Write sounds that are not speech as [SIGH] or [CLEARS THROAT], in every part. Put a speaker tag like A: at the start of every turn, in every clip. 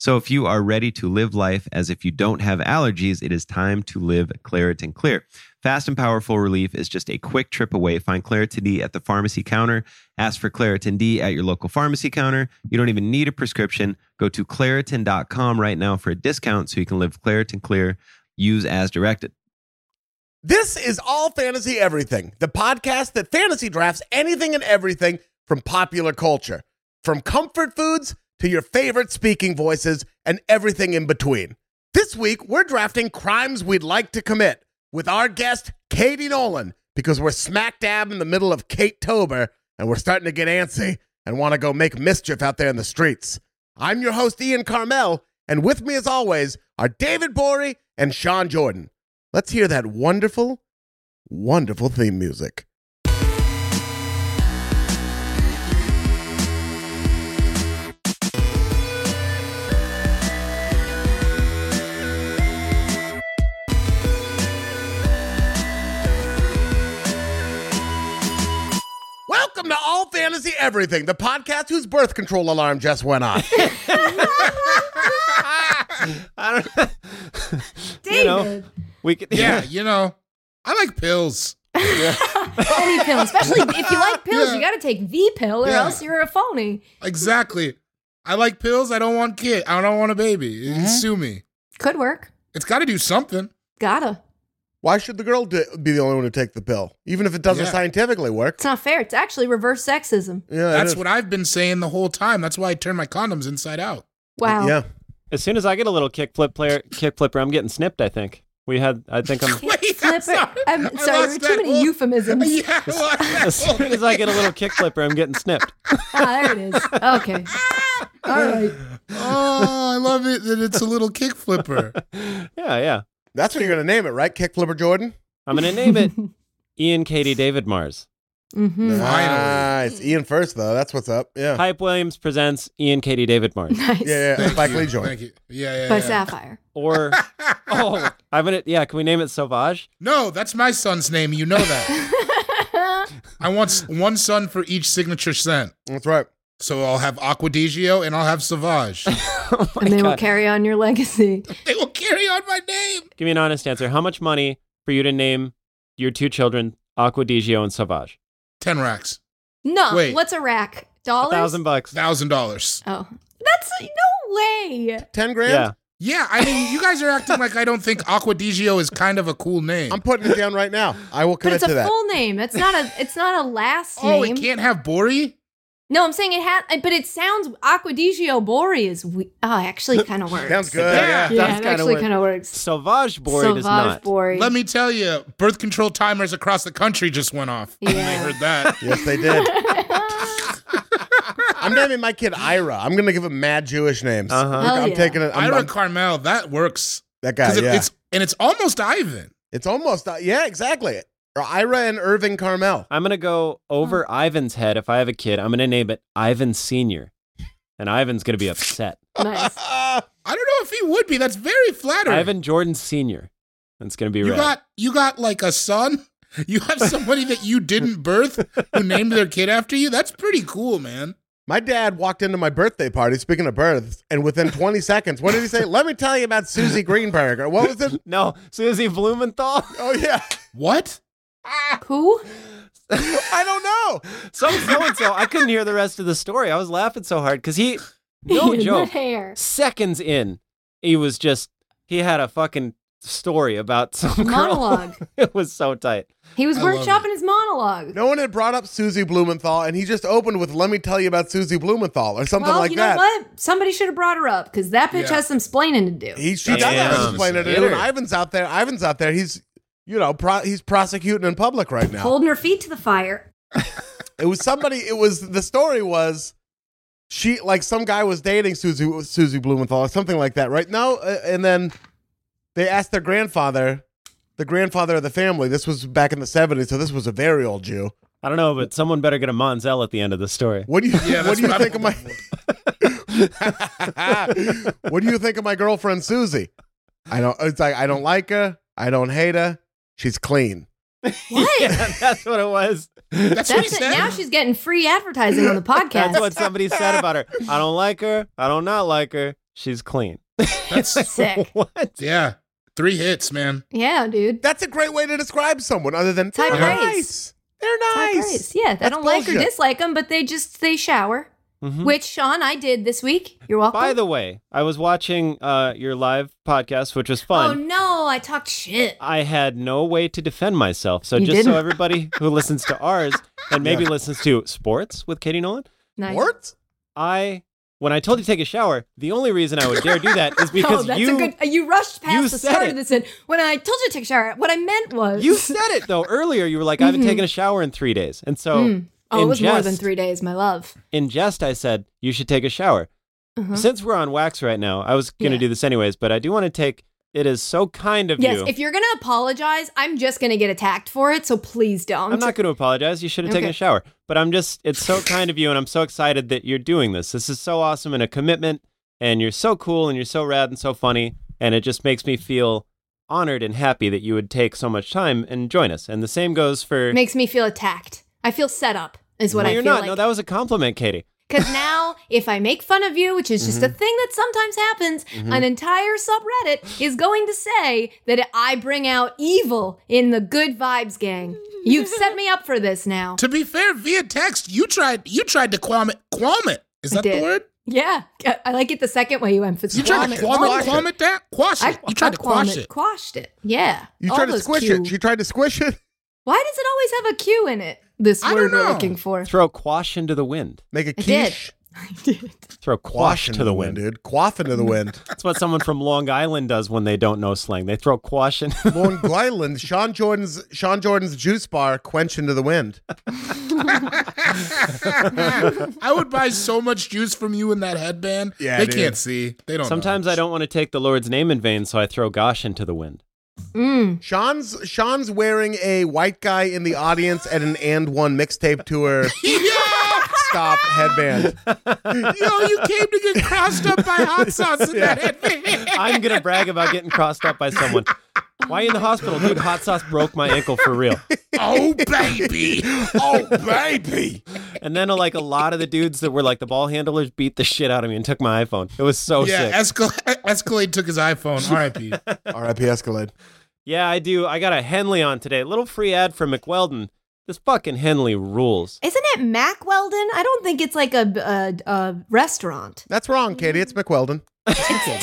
A: So if you are ready to live life as if you don't have allergies, it is time to live Claritin Clear. Fast and powerful relief is just a quick trip away. Find Claritin D at the pharmacy counter. Ask for Claritin D at your local pharmacy counter. You don't even need a prescription. Go to Claritin.com right now for a discount so you can live Claritin Clear. Use as directed.
B: This is All Fantasy Everything, the podcast that fantasy drafts anything and everything from popular culture, from comfort foods to your favorite speaking voices and everything in between. This week, we're drafting crimes we'd like to commit with our guest, Katie Nolan, because we're smack dab in the middle of Kate Tober and we're starting to get antsy and want to go make mischief out there in the streets. I'm your host, Ian Carmel, and with me, as always, are David Borey and Sean Jordan. Let's hear that wonderful, wonderful theme music. Welcome to All Fantasy Everything, the podcast whose birth control alarm just went
C: [LAUGHS]
B: off.
A: I don't [LAUGHS]
D: David,
A: We could,
C: Yeah, you know, I like pills.
D: any pill, especially if you like pills,
C: Yeah.
D: you got to take the pill, or
C: Yeah.
D: else you're a phony.
C: Exactly. I like pills. I don't want kid. I don't want a baby.
B: Mm-hmm.
C: Sue me.
D: Could work.
C: It's got to do something.
D: Gotta.
B: Why should the girl do- be the only one to take the pill, even if it doesn't
C: Yeah.
B: scientifically work?
D: It's not fair. It's actually reverse sexism.
B: Yeah,
C: That's what I've been saying the whole time. That's why I turn my condoms
B: [LAUGHS]
C: inside out.
D: Wow.
B: Yeah,
E: As soon as I get a little kick flip player, kick flipper, I'm getting snipped. I think we had. I
D: [LAUGHS]
E: think I'm.
C: Wait,
D: Flipper. I'm
C: I
D: sorry,
C: lost
D: too
C: that
D: many
C: whole-
D: euphemisms.
C: Yeah, I lost that
E: As
C: whole
E: soon as I get a little kick flipper, I'm getting snipped.
D: Ah, there it is.
C: [LAUGHS]
D: Okay. All right.
C: Oh, I love it that it's a little
B: [LAUGHS]
C: kick flipper.
E: Yeah, yeah.
B: that's what you're gonna name it, right? Kick flipper Jordan.
E: I'm gonna
D: [LAUGHS]
E: name it Ian Katie David Mars.
D: Mm-hmm.
B: Nice. Ian first though. That's what's up. Yeah.
E: Hype Williams presents Ian Katie David Mars.
D: Nice.
B: Yeah, yeah.
C: Thank
B: Spike
C: you,
B: Lee joint.
C: Thank you. Yeah, yeah.
D: By
C: yeah.
D: Sapphire. [LAUGHS]
E: Or oh, I'm gonna yeah. Can we name it Sauvage? [LAUGHS]
C: No, that's my son's name. You know that. I want s- one son for each signature scent.
B: That's right.
C: So I'll have Aquadigio and I'll have Sauvage.
E: Oh
D: and they will carry on your legacy.
C: they will carry on my name.
E: Give me an honest answer. How much money for you to name your two children Aqua Digio and Sauvage?
C: Ten racks.
D: No.
C: Wait.
D: What's a rack?
E: A
D: Dollars?
E: thousand bucks.
C: Thousand dollars.
D: Oh. That's no way.
B: Ten grand.
E: Yeah.
C: Yeah, I mean, you guys are acting like I don't [LAUGHS] think Aquadigio is kind of a cool name.
B: I'm putting it down right now. I will
D: But
B: commit
D: it's a
B: to that.
D: full name. That's not a. It's not a last
C: oh,
D: name.
C: it can't have Bori?
D: No, I'm saying it had, but it sounds Aquadigio Bori is we- oh, it actually kind of works.
B: Sounds good.
C: Yeah.
D: Yeah,
E: That's
D: it
E: kinda
D: actually
E: work.
D: kind of works.
E: Sauvage Board
D: Sauvage
E: is not.
D: Bori.
C: Let me tell you, birth control timers across the country just went off. when They
D: Yeah.
C: heard
D: [LAUGHS]
C: that.
B: [LAUGHS] Yes, they did. I'm naming my kid Ira. I'm gonna give him mad Jewish names.
E: Uh-huh.
B: Look,
D: Hell
B: I'm
D: yeah.
B: taking it. I'm,
C: Ira
B: I'm-
C: Carmel, that works.
B: that guy.
C: 'Cause it-
B: Yeah.
C: it's,
B: It's,
C: and it's almost Ivan.
B: almost. Uh, yeah, exactly. Or Ira and Irving Carmel.
E: I'm gonna go over Ivan's head. If I have a kid, I'm gonna name it Ivan Senior, and Ivan's gonna be upset.
D: [LAUGHS] nice.
B: Ah,
C: I don't know if he would be. That's very flattering.
E: Ivan Jordan Senior. That's gonna be
C: you
E: rad.
C: got you got like a son [LAUGHS] You have somebody that you didn't birth who named their kid after you? That's pretty cool, man.
B: [LAUGHS] My dad walked into my birthday party, speaking of births, and within 20 seconds, what did he say? Let me tell you about Susie Greenberger. What was it?
E: No, Susie Blumenthal. [LAUGHS]
B: Oh, yeah.
C: What?
D: Who?
B: [LAUGHS] I don't know.
E: Some so and so. I couldn't hear the rest of the story. I was laughing so hard
D: [LAUGHS]
E: because he, no
D: The
E: joke,
D: hair.
E: seconds in, he was just he had a fucking story about [LAUGHS] some
D: Monologue.
E: Girl. it was so tight.
D: He was
C: I love
D: workshopping his monologue.
B: No one had brought up Susie Blumenthal, and he just opened with, Let me tell you about Susie Blumenthal or something
D: well,
B: like
D: you know
B: that.
D: what? Somebody should have brought her up because that bitch
C: Yeah.
D: has some splaining to do.
B: He, she does
E: Damn.
B: have explain it.
E: Hit her.
B: And Ivan's out there. Ivan's out there. He's, you know, pro- he's prosecuting in public right now.
D: Holding her feet to the fire.
B: It was somebody. It was the story was she like some guy was dating Susie Susie Blumenthal or something like that, right? No, uh, and then they asked their grandfather, the grandfather of the family. This was back in the seventies, so this was a very old Jew.
E: I don't know, but someone better get a Monzel at the end of
D: [LAUGHS]
E: the story. [LAUGHS]
B: What do you
C: [LAUGHS]
B: [LAUGHS]
C: Yeah,
B: what
C: that's
B: do you
C: what
B: think of
C: I'm-
B: my [LAUGHS] what do you think of my girlfriend Susie? I don't. It's like I don't like her. I don't hate her. She's clean.
D: What?
E: Yeah, that's what it was.
C: That's, what he
D: That's it.
C: said.
D: Now she's getting free advertising on the
E: That's
D: podcast.
E: what somebody said about her. I don't like her. I don't not like her. She's clean. [LAUGHS]
C: That's
D: Sick. Oh.
E: what?
C: yeah. Three hits, man.
D: Yeah, dude.
B: That's a great way to describe someone other than
D: Type
B: they're
D: race.
B: nice. They're
D: It's high
B: nice.
D: praise. Yeah, they
B: That's
D: don't like or
B: bullshit.
D: dislike them, but they just they shower.
E: Mhm.
D: Which Sean, I did this week. You're welcome.
E: By the way, I was watching uh, your live podcast, which was fun.
D: Oh no, I talked shit.
E: I had no way to defend myself. So
D: You
E: just so
D: didn't?
E: everybody who listens
D: [LAUGHS]
E: to ours and maybe listens to sports with Katie Nolan,
D: Nice.
B: Words?
E: I when I told you to take a shower, the only reason I would dare do that is
D: [LAUGHS] oh,
E: because
D: that's
E: you
D: a good. You rushed past
E: you
D: the
E: said
D: start
E: it.
D: of this, and when I told you to take a shower, what I meant was [LAUGHS]
E: you said it though earlier. You were like, I haven't
D: Mm-hmm.
E: taken a shower in three days, and so
D: Oh,
E: in
D: it was more than
E: jest-
D: three days, my love.
E: in jest, I said, You should take a shower. Since we're on wax right now, I was going to
D: Uh-huh. Yeah.
E: do this anyways, but I do want to take it is so kind of
D: Yes,
E: you.
D: if you're gonna apologize, I'm just gonna get attacked for it, so please don't.
E: I'm not going to apologize. You should have taken
D: Okay.
E: a shower. But I'm just, it's so kind of you, and I'm so excited that you're doing this. This is so awesome and a commitment, and you're so cool, and you're so rad and so funny. And it just makes me feel honored and happy that you would take so much time and join us. And the same goes for.
D: Makes me feel attacked. I feel set up. Is what
E: no,
D: I
E: you're
D: feel
E: not.
D: like.
E: No, that was a compliment, Katie.
D: Because now, if I make fun of you, which is just a thing that sometimes happens, an entire subreddit is going to say that I bring out evil in the good vibes gang. You've set me up for this now.
C: To be fair, via text, you tried you tried to qualm it qualm it. Is
D: I
C: that the
D: did.
C: word?
D: Yeah, I- I like it the second way you emphasize
C: You tried to qualm it,
B: Qualm it.
C: qualm it down? Quash
D: I,
C: it. You tried
D: I
C: to quash
D: qualm
C: it.
D: Quashed it. Yeah.
B: You
D: All
B: tried to
D: those
B: squish
D: Q-
B: it. She tried to squish it. [LAUGHS]
D: Why does it always have a Q in it? This
C: I
D: word
C: don't
D: we're
C: know.
D: looking for.
E: Throw quash into the wind.
B: Make a
D: I did. [LAUGHS]
B: quiche.
D: I did.
E: Throw quash
B: into
E: to the wind.
B: dude. Quaff into the
D: [LAUGHS]
B: wind.
E: That's what someone from Long Island does when they don't know slang. They throw quash in. [LAUGHS]
B: Long Island, Sean Jordan's Sean Jordan's juice bar, quench into the wind.
C: I would buy so much juice from you in that headband.
B: Yeah,
C: they
B: dude.
C: can't see. They don't. know.
E: Sometimes I don't want to take the Lord's name in vain, so I throw gosh into the wind.
D: Mm.
B: Sean's Sean's wearing a white guy in the audience at an and one mixtape tour
C: [LAUGHS] Yeah.
B: stop headband.
C: [LAUGHS] Yo, you came to get crossed up by hot sauce in
B: [LAUGHS]
C: that headband.
E: I'm gonna brag about getting crossed up by someone. Why are you in the hospital, dude? Hot sauce broke my ankle for real.
C: oh baby,
B: [LAUGHS]
C: oh baby.
E: And then like a lot of the dudes that were like the ball handlers beat the shit out of me and took my iPhone. It was so
C: Yeah, e-
E: sick.
C: Escal- Escalade took his
B: [LAUGHS]
C: iPhone. R.I.P.
B: R.I.P. Escalade.
E: yeah, I do. I got a Henley on today. Little free ad from McWeldon. This fucking Henley rules.
D: Isn't it Mac Weldon? I don't think it's like a, a, a restaurant.
B: That's wrong, Katie. It's McWeldon.
D: Definitely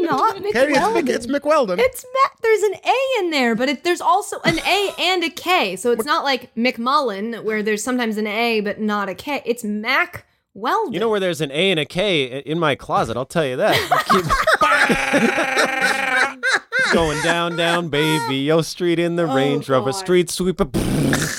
D: not
B: Katie, it's,
D: McWeldon.
B: Mc, it's McWeldon.
D: It's Mac. There's an A in there, but it, there's also an A and a K. So it's not like McMullen, where there's sometimes an A but not a K. It's Mac Weldon.
E: You know where there's an A and a K i- in my closet? I'll tell you that. Keep- [LAUGHS] Going down, down, baby. Yo, street in
C: Oh,
E: the Range
D: God.
E: Rover, street sweeper. [LAUGHS]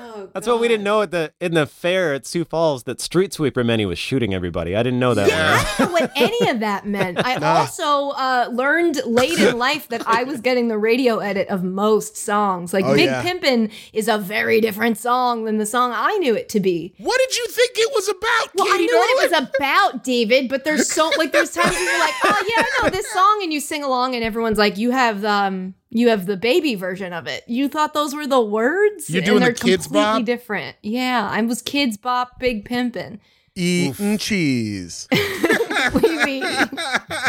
C: Oh,
E: That's what we didn't know at the in the fair at Sioux Falls that Street Sweeper Many was shooting everybody. I didn't know that.
D: I
E: one.
D: didn't know what any of that meant. I also uh, learned late in life that I was getting the radio edit of most songs. Like
B: Oh,
D: Big
B: yeah.
D: Pimpin' is a very different song than the song I knew it to be.
C: What did you think it was about,
D: Well, I
C: Katie
D: knew what it
C: Nolan?
D: was about, David, but there's so like there's times when you're like, oh yeah, I know this song, and you sing along, and everyone's like, you have um You have the baby version of it. You thought those were the words?
C: You're doing
D: and
C: the
D: they're
C: Kids
D: completely
C: Bop?
D: different. Yeah, I was kids bop big pimpin'.
B: Eating
C: [LAUGHS]
B: cheese.
D: What do you mean?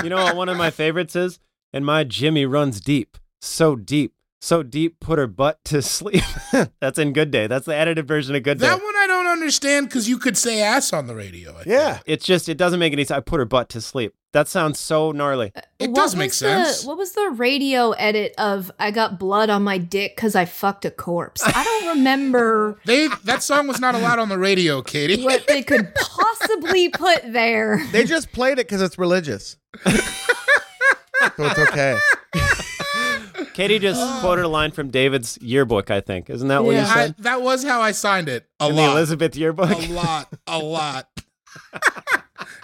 E: You know what one of my favorites is? And my Jimmy runs deep, so deep, so deep, put her butt to sleep. [LAUGHS] That's in Good Day. That's the edited version of Good Day.
C: That one I don't understand because you could say ass on the radio. I think.
B: Yeah.
E: it's just, it doesn't make any sense. I put her butt to sleep. That sounds so gnarly.
C: [LAUGHS] It
D: What
C: does make
D: was the-
C: sense.
D: what was the radio edit of I got blood on my dick because I fucked a corpse? I don't remember
C: They that song was not allowed on the radio, Katie.
D: what they could possibly put there.
B: They just played it because it's
C: [LAUGHS]
B: religious. so it's okay.
E: Katie just
D: [GASPS]
E: quoted a line from David's yearbook, I think. Isn't that what you
D: Yeah. Oh,
C: I,
E: said?
C: that was how I signed it. A
E: in the
C: lot.
E: Elizabeth yearbook? [LAUGHS]
C: a lot, a lot.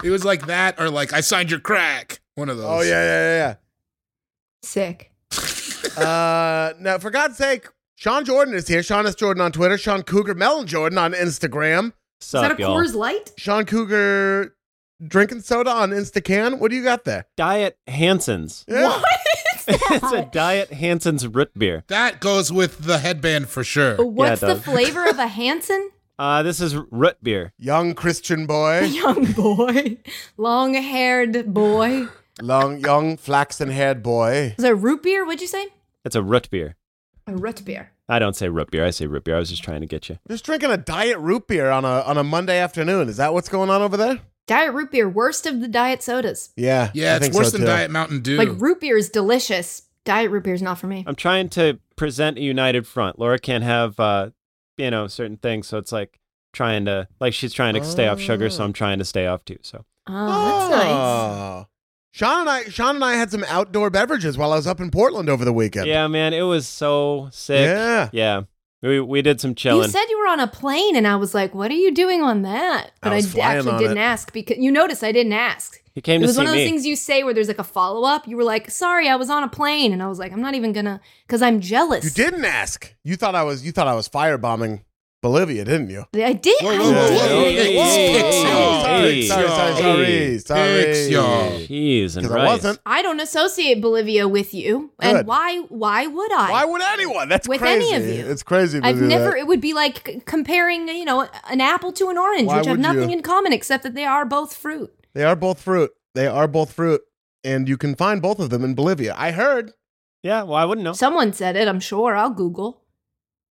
C: it was like that, or like I signed your crack. One of those.
B: Oh yeah, yeah,
D: Sick.
B: yeah, yeah. Uh, now, for God's sake, Sean Jordan is here. Sean S. Jordan on Twitter. Sean Cougar Melon Jordan on Instagram.
E: Sup,
D: Is that a
E: y'all?
D: Coors [LAUGHS] Light?
B: Sean Cougar drinking soda on Instacan. What do you got there?
E: Diet
D: [LAUGHS]
E: Hanson's. [LAUGHS]
B: Yeah.
E: it's a Diet Hanson's root beer.
C: That goes with the headband for sure.
D: What's the
E: does.
D: flavor of a Hanson?
E: Uh, this is root beer.
B: Young Christian
C: [LAUGHS]
B: boy,
D: Young boy, long haired boy.
B: long young flaxen haired boy.
D: Is that root beer? What'd you say?
E: It's a root beer.
D: A root beer.
E: I don't say root beer. I say root beer. I was just trying to get you.
B: Just drinking a diet root beer on a on a Monday afternoon. Is that what's going on over there?
D: Diet root beer, worst of the diet sodas.
B: Yeah, I
C: Yeah, it's
B: think
C: worse
B: so,
C: than
B: too.
C: Diet Mountain Dew.
D: Like root beer is delicious. Diet root beer is not for me.
E: I'm trying to present a united front. Laura can't have, uh, you know, certain things. So it's like trying to, like, she's trying to stay off sugar. So I'm trying to stay off too. So
D: Oh, that's nice.
B: Oh. Sean and I, Sean and I had some outdoor beverages while I was up in Portland over the weekend.
E: yeah, man, it was so sick.
B: Yeah.
E: Yeah. We, we did some
D: You
E: chilling.
D: said you were on a plane, and I was like, "What are you doing on that?" But
B: I
D: I,
B: was
D: d-
B: flying
D: actually
B: on
D: didn't
B: it.
D: ask because you notice I didn't ask.
E: he came
D: It
E: to
D: was
E: see
D: one of those
E: me.
D: things you say where there's like a follow up. You were like, "Sorry, I was on a plane," and I was like, "I'm not even gonna," because I'm jealous.
B: You didn't ask. You thought I was. You thought I was firebombing Bolivia, didn't you?
D: I did.
C: Whoa,
D: I
B: whoa,
C: whoa,
D: did.
B: whoa,
D: I
C: Oh, hey,
D: did.
C: hey, hey,
D: I did.
C: hey.
B: sorry,
C: Hey.
B: sorry, sorry, sorry,
E: Hey.
B: sorry,
C: Picks,
B: Oh,
C: y'all.
E: Cheese and
B: Because
E: rice.
B: I wasn't.
D: I don't associate Bolivia with you,
B: Good.
D: and why? Why would I?
B: Why would anyone? That's
D: With
B: crazy.
D: any of you.
B: It's crazy. to
D: I've
B: do
D: never.
B: that.
D: It would be like c- comparing, you know, an apple to an orange,
B: Why
D: which have
B: would
D: nothing
B: you?
D: in common except that they are both fruit.
B: They are both fruit. They are both fruit, and you can find both of them in Bolivia. I heard.
E: Yeah. Well, I wouldn't know.
D: Someone said it, I'm sure. I'll Google.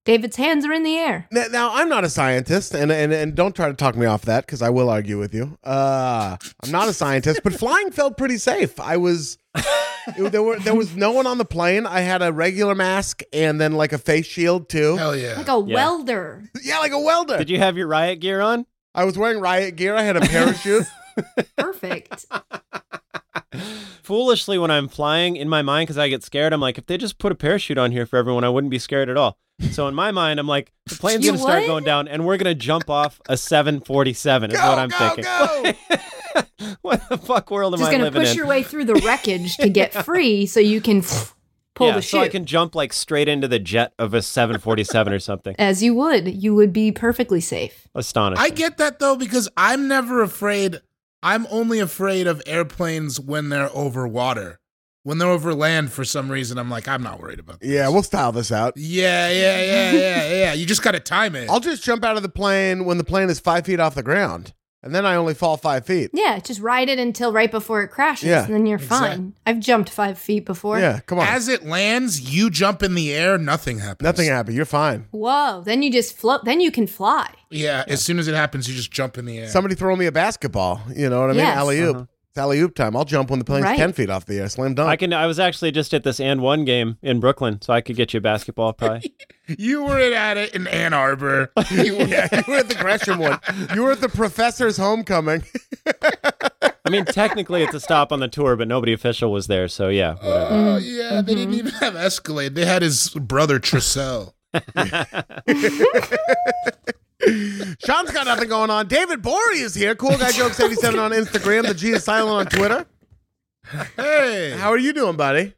D: David's hands are in the air.
B: Now, now I'm not a scientist, and, and and don't try to talk me off that because I will argue with you. Uh, I'm not a scientist, but flying felt pretty safe. I was [LAUGHS] it- there were there was no one on the plane. I had a regular mask and then like a face shield too.
C: Hell yeah.
D: Like a welder.
B: Yeah, like a welder.
E: Did you have your riot gear on?
B: I was wearing riot gear. I had a parachute.
E: [LAUGHS]
D: Perfect.
E: Foolishly, when I'm flying in my mind, because I get scared, I'm like, if they just put a parachute on here for everyone, I wouldn't be scared at all. So in my mind, I'm like, the plane's
D: You
E: going to start
D: would?
E: going down and we're going to jump off a 747, is
B: Go,
E: [LAUGHS] what I'm
B: go,
E: thinking. [LAUGHS]
B: go!
E: what the fuck world am
D: Just
E: I
D: gonna
E: living
D: push
E: in?
D: your way through the wreckage to
E: [LAUGHS]
D: get free so you can pull
E: yeah,
D: the
E: so I
D: chute.
E: can jump like straight into the jet of a 747 or something.
D: As you would, you would be perfectly safe.
E: Astonishing.
C: I get that though because I'm never afraid. I'm only afraid of airplanes when they're over water. When they're over land, for some reason, I'm like, I'm not worried about. This.
B: yeah, we'll style this out.
C: Yeah, yeah, yeah, yeah, yeah. You just gotta time it.
B: I'll just jump out of the plane when the plane is five feet off the ground, and then I only fall five feet.
D: Yeah, just ride it until right before it crashes,
B: Yeah,
D: and then you're
C: exact-
D: fine. I've jumped five feet before.
B: Yeah, come on.
C: As it lands, you jump in the air. Nothing happens.
B: Nothing happened. You're fine.
D: Whoa, then you just float, then you can fly.
C: Yeah, as soon as it happens, you just jump in the air.
B: Somebody throw me a basketball. You know what I mean?
D: Yes.
B: Alley oop. It's alley oop time. I'll jump when the plane's
D: Right.
B: 10 feet off the air. Slam dunk.
E: I can. I was actually just at this and one game in Brooklyn, so I could get you a basketball probably.
C: You were at it in
B: [LAUGHS]
C: Ann Arbor. You were-
B: yeah, you were at the Gresham one. You were at the professor's homecoming. [LAUGHS]
E: I mean, technically it's a stop on the tour, but nobody official was there, so yeah. Whatever.
C: [LAUGHS] Oh yeah, they didn't
B: Mm-hmm.
C: even have Escalade. They had his brother Trissell.
B: [LAUGHS] Sean's got nothing going on. David Bory is here. Cool Guy Jokes 87 on Instagram. The G is silent on Twitter.
C: Hey,
B: How are you doing, buddy?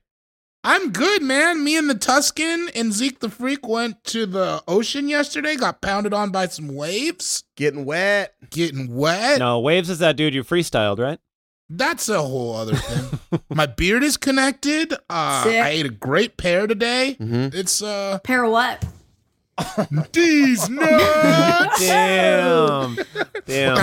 C: I'm good, man. Me and the Tuscan and Zeke the Freak went to the ocean yesterday. Got pounded on by some waves,
B: Getting wet.
C: getting wet.
E: No, Waves is that dude you freestyled, right?
C: That's a whole
B: [LAUGHS]
C: other thing. My beard is connected. Uh, I ate a great pear today.
B: Mm-hmm.
C: It's uh [LAUGHS]
D: Pair of what?
C: these
B: [LAUGHS]
C: nuts.
E: Damn. Damn.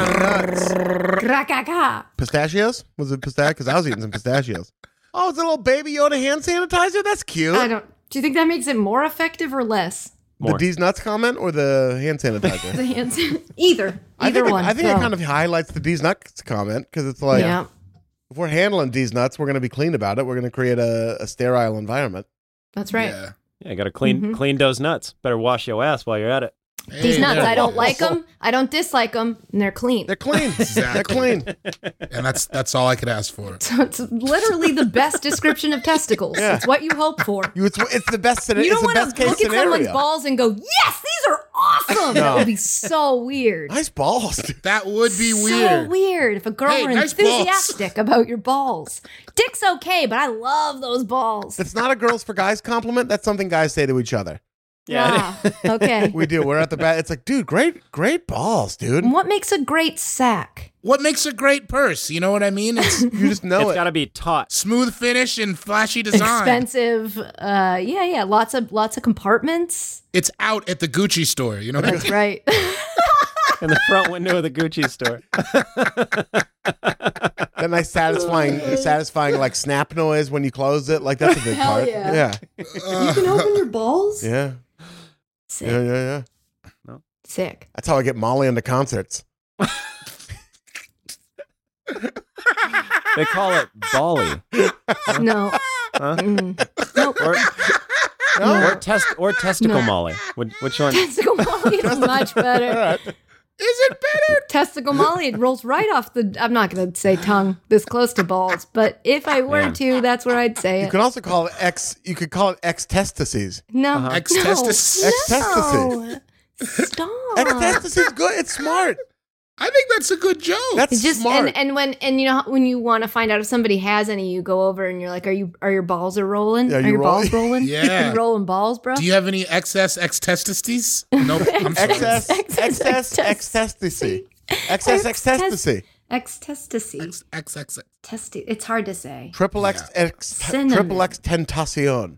D: Krakaka.
B: Pistachios? Was it pistachio? Because I was eating some pistachios. [LAUGHS] Oh, it's a little baby Yoda hand sanitizer. That's cute.
D: I don't. Do you think that makes it more effective or less?
B: [LAUGHS] the
E: More.
B: D's nuts comment or the hand sanitizer? [LAUGHS]
D: The hands. either.
B: I
D: Either
B: think
D: one.
B: It, I think it
D: Go.
B: kind of highlights the D's nuts comment because it's like
D: Yeah.
B: if we're handling D's nuts, we're going to be clean about it. We're going to create a, a sterile environment.
D: That's right.
C: Yeah.
E: Yeah, gotta clean
D: Mm-hmm.
E: clean those nuts. Better wash your ass while you're at it.
D: These
C: Hey,
D: nuts,
C: there
D: I
C: it
D: don't
C: is.
D: like them. I don't dislike them, and they're clean.
B: They're clean. They're
C: Exactly.
B: clean.
C: And that's that's all I could ask for.
D: [LAUGHS] So it's literally the best description of testicles. It's what you hope for.
B: You, [LAUGHS] it's, it's the best. Scenario,
D: You don't
B: it's the
D: want to
B: best case
D: look at
B: scenario.
D: someone's balls and go, "Yes, these are awesome." That would be so
B: [LAUGHS]
D: weird.
B: Nice balls. dude.
C: That would be
D: So
C: weird.
D: weird if a girl
C: Hey,
D: were
C: nice balls.
D: enthusiastic about your balls. Dick's okay, but I love those balls.
B: That's not a girls for guys compliment. That's something guys say to each other.
E: [LAUGHS] Yeah.
D: Ah, okay.
B: We do. We're at the bat. It's like, dude, great, great balls, dude.
D: And what makes a great sack?
C: What makes a great purse? You know what I
D: [LAUGHS]
C: mean? It's
B: You just know
E: it's
B: it.
E: gotta be taut.
C: smooth finish and flashy design.
D: Expensive. Uh, yeah, yeah. Lots of lots of compartments.
C: It's out at the Gucci store.
B: [LAUGHS]
C: You know what I mean?
D: That's right. [LAUGHS]
E: In the front window of the Gucci store.
B: that
D: [LAUGHS]
B: nice satisfying, satisfying like snap noise when you close it. Like that's a big
D: Hell
B: part.
D: yeah.
B: [LAUGHS] yeah,
C: Uh,
D: you can open your balls.
B: yeah,
D: Sick.
B: yeah, yeah, yeah.
D: Sick.
B: That's how I get Molly into concerts.
E: They call it Bali.
D: No.
E: Huh?
D: Mm. Nope.
E: Or,
D: No.
E: or test or testicle
D: No.
E: molly. Which, which one?
D: Testicle Molly is much better.
C: Is it better?
D: Testicle Molly, it rolls right off the. I'm not going to say tongue this close to balls, but if I were
E: Yeah.
D: to, that's where I'd say
B: You
D: it.
B: could also call it ex. You could call it ex testacies.
D: No.
E: Uh-huh.
C: Ex
D: no.
C: testis.
B: Ex testices.
D: No. Stop.
B: Ex testacies good. It's
D: [LAUGHS]
B: smart.
C: I think that's a good joke.
B: That's
D: It's just
B: smart.
D: and and when and you know when you want to find out if somebody has any, you go over and you're like, are you are your balls are rolling?
B: Yeah,
D: are
B: you
D: your
B: roll-
D: balls
B: [LAUGHS]
D: rolling?
C: Yeah.
D: Are you rolling balls, bro?
C: Do you have any excess
D: [LAUGHS]
C: ex testistes? Nope. I'm sorry.
B: Excess,
D: Excess
B: excess,
D: [LAUGHS]
B: ex testacy. Excess, ex testacy.
D: Ex testacy.
C: Ex- ex- ex- ex-
D: Testi- it's hard to say.
B: Triple X, ex,
D: Cinnamon.
B: triple X tentacion.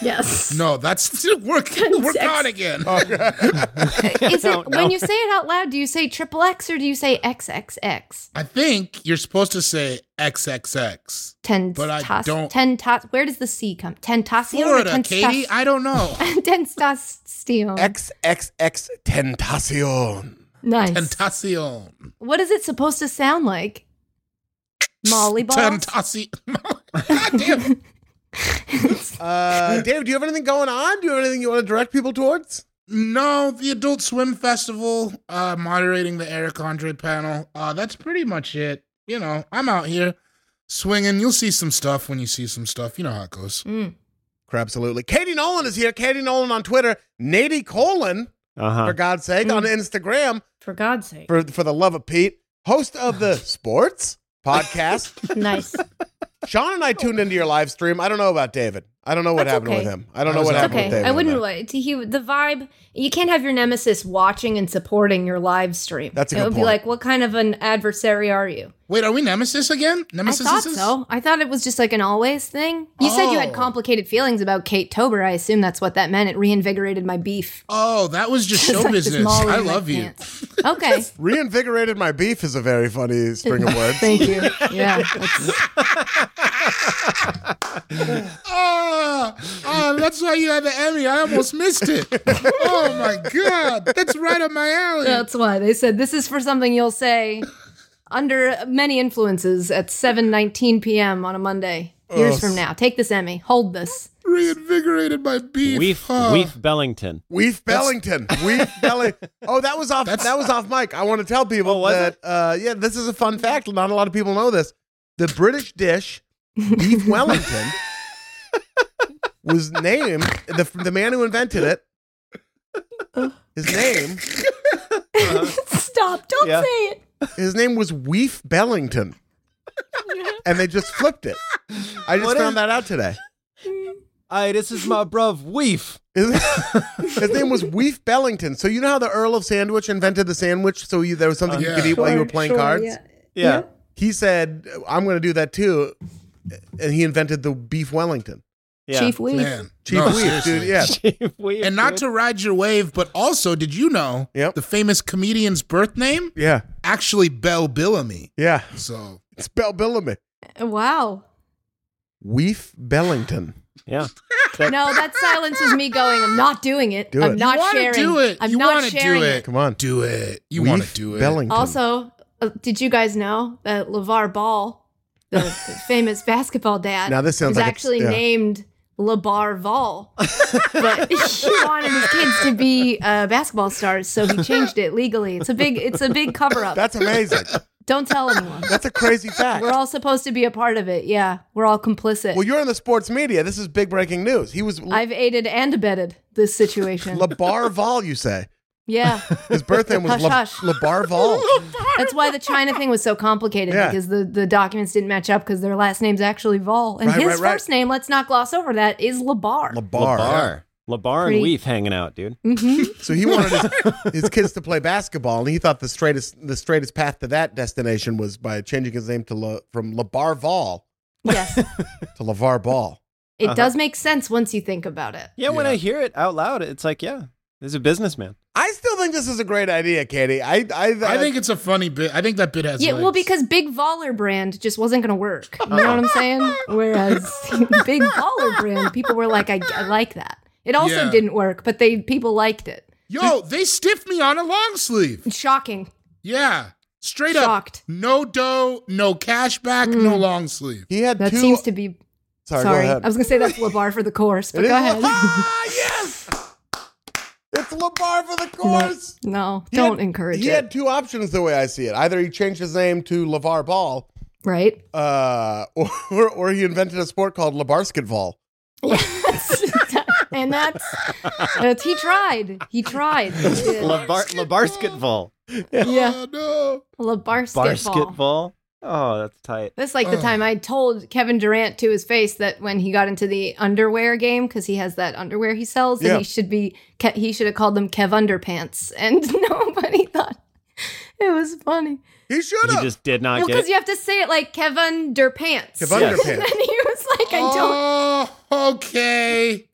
D: Yes.
C: No, that's [LAUGHS] we're we're gone again.
D: [LAUGHS]
B: Oh.
C: [LAUGHS]
D: Is
E: I don't
D: it when
E: know.
D: you say it out loud? Do you say triple X or do you say XXX?
C: I think you're supposed to say XXX.
D: Ten
C: But I
D: tos-
C: don't-
D: Ten tos- Where does the C come? Tentacion or
C: Florida,
D: tenstas-
C: Katie. I
D: [LAUGHS]
C: don't know.
D: Tenstastion.
B: X, X, X tentacion.
D: nice.
C: Tentacion.
D: what is it supposed to sound like?
C: [LAUGHS]
D: Molly balls.
C: Tentacion. God damn [LAUGHS] it.
B: Uh, Dave, do you have anything going on? Do you have anything you want to direct people towards?
C: No, the Adult Swim Festival, uh, moderating the Eric Andre panel. Uh, that's pretty much it. You know, I'm out here swinging. You'll see some stuff when you see some stuff. You know how it goes.
D: Mm.
B: Absolutely. Katie Nolan is here. Katie Nolan on Twitter. Nady Colon, for
E: Uh-huh.
B: God's sake,
C: Hmm.
B: on Instagram.
D: For God's
B: [LAUGHS]
D: sake.
B: For for the love of Pete, host of
C: [LAUGHS]
B: the sports podcast.
D: nice.
B: Sean and I tuned into your live stream. I don't know about David. I don't know what
D: That's
B: happened
D: okay.
B: with him. I don't
C: That
B: know
C: was
B: what
D: It's
C: okay.
B: happened with
D: okay.
B: David.
D: I wouldn't
B: on that.
D: like to hear the vibe. You can't have your nemesis watching and supporting your live stream.
B: That's a
D: it
B: good
D: would be
B: point.
D: like, what kind of an adversary are you?
C: Wait, are we Nemesis again? Nemesis?
D: I thought so. I thought it was just like an always thing. You said you
C: Oh.
D: had complicated feelings about Kate Tober. I assume that's what that meant. It reinvigorated my beef.
C: [LAUGHS] Oh, that was just show
D: Like this
C: business.
D: Molly
C: I
D: in my
C: love you.
D: pants. Okay.
B: Reinvigorated my beef is a very funny string of words.
D: Thank you. Yeah. that's-
C: Oh, oh, that's why you had the Emmy. I almost missed it. Oh my god, that's right up my alley.
D: That's why they said this is for something you'll say under many influences at 7:19 p.m. on a Monday.
C: Oh,
D: Years from now. Take this Emmy. Hold
C: [LAUGHS]
D: this.
C: [LAUGHS] Reinvigorated my beef.
E: Weef
C: Huh.
E: Weef Bellington.
B: Weef Bellington. Weef
E: [LAUGHS]
B: Bellington. Oh, that was off.
C: That's-
B: That was off mic. I want to tell people
E: Oh, was
B: that. Uh, yeah, this is a fun fact. Not a lot of people know this. The British dish,
E: [LAUGHS]
B: beef Wellington, was named the the man who invented it. His name
D: Stop. Don't
E: Yeah.
D: say it.
B: his name was Weef Bellington, and they just flipped it. I just
E: What
B: found
E: is-
B: that out today.
E: Hey, this is my bruv Weef.
B: His, [LAUGHS] his name was Weef Bellington. So you know how the Earl of Sandwich invented the sandwich, so you, there was something you
C: Yeah.
B: could eat while you were playing cards.
E: Yeah.
B: he said, "I'm going to do that too," and he invented the beef Wellington.
E: Yeah.
D: Chief Weef.
C: Man.
B: Chief
C: No,
B: Wheat,
C: seriously.
B: dude. Yeah,
E: [LAUGHS] Chief Weef,
C: And not
E: dude.
C: to ride your wave, but also, did you know
B: Yep.
C: the famous comedian's birth name?
B: yeah,
C: Actually, Bell Billamy.
B: yeah.
C: So,
B: It's Bell Billamy,
D: Uh, Wow.
B: Weef Bellington.
E: Yeah.
D: No, that silence was me going, I'm not doing it.
B: Do
D: I'm
B: it.
D: not
C: you wanna
D: sharing.
C: do it.
D: I'm
C: you
D: not
C: wanna
D: sharing
C: do it.
B: Come on,
C: Do it. You want to
B: Weef
C: do it.
B: Bellington.
D: Also, uh, did you guys know that LeVar Ball,
B: [LAUGHS]
D: the famous basketball dad,
B: Now this sounds
D: was
B: like it's-
D: actually
B: yeah.
D: named LeBar
B: [LAUGHS]
D: Vol. but he wanted his kids to be uh, basketball stars, so he changed it legally. It's a big it's a big cover up.
B: that's amazing.
D: Don't tell anyone.
B: That's
D: [LAUGHS]
B: a crazy fact.
D: We're all supposed to be a part of it. Yeah, we're all complicit.
B: well, you're in the sports media. This is big breaking news. He was
D: I've aided and abetted this situation.
B: Labar Vol. You say
D: yeah.
B: [LAUGHS] his
D: [LAUGHS]
B: birth name was
D: Hush,
B: La-
D: hush.
B: Labar Vol.
D: That's why the China thing was so complicated
B: Yeah.
D: because the, the documents didn't match up because their last name's actually Vol. And
B: Right,
D: his
B: right, right.
D: first name, let's not gloss over that, is [LAUGHS] Labar.
B: Labar.
E: Labar and
D: Pretty-
E: Weef hanging out, dude.
D: Mm-hmm.
B: [LAUGHS] So he wanted his, [LAUGHS] his kids to play basketball, and he thought the straightest the straightest path to that destination was by changing his name to La, from Labar Vol
D: yes.
B: to Lavar Ball.
D: It does make sense once you think about it.
E: Yeah, when I hear it out loud, it's like, yeah, there's a businessman.
B: I still think this is a great idea, Katie. I I,
C: I think it's a funny bit. I think that bit has
D: Yeah, well,
C: legs.
D: because Big Voller brand just wasn't going to work. You know what
B: Uh-huh.
D: I'm saying? Whereas [LAUGHS] Big Voller brand, people were like, I, I like that. It also
C: Yeah.
D: didn't work, but they people liked it.
C: Yo, they stiffed me on a long sleeve.
D: Shocking.
C: Yeah. Straight
D: Shocked. Mm.
C: up. No dough, no cash back, no long sleeve.
B: he had
D: That
B: two.
D: seems to be.
B: sorry,
D: sorry.
B: go ahead.
D: I was going to say that's Labar for the course, but
B: It is-
D: go [LAUGHS] ahead.
B: Ah, yes, it's Labar for the course.
D: No,
B: He
D: don't
B: had-
D: encourage
B: He
D: it.
B: had two options the way I see it. Either he changed his name to Lavar Ball,
D: right?
B: uh, [LAUGHS] or or he invented a sport called Labasketball.
D: [LAUGHS] and that's, that's he tried. He tried.
E: Labar Labarsketball.
D: yeah,
C: Oh, no.
D: La basketball.
E: Basketball. Oh, that's tight.
D: That's like the time I told Kevin Durant to his face that when he got into the underwear game, because he has that underwear he sells,
B: Yeah.
D: and he should be Ke- he should have called them Kev Underpants, [LAUGHS] and nobody thought it was funny.
B: He should
E: You
B: have.
E: just did not
D: Well,
E: get
D: because
E: it. [LAUGHS]
D: you have to say it like Kev Underpants.
B: Kev
E: Yes.
D: [LAUGHS] And
B: Underpants.
D: then he was like, I don't.
C: Oh, okay.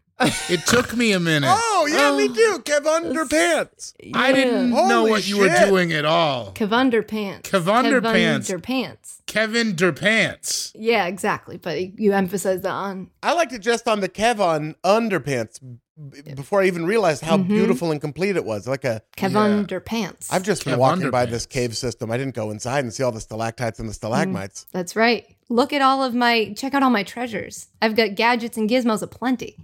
C: It took me a minute.
D: [LAUGHS]
B: Oh yeah, me
D: Um,
B: too. Kev Underpants.
C: I didn't
D: Yeah.
C: know
B: Holy
C: what you were
B: shit.
C: doing at all.
D: Kev Underpants.
C: Kev Underpants.
D: Underpants.
C: Kevin Durpants.
D: Yeah, exactly. But you emphasize the on.
B: I liked it just on the Kev on Underpants b- before I even realized
D: Mm-hmm.
B: how beautiful and complete it was. Like a,
D: Kevin Durpants.
B: I've just been
C: Kev
B: walking by
C: Underpants.
B: this cave system. I didn't go inside and see all the stalactites and the
D: Mm-hmm.
B: stalagmites.
D: That's right. Look at all of my, check out all my treasures. I've got gadgets and gizmos aplenty.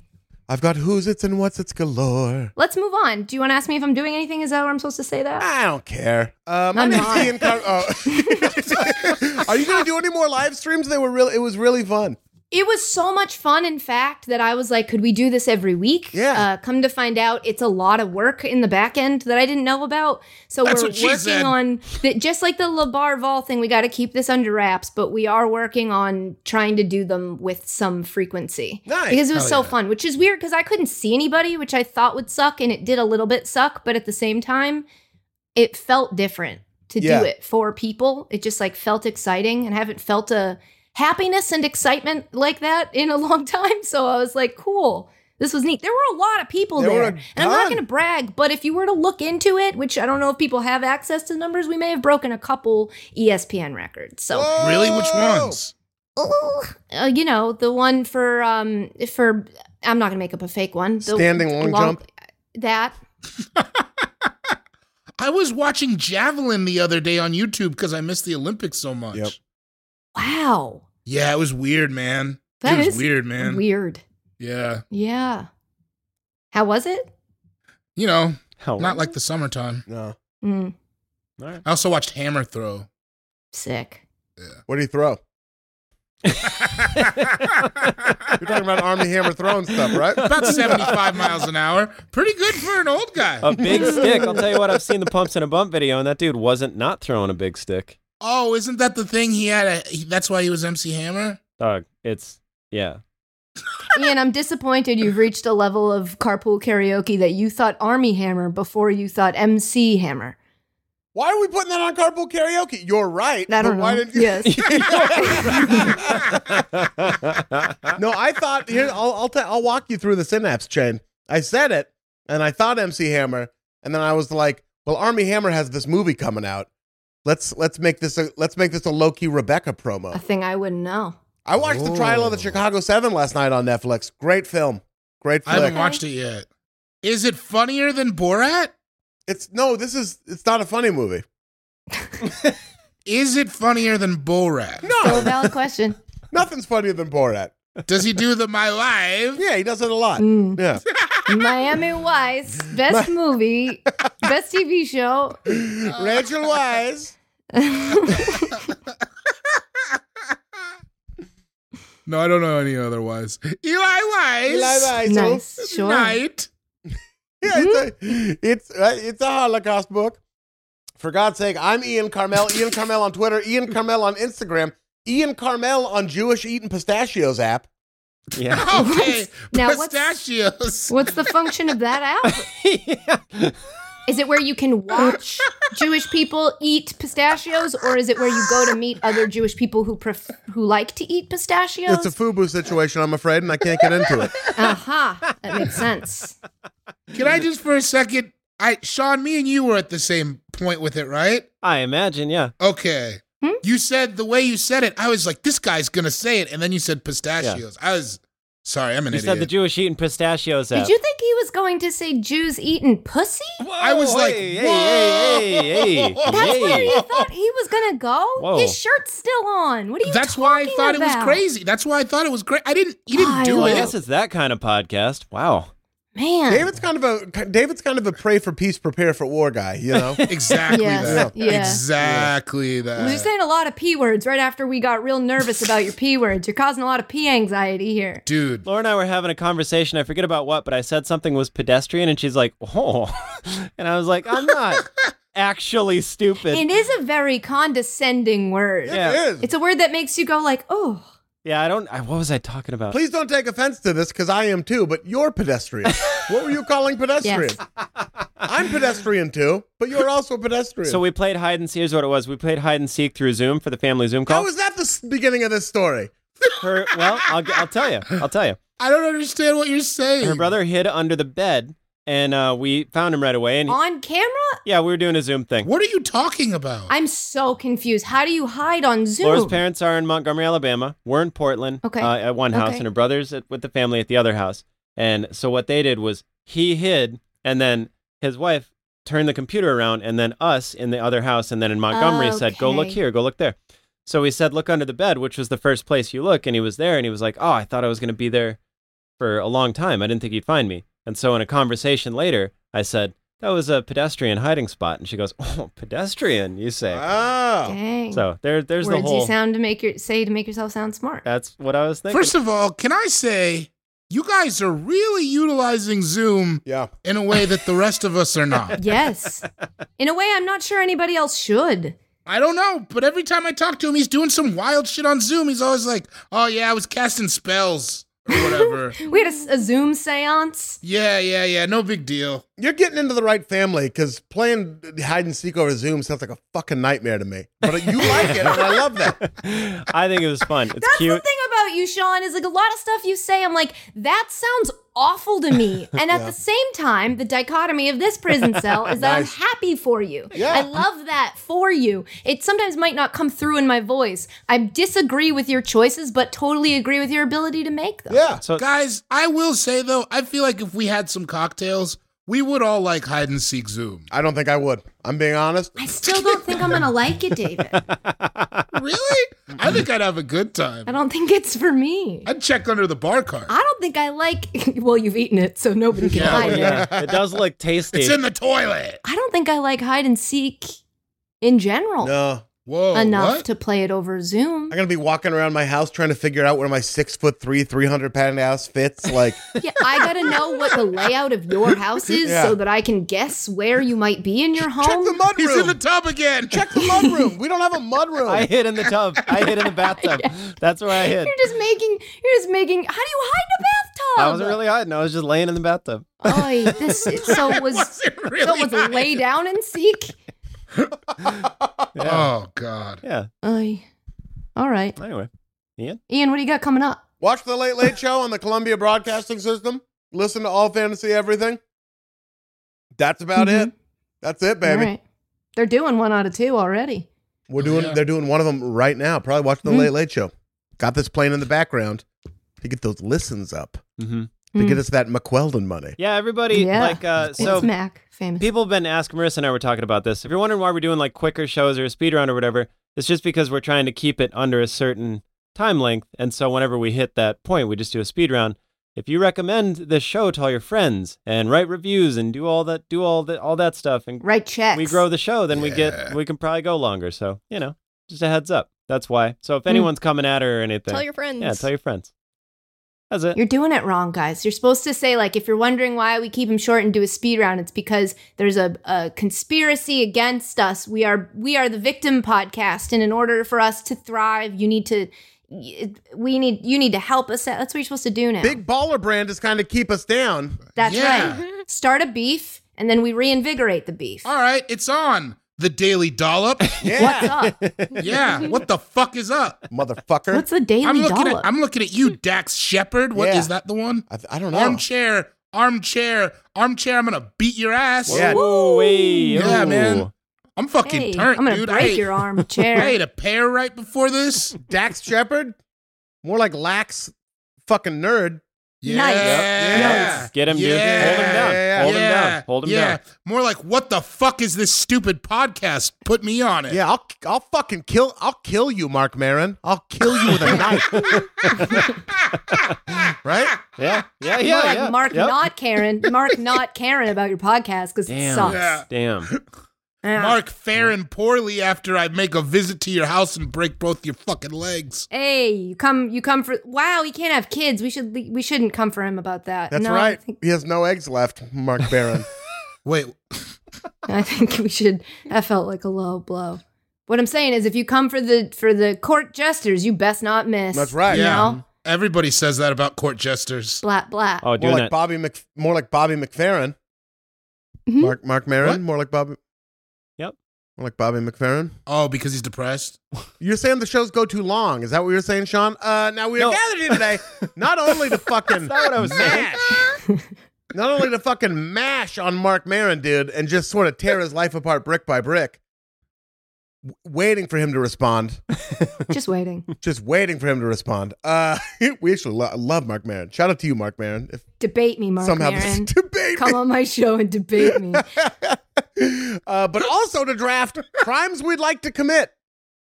B: I've got who's it's and what's it's galore.
D: Let's move on. Do you want to ask me if I'm doing anything? Is that what I'm supposed to say that?
B: I don't care. Uh, my
D: I'm
B: name's
D: not.
B: Ian Car-
D: [LAUGHS]
B: oh. Are you going to do any more live streams? They were really. It was really fun.
D: It was so much fun, in fact, that I was like, could we do this every week?
B: Yeah.
D: Uh, come to find out, it's a lot of work in the back end that I didn't know about. So
C: That's
D: we're
C: what she
D: working
C: said.
D: on, the, just like the LeBar Vol thing, we got to keep this under wraps, but we are working on trying to do them with some frequency.
B: Nice.
D: Because it was so
C: Hell yeah.
D: fun, which is weird because I couldn't see anybody, which I thought would suck, and it did a little bit suck, but at the same time, it felt different to
B: Yeah.
D: do it for people. It just like felt exciting and I haven't felt a happiness and excitement like that in a [LAUGHS] long time. So I was like, cool. This was neat. There were a lot of people
B: There
D: there.
B: were a
D: and I'm not
B: ton.
D: going to brag, but if you were to look into it, which I don't know if people have access to numbers, we may have broken a couple E ESPN records. So
C: Really? Which
B: Whoa!
C: ones?
D: uh, you know the one for um for I'm not gonna make up a fake one. The-
B: Standing long jump?
D: That
C: I was watching Javelin the other day on YouTube because I missed the Olympics so much.
B: Yep.
D: wow,
C: Yeah, it was weird, man.
D: That
C: it was
D: is
C: weird, man.
D: weird.
C: Yeah.
D: Yeah. How was it?
C: You know,
E: How-
C: not like the summertime.
B: No.
D: Mm,
E: All right.
C: I also watched Hammer Throw.
D: sick.
B: What do you throw? You're talking about Army Hammer throwing stuff, right?
D: [LAUGHS]
C: [LAUGHS] About 75 miles an hour. Pretty good for an old guy.
E: [LAUGHS] A big stick. I'll tell you what, I've seen the pumps in a bump video, and that dude wasn't not throwing a big stick.
C: Oh, isn't that the thing he had? A, he, that's why he was MC Hammer.
E: Dog, it's
C: [LAUGHS]
E: yeah. [LAUGHS]
D: Ian, I'm disappointed you've reached a level of carpool karaoke that you thought Army Hammer before you thought MC Hammer.
B: Why are we putting that on carpool karaoke? You're
D: I
B: right. but
D: don't know.
B: Why didn't you?
D: yes.
B: [LAUGHS] No, I thought here. I'll I'll, ta- I'll walk you through the synapse chain. I said it, and I thought MC Hammer, and then I was like, well, Army Hammer has this movie coming out. Let's let's make this a let's make this a low key Rebecca
D: A
B: promo.
D: thing I wouldn't know.
B: I watched the trial of the
D: Oh.
C: Ooh.
B: Chicago Seven last night on Netflix. Great film. Great
C: I haven't
B: flick.
C: watched it yet. Is it funnier than Borat?
B: It's no, this is it's not a funny movie.
C: Is it funnier than
B: [LAUGHS]
C: Borat?
D: Still a
B: No,
D: valid question.
B: nothing's funnier than Borat.
C: Does he do the My [LAUGHS] Life?
B: Yeah, he does it a lot.
D: Mm.
B: Yeah. [LAUGHS]
D: Miami Vice, best movie, best TV show.
B: Rachel Wise.
C: No, I don't know any otherwise. Eli Weiss.
B: Eli Weisel.
D: [LAUGHS] nice, sure. [LAUGHS]
C: Night.
B: Yeah, it's a, it's, uh, it's a Holocaust book. For God's sake, I'm Ian Carmel. Ian Carmel on Twitter. Ian Carmel on Instagram. Ian Carmel on Jewish Eating Pistachios app.
E: Yeah.
C: Okay.
D: Now what's- [LAUGHS]
C: Pistachios.
D: What's the function of that app?
B: [LAUGHS]
E: yeah.
D: Is it where you can watch Jewish people eat pistachios, or is it where you go to meet other Jewish people who pref- who like to eat pistachios?
B: It's [LAUGHS] a FUBU situation, I'm afraid, and I can't get into it.
D: Aha, that makes sense.
C: Can I just for a second? I Sean, me and you were at the same point with it, right?
E: I imagine, yeah.
C: Okay.
D: Hmm?
C: You said the way you said it, I was like, this guy's gonna say it, and then you said pistachios. I was sorry, I'm an
E: You
C: idiot.
E: said the Jewish eating pistachios app.
D: Did you think he was going to say Jews eating pussy?
C: I was like,
E: hey,
C: whoa.
E: hey, hey, hey,
D: That's
E: hey.
D: where you thought he was gonna go.
E: Whoa.
D: His shirt's still on. What are you?
C: That's why I
D: talking
C: thought it was
D: about?
C: crazy. That's why I thought it was great.
D: [LAUGHS]
C: I didn't. You didn't [LAUGHS] do
E: Well, I
C: it.
E: guess it's that kind of podcast. Wow.
D: man.
B: [LAUGHS] David's kind of a David's kind of a pray for peace, prepare for war guy. You [LAUGHS] know,
C: Exactly
D: Yes,
C: that.
D: yeah.
C: Exactly that.
D: You're saying a lot of p words right after we got real nervous about your p words. You're causing a lot of p anxiety here.
C: Dude,
E: Laura and I were having a conversation. I forget about what, but I said something was pedestrian, and she's like, oh. [LAUGHS] And I was like, I'm
C: [LAUGHS]
E: not actually stupid.
D: It is a very condescending word.
E: Yeah.
B: It is.
D: It's a word that makes you go like, oh,
E: yeah, I don't. I, what was I talking about?
B: Please don't take offense to this because I am too, but you're pedestrian. what were you calling pedestrian? [LAUGHS] I'm pedestrian too, but you're also pedestrian.
E: So we played hide and seek. Here's what it was. We played hide and seek through Zoom for the family Zoom
B: how
E: call.
B: is that the s- beginning of this story?
E: Her, well, I'll, g- I'll tell you. I'll tell you.
C: I don't understand what you're saying.
E: Her brother hid under the bed, and uh, we found him right away. And
D: on camera?
E: yeah, we were doing a Zoom thing.
C: What are you talking about?
D: I'm so confused. How do you hide on Zoom?
E: Laura's parents are in Montgomery, Alabama. We're in Portland
D: Okay.
E: uh, at one house,
D: Okay.
E: and her brother's at, with the family at the other house. And so what they did was he hid, and then his wife turned the computer around, and then us in the other house, and then in Montgomery said, "Go look
D: Okay.
E: here, go look there." So we said, "Look under the bed," which was the first place you look, and he was there, and he was like, "Oh, I thought I was going to be there for a long time. I didn't think he'd find me." And so in a conversation later, I said, "That was a pedestrian hiding spot," and she goes, "Oh, pedestrian, you say?"
B: Oh,
D: Dang.
E: so there, there's
D: words
E: the whole.
D: you sound to make your say to make yourself sound smart.
E: That's what I was thinking.
C: First of all, can I say you guys are really utilizing Zoom
B: yeah.
C: in a way that the rest of us
D: [LAUGHS]
C: are not?
D: yes. In a way, I'm not sure anybody else should.
C: I don't know, but every time I talk to him, he's doing some wild shit on Zoom. He's always like, "Oh yeah, I was casting spells or whatever."
D: We had a s a a Zoom seance.
C: yeah, yeah, yeah. No big deal.
B: You're getting into the right family because playing hide and seek over Zoom sounds like a fucking nightmare to me. But you like it, and I love that.
E: [LAUGHS] I think it was fun. It's
D: That's the
E: cute.
D: thing about you, Sean, is like a lot of stuff you say, I'm like, that sounds awful to me. And at the same time, the dichotomy of this prison cell is that I'm happy for you. I love that for you. It sometimes might not come through in my voice. I disagree with your choices, but totally agree with your ability to make them.
B: Yeah.
E: So
C: Guys, I will say though, I feel like if we had some cocktails, we would all like hide and seek Zoom.
B: I don't think I would. I'm being honest.
D: I still don't think I'm gonna like it, David.
C: Really? I think I'd have a good time.
D: I don't think it's for me.
C: I'd check under the bar cart.
D: I don't think I like. [LAUGHS] Well, you've eaten it, so nobody can hide it.
E: yeah, it does look tasty.
C: It's in the toilet.
D: I don't think I like hide and seek in general
B: No.
C: Whoa.
D: enough
C: what?
D: to play it over Zoom.
B: I'm gonna be walking around my house trying to figure out where my six foot three, three hundred pound house fits. Like,
D: Yeah, I gotta know what the layout of your house is
B: Yeah.
D: so that I can guess where you might be in your
B: [LAUGHS] check the
D: home.
B: mud
C: He's in the
B: room.
C: tub
D: [LAUGHS]
C: again.
B: Check the mud room. We don't have a mud room.
E: [LAUGHS] I hid in the tub. I hid in
D: [LAUGHS]
E: the bathtub. That's where I hid.
D: You're just making. You're just making. How do you
E: I
D: hide in a
E: wasn't
D: bathtub?
E: really hiding. I was just laying in the bathtub.
C: [LAUGHS]
D: Oh, this. Is, so it was.
C: Wasn't
D: So
C: really
D: it was lay down and seek.
E: Yeah.
C: Oh God.
E: yeah.
D: I. All right.
E: Anyway, Ian.
D: Ian, what do you got coming up?
B: Watch the Late Late Show on the Columbia Broadcasting System. Listen to All Fantasy Everything. That's about
D: Mhm.
B: it. That's it, baby.
D: All right. They're doing one out of two already.
B: We're doing.
C: yeah.
B: They're doing one of them right now. Probably watching the
D: Mhm.
B: Late Late Show. Got this playing in the background to get those listens up
E: Mm-hmm.
B: to
D: Mm.
B: get us that McQueldon money.
E: Yeah, everybody.
D: Yeah.
E: Like, uh,
D: It's
E: so
D: Mac famous.
E: people have been asking. Marissa and I were talking about this. If you're wondering why we're doing like quicker shows or a speed round or whatever, it's just because we're trying to keep it under a certain time length. And so whenever we hit that point, we just do a speed round. If you recommend this show to all your friends and write reviews and do all that, do all that, all that stuff, and
D: Write checks.
E: we grow the show, then we get
C: Yeah.
E: we can probably go longer. So you know, just a heads up. That's why. So if anyone's coming at her or anything,
F: Tell your friends.
E: yeah, tell your friends. That's it.
D: You're doing it wrong, guys. You're supposed to say, like, if you're wondering why we keep him short and do a speed round, it's because there's a, a conspiracy against us. We are we are the victim podcast, and in order for us to thrive, you need to y- we need you need to help us. out. That's what you're supposed to do now.
B: Big baller brand is kind of keep us down.
D: That's
C: Yeah.
D: right. Start a beef, and then we reinvigorate the beef.
C: All right, it's on the
D: [LAUGHS]
C: Daily Dollop.
D: What's up?
C: yeah. What the fuck is up?
B: motherfucker.
D: What's the daily
C: I'm looking.
D: dollop?
C: At, I'm looking at you, Dax Shepard. What is
B: Yeah.
C: that? The one?
B: I, th- I don't know.
C: Armchair. Armchair. Armchair. I'm gonna beat your ass.
B: Yeah.
E: Whoa, wee,
C: Yeah,
E: ooh.
C: man. I'm fucking
D: Hey,
C: turnt,
D: I'm gonna
C: dude. I
D: break
C: ate,
D: your
C: I
D: armchair.
C: ate a pear right before this.
B: Dax Shepard? More like lax fucking nerd.
D: [LAUGHS]
C: Yeah.
D: Nice.
C: Yeah.
E: Get him, dude. Hold him down.
B: Yeah.
E: Hold him
C: Yeah.
E: down. Hold him
C: yeah.
E: down.
C: More like, what the fuck is this stupid podcast? Put me on it.
B: Yeah, I'll I'll fucking kill I'll kill you, Mark Maron. I'll kill you with
D: [LAUGHS]
B: a knife. right?
E: Yeah, yeah,
D: More
E: yeah.
D: like
E: yeah.
D: Mark
E: Yep.
D: not Karen.
C: [LAUGHS]
D: Mark not Karen about your podcast because it
E: Damn.
D: sucks.
C: Yeah.
B: [LAUGHS]
E: Damn.
D: Yeah.
C: Mark faring poorly after I make a visit to your house and break both your fucking legs.
D: Hey, you come, you come for. Wow, he can't have kids. We should, le- we shouldn't come for him about that.
B: That's
D: No, I
B: right.
D: think,
B: He has no eggs left, Mark Maron.
C: Wait,
D: I think we should. That felt like a low blow. What I'm saying is, if you come for the for the court jesters, you best not miss.
B: That's right.
D: You
C: Yeah.
D: know?
C: everybody says that about court jesters.
D: Blah blah.
E: Oh,
B: More
E: [LAUGHS] doing
B: like
E: that.
B: Bobby Mc, more like Bobby McFerrin.
D: Mhm.
B: Mark Mark Maron,
C: What?
B: more like Bobby
E: Hmm? Yep.
B: More like Bobby McFerrin.
C: Oh, because he's depressed?
B: You're saying the shows go too long. Is that what you're saying, Sean? Uh, now we are
E: No.
B: gathered here
E: [LAUGHS]
B: today not only to fucking
E: not what I was saying.
B: mash,
D: [LAUGHS]
B: not only to fucking mash on Mark Maron, dude, and just sort of tear his life apart brick by brick, w- waiting for him to
E: [LAUGHS]
B: respond,
D: Just waiting.
B: just waiting for him to respond. Uh, [LAUGHS] we actually lo- love Mark Maron. Shout out to you, Mark Maron. If
D: Debate me, Mark
B: somehow [LAUGHS]
D: Maron.
B: this debate.
D: Come on my show and debate
B: [LAUGHS]
D: me.
B: uh, but also to draft crimes we'd like to commit.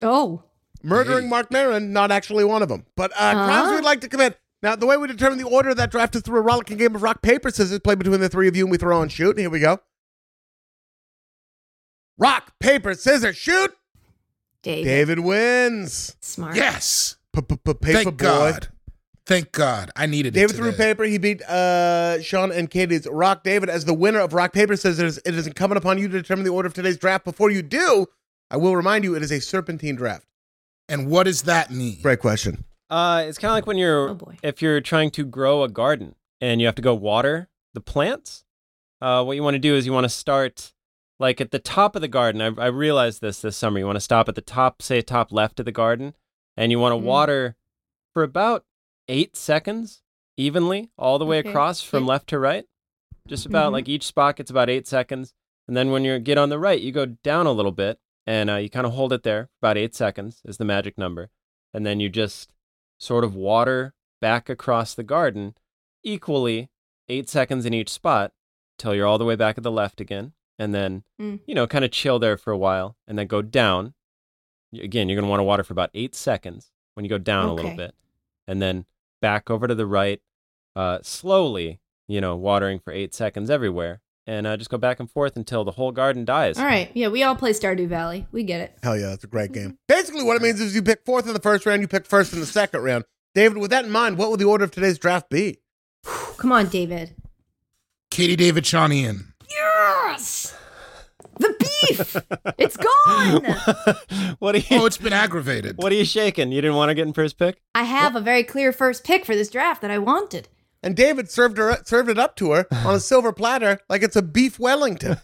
D: Oh,
B: Murdering Mark Maron, not actually one of them. But uh, crimes
D: Huh?
B: we'd like to commit. Now, the way we determine the order of that draft is through a rollicking game of rock, paper, scissors played between the three of you, and we throw and shoot. Here we go. Rock, paper, scissors, shoot.
D: David,
B: David wins.
D: smart.
C: Yes.
B: Paper
C: Thank
B: boy.
C: God. Thank God. I needed it.
B: David threw
C: today.
B: paper. He beat uh, Sean and Katie's Rock. David, as the winner of Rock, Paper, Scissors, it is incumbent upon you to determine the order of today's draft. Before you do, I will remind you it is a serpentine draft.
C: And what does that mean?
B: Great question.
E: Uh, it's kind of like when you're
D: Oh, boy.
E: if you're trying to grow a garden and you have to go water the plants. Uh, what you want to do is you want to start like at the top of the garden. I, I realized this this summer. You want to stop at the top, say top left of the garden, and you want to
D: Mm.
E: water for about eight seconds evenly all the way
D: Okay.
E: across from
D: Yeah.
E: left to right. Just about
D: Mhm.
E: like each spot gets about eight seconds, and then when you get on the right, you go down a little bit, and uh, you kind of hold it there for about eight seconds is the magic number, and then you just sort of water back across the garden equally eight seconds in each spot till you're all the way back at the left again and then
D: Mm.
E: you know kind of chill there for a while and then go down Y- again you're going to want to water for about eight seconds when you go down a little
D: Okay.
E: bit and then back over to the right uh, slowly you know watering for eight seconds everywhere and uh, just go back and forth until the whole garden dies
D: All right. Yeah, we all play Stardew Valley. We get it.
B: Hell yeah, that's a great game. Basically, what it means is you pick fourth in the first round, you pick first in the second round. David, with that in mind, what will the order of today's draft be?
D: Come on, David.
C: Katie David
B: [LAUGHS]
C: Sean Ian.
D: Yes! The beef! it's
B: [LAUGHS]
D: gone!
E: [LAUGHS] what are you
C: Oh, it's been aggravated.
E: what are you shaking you didn't want to get in first pick
D: I have a very clear first pick for this draft that I wanted.
B: and David served her served it up to her on a silver platter like it's a beef Wellington.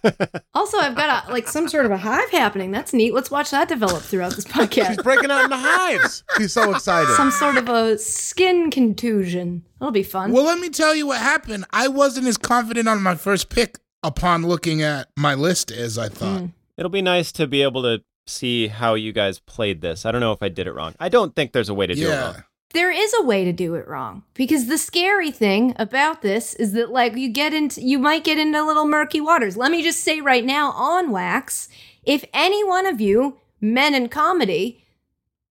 D: Also, I've got a, [LAUGHS] like some sort of a hive happening. That's neat. Let's watch that develop throughout this
C: [LAUGHS]
B: She's
D: podcast.
B: breaking out into hives. She's so excited.
D: Some sort of a skin contusion. That'll be fun.
C: Well, let me tell you what happened. I wasn't as confident on my first pick upon looking at my list as I thought.
E: It'll be nice to be able to see how you guys played this. I don't know if I did it wrong. I don't think there's a way to do it
C: yeah.
E: wrong.
D: there is a way to do it wrong because the scary thing about this is that like you get into you might get into little murky waters let me just say right now on wax if any one of you men in comedy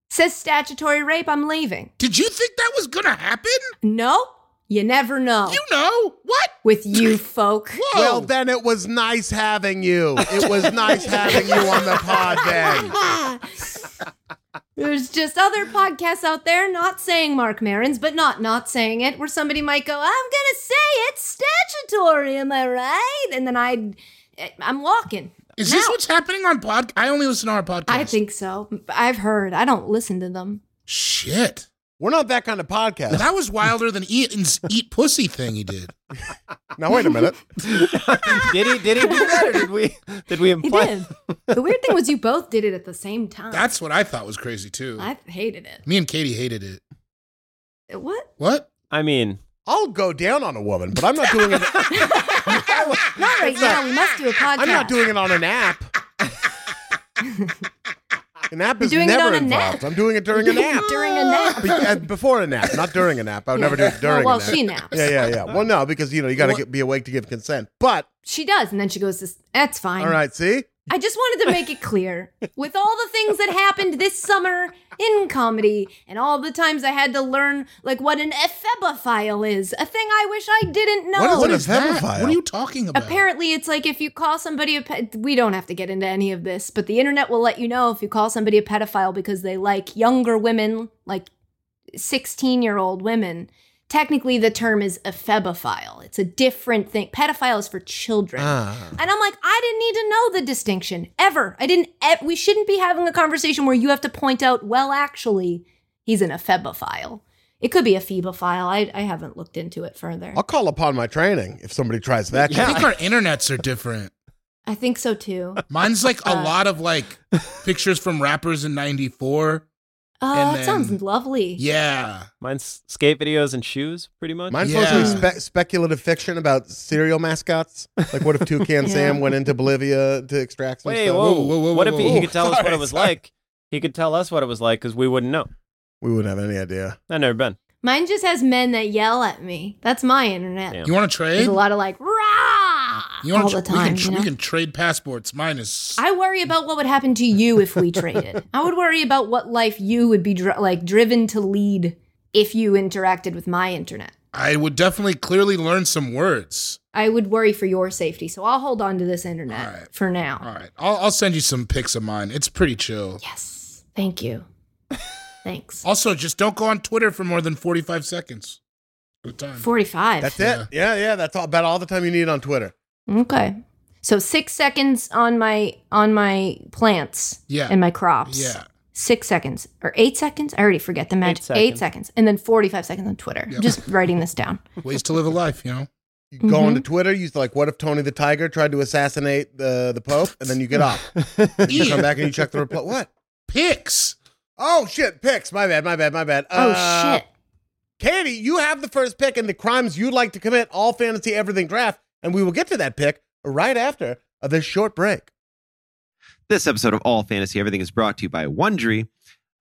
D: says statutory rape i'm leaving
C: Did you think that was gonna happen?
D: no you never know
C: You know what?
D: with
C: [LAUGHS]
D: you folk
C: Whoa.
B: well, then it was nice having you. It was nice having you on the pod
C: [LAUGHS]
B: then.
D: [LAUGHS] There's just other podcasts out there not saying Mark Marin's, but not not saying it, where somebody might go, "I'm gonna say it's statutory, am I right?" And then I, I'm walking.
C: is
D: now.
C: this what's happening on pod? I only listen to our podcast.
D: I think so. I've heard. I don't listen to them.
C: shit.
B: We're not that kind of podcast.
C: That was wilder than Eaton's eat pussy thing
D: [LAUGHS]
C: he did.
B: Now wait a minute.
E: [LAUGHS] did he did he do that or did we [LAUGHS] did we
D: He
E: imply
D: did. the weird thing was you both did it at the
B: [LAUGHS]
D: same time.
C: That's what I thought was crazy too.
D: I hated it.
C: Me and Katie hated it.
D: What?
C: What?
E: I mean,
B: I'll go down on a woman, but I'm not doing it.
D: Not right now. We must do a podcast.
B: I'm not doing it on an app. An app is
D: doing it on
B: never
D: a nap.
B: involved. I'm doing it during a nap.
D: during a nap.
B: Be- uh, before a nap, not during a nap. I would never do it during
D: well,
B: a nap.
D: she naps.
B: Yeah, yeah, yeah. Well, no, because you know you got
C: What-
B: to be awake to give consent. But
D: She does, and then she goes, "This- "That's fine."
B: all right, see,
D: I just wanted to make it clear with all the things that happened this summer in comedy and all the times I had to learn like what an E ephebophile is, a thing I wish I didn't know.
B: What is
C: What
B: an
C: is that?
B: ephemophile?
C: What are you talking about?
D: Apparently, it's like if you call somebody a pet, we don't have to get into any of this, but the internet will let you know if you call somebody a pedophile because they like younger women, like 16 year old women. Technically, the term is ephebophile. It's a different thing. Pedophile is for children. And I'm like, I didn't need to know the distinction ever. I didn't, e- we shouldn't be having a conversation where you have to point out, well, actually, he's an ephebophile. It could be a phebophile. I, I haven't looked into it further.
B: I'll call upon my training if somebody tries that.
C: I think our internets are different.
D: I think so too.
C: Mine's like
D: Uh,
C: a lot of like pictures from rappers in '94.
D: Oh,
C: And
D: that
C: then-
D: sounds lovely.
C: Yeah.
E: mine's skate videos and shoes, pretty much.
B: Mine's
C: Yeah.
B: supposed to be spe- speculative fiction about cereal mascots. Like,
D: [LAUGHS]
B: what if Toucan
D: Yeah.
B: Sam went into Bolivia to extract some
E: Wait,
B: stuff?
E: whoa,
C: Whoa, whoa, whoa,
E: what if
C: whoa,
E: he, he
C: whoa.
E: could tell us what
B: Sorry,
E: it was
B: sorry.
E: like? He could tell us what it was like because we wouldn't know.
B: We wouldn't have any idea.
E: I've never been.
D: Mine just has men that yell at me. That's my internet.
E: Yeah.
C: You want to trade?
D: There's a lot of like, rah!
C: You wanna
D: all
C: tr-
D: the time.
C: We can, tr-
D: you know?
C: we can trade passports. Mine is.
D: I worry about what would happen to you if we
C: [LAUGHS]
D: traded. I would worry about what life you would be dri like driven to lead if you interacted with my internet.
C: I would definitely clearly learn some words.
D: I would worry for your safety, so I'll hold on to this internet
C: All right.
D: for now.
C: All right, I'll, I'll send you some pics of mine. It's pretty chill.
D: Yes, thank
C: [LAUGHS]
D: you. Thanks.
C: Also, just don't go on Twitter for more than forty-five seconds. Good time.
D: Forty-five.
B: That's it. Yeah, yeah. That's all, about all the time you need on Twitter.
D: Okay. So six seconds on my on my plants
C: Yeah.
D: and my crops.
C: Yeah.
D: Six seconds or eight seconds? I already forget the magic. Eight
E: seconds.
D: seconds. And then 45 seconds on Twitter.
C: Yep.
D: Just writing this down.
C: Ways to live a life, you know.
B: You
D: Mm-hmm.
B: go onto Twitter. You like, what if Tony the Tiger tried to assassinate the the Pope? And then you
D: [LAUGHS]
B: get off. And you come back and you check the reply. What?
C: Pics.
B: Oh shit! Picks. My bad. My bad. My bad.
D: [LAUGHS] oh,
B: Uh,
D: shit.
B: Katie, you have the first pick in the crimes you'd like to commit all fantasy everything draft, and we will get to that pick right after this short break.
A: This episode of All Fantasy Everything is brought to you by Wondery.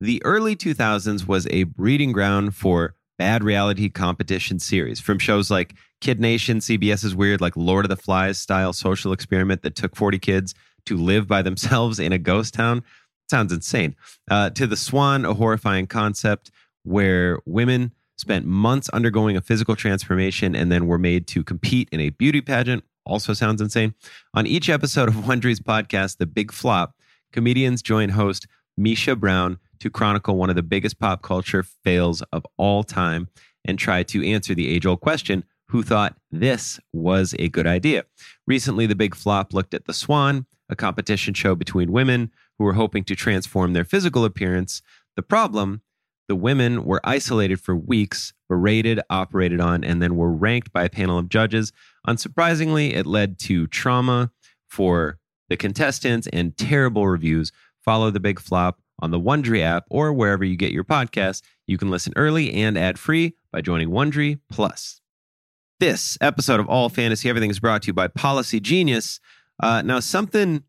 A: The early 2000s was a breeding ground for bad reality competition series from shows like Kid Nation, CBS's weird, like Lord of the Flies style social experiment that took 40 kids to live by [LAUGHS] themselves in a ghost town. Sounds insane. Uh, to The Swan, a horrifying concept where women spent months undergoing a physical transformation and then were made to compete in a beauty pageant. Also sounds insane. On each episode of Wondery's podcast, The Big Flop, comedians join host Misha Brown to chronicle one of the biggest pop culture fails of all time and try to answer the age old question who thought this was a good idea? Recently, The Big Flop looked at The Swan, a competition show between women who were hoping to transform their physical appearance. The problem the women were isolated for weeks were rated, operated on, and then were ranked by a panel of judges. Unsurprisingly, it led to trauma for the contestants and terrible reviews. Follow the big flop on the Wondry app or wherever you get your podcasts. You can listen early and ad free by joining Wondry Plus. This episode of All Fantasy Everything is brought to you by Policy Genius. Uh, now, something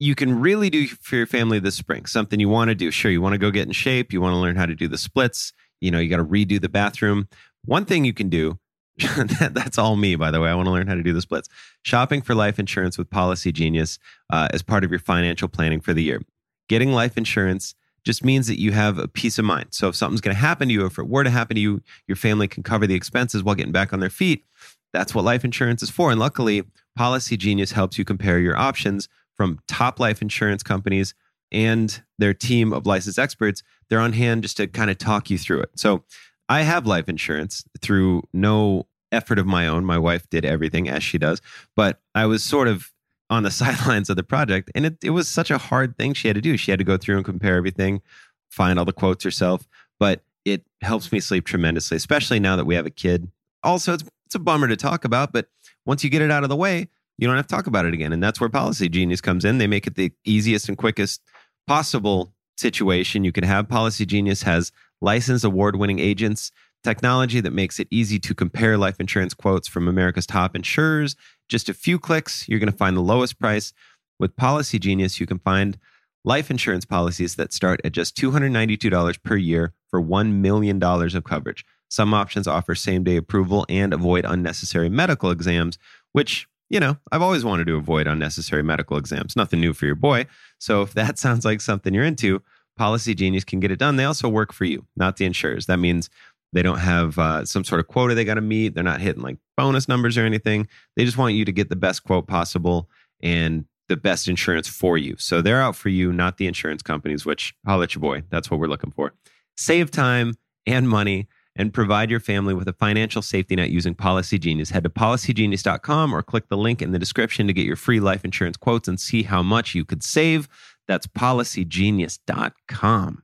A: you can really do for your family this spring, something you want to do. Sure, you want to go get in shape, you want to learn how to do the splits, you know, you got to redo the bathroom. One thing you can do that, [LAUGHS] that's all me, by the way. I want to learn how to do the splits. Shopping for life insurance with Policy Genius uh, as part of your financial planning for the year. Getting life insurance just means that you have a peace of mind. So if something's going to happen to you, if it were to happen to you, your family can cover the expenses while getting back on their feet. That's what life insurance is for. And luckily, Policy Genius helps you compare your options from top life insurance companies and their team of licensed experts. They're on hand just to kind of talk you through it. So I have life insurance through no effort of my own. My wife did everything as she does, but I was sort of on the [LAUGHS] sidelines of the project. And it, it was such a hard thing she had to do. She had to go through and compare everything, find all the quotes herself. But it helps me sleep tremendously, especially now that we have a kid. Also, it's, it's a bummer to talk about, but once you get it out of the way, you don't have to talk about it again. And that's where Policy Genius comes in. They make it the easiest and quickest possible situation you can have. Policy Genius has licensed award winning agents, technology that makes it easy to compare life insurance quotes from America's top insurers. Just a few clicks, you're going to find the lowest price. With Policy Genius, you can find life insurance policies that start at just $292 per year for $1 million of coverage. Some options offer same day approval and avoid unnecessary medical exams, which you know, I've always wanted to avoid unnecessary medical exams. Nothing new for your boy. So if that [LAUGHS] sounds like something you're into, Policy Genius can get it done. They also work for you, not the insurers. That means they don't have uh, some sort of quota they got to meet. They're not hitting like bonus numbers or anything. They just want you to get the best quote possible and the best insurance for you. So they're out for you, not the insurance companies, which I'll let your boy. That's what we're looking for. Save time and money and provide your family with a financial safety net using Policy Genius. Head to policygenius.com or click the link in the description to get your free life insurance quotes and see how much you could save. That's policygenius.com.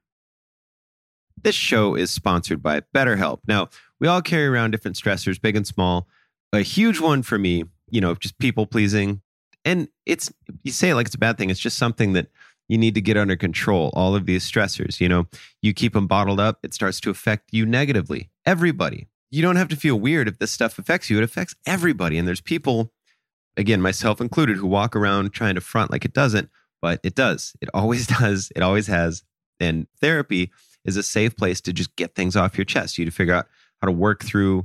A: This show is sponsored by BetterHelp. Now, we all carry around different stressors, big and small. A huge one for me, you know, just people pleasing. And it's, you say it like it's a bad thing, it's just something that you need to get under control all of these stressors you know you keep them bottled up it starts to affect you negatively everybody you don't have to feel weird if this stuff affects you it affects everybody and there's people again myself included who walk around trying to front like it doesn't but it does it always [LAUGHS] does it always has and therapy is a safe place to just get things off your chest you to figure out how to work through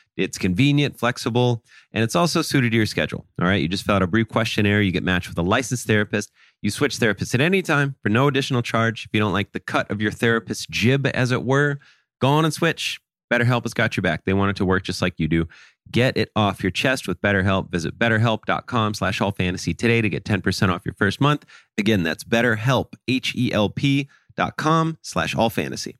A: It's convenient, flexible, and it's also suited to your schedule. All right. You just fill out a brief questionnaire. You get matched with a licensed therapist. You switch therapists at any time for no additional charge. If you don't like the cut of your therapist's jib, as it were, go on and switch. BetterHelp has got your back. They want it to work just like you do. Get it off your chest with BetterHelp. Visit betterhelp.com slash all fantasy today to get 10% off your first month. Again, that's betterhelp, H-E-L-P dot com slash all fantasy.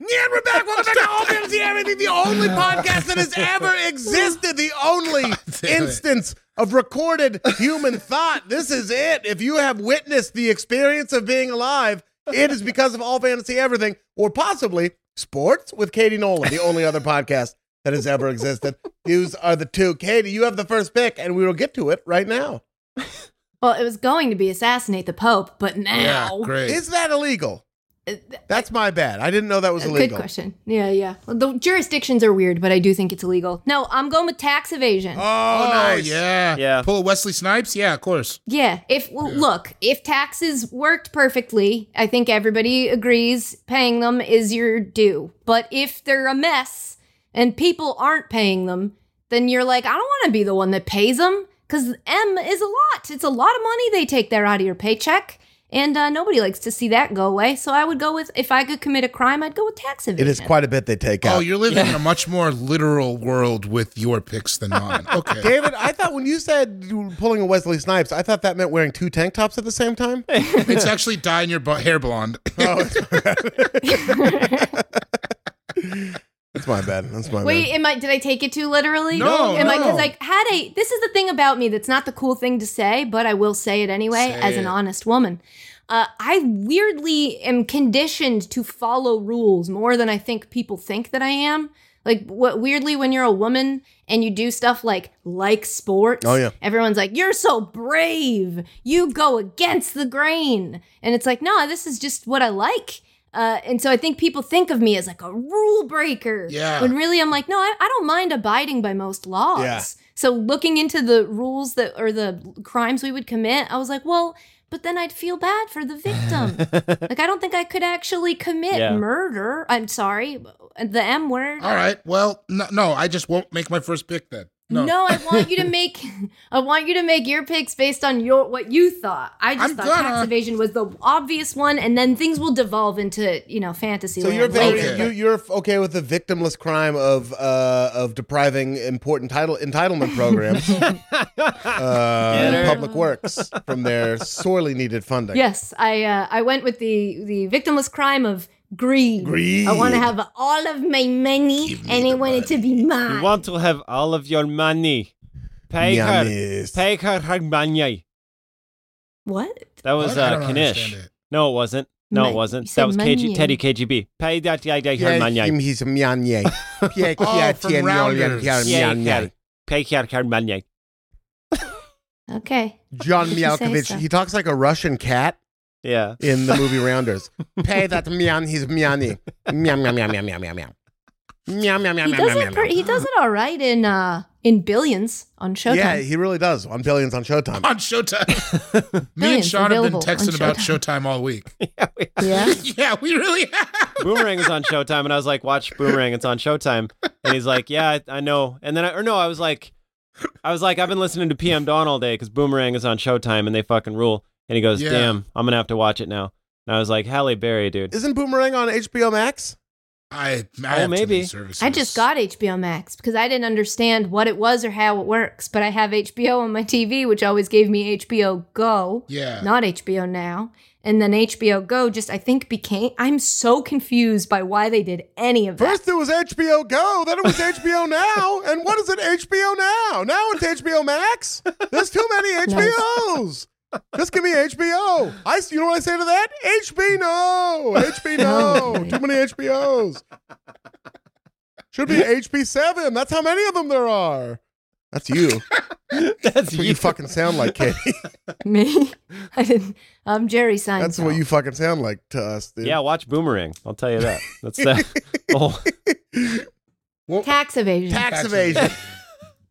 B: Yeah, and we're back. Welcome back to All Fantasy Everything, the only podcast that has ever existed, the only
C: damn it.
B: instance of recorded human thought. This is it. If you have witnessed the experience of being alive, it is because of All Fantasy Everything, or possibly Sports with Katie Nolan, the only other podcast that has ever existed. These are the two. Katie, you have the first pick, and we will get to it right now.
D: Well, it was going to be assassinate the Pope, but now.
C: Yeah, great.
B: Is that illegal?
D: Uh, th-
B: That's my bad. I didn't know that was
D: Good
B: illegal.
D: question. Yeah, yeah. The jurisdictions are weird, but I do think it's illegal. No, I'm going with tax evasion.
C: oh,
B: nice.
C: yeah.
E: Yeah.
C: Pull a Wesley Snipes? Yeah, of course.
D: Yeah, if well, look, if taxes worked perfectly, I think everybody agrees paying them is your due. But if they're a mess and people aren't paying them, then you're like, I don't want to be the one that pays them cuz M is a lot. It's a lot of money they take there out of your paycheck. And uh, nobody likes to see that go away. So I would go with, if I could commit a crime, I'd go with tax evasion.
B: It is quite a bit they take out.
C: Oh, you're living in a much more literal world with your picks
D: [LAUGHS]
C: than mine. Okay.
B: David, I thought when you said you were pulling a Wesley Snipes, I thought that meant wearing two tank tops at the same time.
C: it's actually dyeing your bu- hair blonde.
B: That's my bad. That's my
D: Wait,
B: bad.
D: am I? Did I take it too literally?
C: No,
D: am I? Because
C: no.
D: like, had a this is the thing about me that's not the cool thing to say, but I will say it anyway
C: Say
D: as
C: it.
D: an honest woman. Uh, I weirdly am conditioned to follow rules more than I think people think that I am. Like, what weirdly, when you're a woman and you do stuff like like sports,
B: Oh, yeah.
D: everyone's like, "You're so brave. You go against the grain," and it's like, "No, this is just what I like." Uh, and so I think people think of me as like a rule breaker.
C: Yeah.
D: When really I'm like, no, I, I don't mind abiding by most laws.
B: Yeah.
D: So looking into the rules that or the crimes we would commit, I was like, well, but then I'd feel bad for the
B: [LAUGHS]
D: victim. like I don't think I could actually commit
E: Yeah.
D: murder. I'm sorry, the M
B: Oh,
D: word.
C: All right. Well, no, no, I just won't make my first pick then. No.
D: no. I want you to make I want you to make your picks based on your what you thought. I just
C: I'm
D: thought
C: gonna-
D: tax evasion was the obvious one, and then things will devolve into you know fantasy.
B: So
D: land
B: you're
D: later.
B: very,
C: Okay.
B: you, you're f- okay with the victimless crime of uh, of depriving important title entitlement
D: [LAUGHS]
B: programs, [LAUGHS] uh, and
E: Better.
B: public works from their sorely needed funding.
D: Yes, I uh, I went with the the victimless crime of greed.
B: Greed.
D: I want to have all of my money, and I want it to be
E: You
D: mine.
E: want to have all of your money. Pay her.
B: Yes.
E: Pay her her money.
D: what?
E: That was
C: What? I
E: uh,
C: don't
E: Kanish.
C: understand it.
E: No, it wasn't. No,
D: Money.
E: it
D: You
E: wasn't.
D: said
E: That was KG,
D: money.
E: Teddy KGB. Pay that guy her
B: Yeah, him,
E: money. Oh,
B: he's a
E: [LAUGHS]
B: mianye. Pierre, Pierre,
C: from
B: Pierre,
C: Rounders.
B: Pierre,
E: Yeah,
B: mianye.
E: her- Pay her her money.
D: Okay.
B: John
D: You should say
B: Mialkovich.
D: so.
B: He talks like a Russian cat
E: Yeah. [LAUGHS]
B: in the movie Rounders. Pay that mian, he's miani. Meow, meow, meow, meow, meow, meow, meow. Meow, meow, meow,
D: He
B: meow,
D: does
B: meow,
D: it.
B: meow,
D: Pre- he does it all right in uh in billions on Showtime.
B: Yeah, he really does. On Billions on Showtime.
E: [LAUGHS]
C: On Showtime. Me and
D: Millions
C: Sean have been
D: available on
C: texting about Showtime all week.
B: [LAUGHS]
D: yeah.
C: [LAUGHS] yeah, we really have.
E: Boomerang was on Showtime, and I was like, "Watch Boomerang, it's on Showtime." And he's like, "Yeah, I, I know." And then, I, or no, I was like, "I was like, I've been listening to PM Dawn all day because Boomerang is on Showtime, and they fucking rule." And he goes,
C: Yeah.
E: "Damn, I'm gonna have to watch it now." And I was like, "Halle Berry, dude." [LAUGHS]
B: Isn't Boomerang on HBO Max?
C: I, I
E: Oh,
C: have too
E: maybe.
C: many services.
D: I just got HBO Max because I didn't understand what it was or how it works, but I have HBO on my TV, which always gave me HBO Go.
C: Yeah.
D: not HBO Now. And then HBO Go just, I think, became. I'm so confused by why they did any of that.
B: First it was HBO Go, then it was HBO Now, and what is it HBO Now? Now it's HBO Max. There's too many HBOs. Just give me HBO. I s- you know what I say to that? HB no, HB no. Too many HBOs. Should be HB seven. That's how many of them there are. That's you. That's
E: That's
B: what you fucking sound like, Katie.
D: Me? [LAUGHS] I didn't. I'm Jerry Seinfeld.
B: That's what you fucking sound like to us, dude.
E: Yeah, watch Boomerang. I'll tell you that. That's the. oh,
D: Tax evasion.
B: Tax evasion.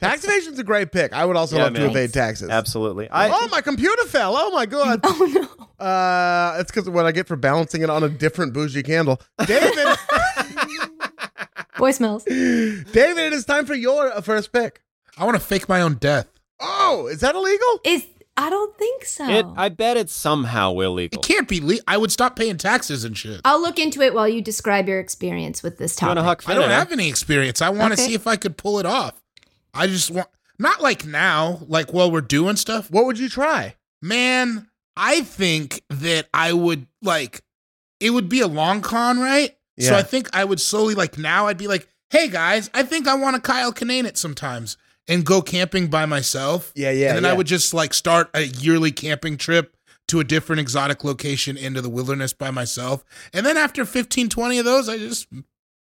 B: Tax evasion's a great pick. I would also
E: Yeah,
B: love to
E: man.
B: evade taxes.
E: absolutely. I
B: oh, my computer fell. Oh my
C: [LAUGHS]
B: god.
D: oh, no.
B: Uh, it's because of what I get for balancing it on a different bougie candle. David, [LAUGHS]
D: Voicemails.
B: David, it is time for your uh, first pick.
C: I want to fake my own death.
B: Oh, is that illegal?
D: Is I don't think so.
E: it. I bet it's somehow illegal.
C: It can't be le- I would stop paying taxes and shit.
D: I'll look into it while you describe your experience with this
E: You want
D: topic.
E: to Huck
C: I
E: Finn?
C: don't
E: it, huh?
C: have any experience. I want to
D: Okay.
C: see if I could pull it off. I just want not like now, like while we're doing stuff.
B: What would you try?
C: Man, I think that I would like it would be a long con, right? So
B: Yeah.
C: I think I would slowly like now I'd be like, "Hey guys, I think I want to Kyle Kinane it sometimes and go camping by myself."
B: Yeah, yeah.
C: and then I
B: yeah.
C: would just like start a yearly camping trip to a different exotic location into the wilderness by myself. And then after 15, 20 of those, I just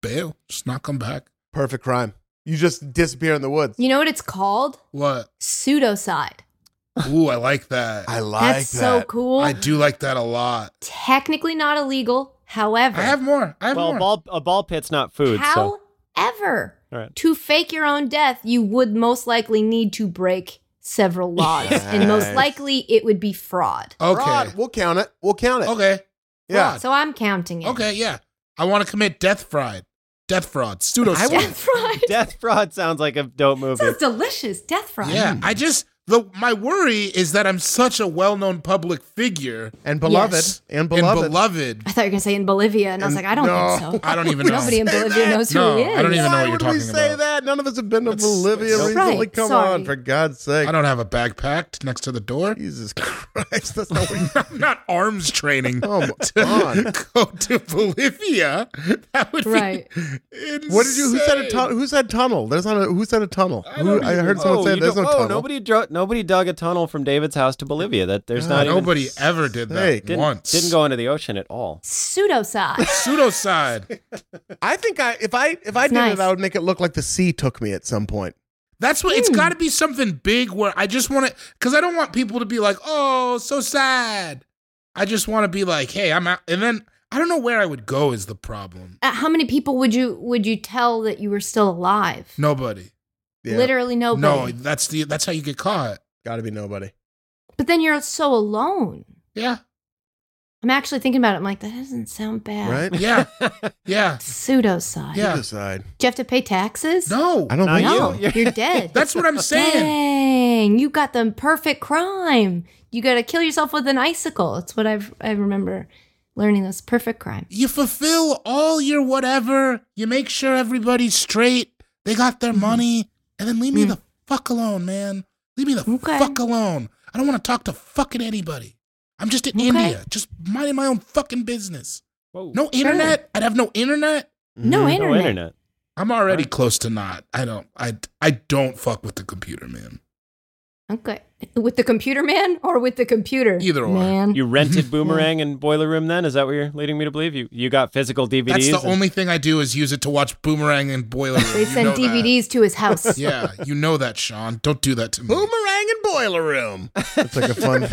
C: bail, just not come back.
B: Perfect crime. You just disappear in the woods.
D: you know what it's called?
B: [LAUGHS]
C: What?
D: Pseudocide.
C: Ooh, I like that. I,
B: I like
D: That's so
B: that.
D: cool.
C: do like that a lot.
D: Technically not illegal. However,
C: I have more. I have
E: Well, a
C: more.
E: ball, a ball pit's not food. [LAUGHS] So.
D: However,
E: All right.
D: to fake your own death, you would most likely need to break several laws, and most
B: Nice.
D: likely it would be fraud.
C: okay.
B: Fraud. We'll count it. We'll count it.
C: Okay.
B: Yeah.
C: Fraud.
D: So I'm counting it.
C: Okay, yeah. I want to commit death fraud. Death fraud. Pseudo
B: I
D: Death [LAUGHS] fraud.
E: Death Fraud sounds like a dope movie.
D: Sounds delicious. Death fraud.
B: Mm.
C: Yeah. I just The, my worry is that I'm such a well-known public figure
B: And beloved.
C: Yes.
B: And beloved.
C: and beloved.
D: I thought you were gonna say in Bolivia, and I was like, I don't
C: no,
D: think so.
C: [LAUGHS] I don't even know.
D: [LAUGHS] Nobody in
C: [LAUGHS]
D: Bolivia knows who
C: No,
D: he is.
C: I don't even know
B: Why
C: what you're
B: would we
C: talking
B: say
C: about.
B: that? None of us have been to Bolivia
C: Right,
B: recently. Come on,
D: sorry.
B: for God's sake.
C: I don't have a bag packed next to the door.
B: Jesus Christ, [LAUGHS] that's not what
C: I'm not arms
B: [LAUGHS]
C: training
B: Come
C: [LAUGHS] to
B: on.
C: go to Bolivia. That would
D: Right.
C: be insane.
B: What did you? Who said a tunnel? Who said tunnel? There's not a. Who said a tunnel? I, who,
C: don't
B: I heard
C: even
B: someone
E: Oh,
B: say
E: you
B: there's no
E: don't- oh,
B: tunnel.
E: nobody dug nobody dug a tunnel from David's house to Bolivia. That there's not even-
C: Nobody ever did that
B: sake.
E: didn't,
C: once.
E: didn't go into the ocean at all.
D: Pseudoscience.
C: pseudoside.
B: I think I if I if I did
D: nice.
B: it, I would make it look like the sea took me at some point.
C: That's what
B: Hmm.
C: it's got to be something big where I just want to, because I don't want people to be like, oh, so sad. I just want to be like, hey, I'm out. And then I don't know where I would go is the problem.
D: Uh, how many people would you would you tell that you were still alive?
C: Nobody.
B: Yeah,
D: Literally nobody.
C: No, that's the that's how you get caught.
B: gotta be nobody.
D: But then you're so alone.
C: Yeah,
D: I'm actually thinking about it. I'm like, that doesn't sound bad.
B: Right?
E: [LAUGHS]
C: yeah, yeah.
D: Pseudoscience.
C: Yeah.
B: Decide.
D: Do you have to pay taxes?
C: No,
B: I don't
E: Not
B: think
D: No,
B: so.
E: you.
D: you're dead.
C: [LAUGHS] that's what
D: [LAUGHS]
C: I'm saying.
D: Dang, you got the perfect crime. You got to kill yourself with an icicle. That's what I've I remember learning this perfect crime.
C: You fulfill all your whatever. You make sure everybody's straight. They got
D: Mm.
C: their money, and then leave me the fuck alone, man. Leave me the
D: Okay.
C: fuck alone. I don't want to talk to fucking anybody. I'm just in
D: Okay.
C: India, just minding my own fucking business.
E: Whoa.
C: No internet. I'd have no internet.
D: No
E: Mm-hmm. No
D: internet.
E: internet.
C: I'm already close to not. I don't. I. I don't fuck with the computer, man.
D: Okay, with the computer man or with the computer?
C: Either or.
D: man.
E: You rented Boomerang and Boiler Room then? Is that what you're leading me to believe? You you got physical DVDs?
C: That's the
E: and-
C: only thing I do is use it to watch Boomerang and Boiler. Room.
D: they
C: You
D: send
C: know that.
D: DVDs to his house.
C: [LAUGHS] Yeah, you know that, Sean. Don't do that to me.
B: Boomerang and boiler room. [LAUGHS] That's like a fun.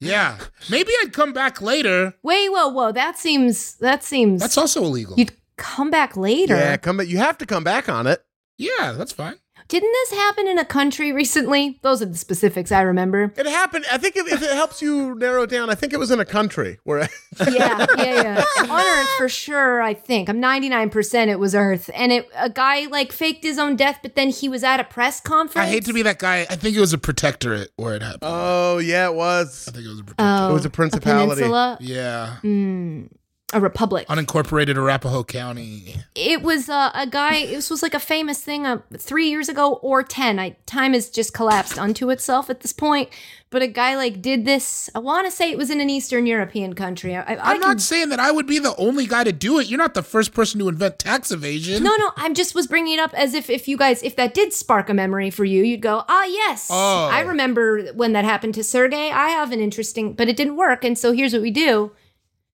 C: Yeah. Maybe I'd come back later.
D: Wait, whoa, whoa. That seems. That seems.
C: That's also illegal.
D: You'd come back later.
B: yeah, come. You have to come back on it.
C: yeah, that's fine.
D: Didn't this happen in a country recently? Those are the specifics I remember.
B: It happened. I think if, if it helps you narrow down, I think it was in a country where [LAUGHS]
D: yeah, yeah,
C: [LAUGHS]
D: yeah. On Earth for sure, I think. I'm 99% it was Earth. And it a guy like faked his own death, but then he was at a press conference.
C: I hate to be that guy. I think it was a protectorate where it happened.
B: Oh yeah, it was.
C: I think it was a protectorate.
D: Oh,
B: It was a principality.
D: peninsula.
C: yeah.
D: Mm, a republic.
C: Unincorporated Arapahoe County.
D: it was uh, a guy, this was like a famous thing uh, three years ago or 10. I, time has just collapsed unto itself at this point. But a guy like did this, I want to say it was in an Eastern European country. I, I,
C: I'm
D: I
C: not saying that I would be the only guy to do it. You're not the first person to invent tax evasion.
D: No, no, I'm just was bringing it up as if if you guys if that did spark a memory for you, you'd go, "Ah, yes.
C: Oh.
D: I remember when that happened to Sergey. I have an interesting, but it didn't work, and so here's what we do.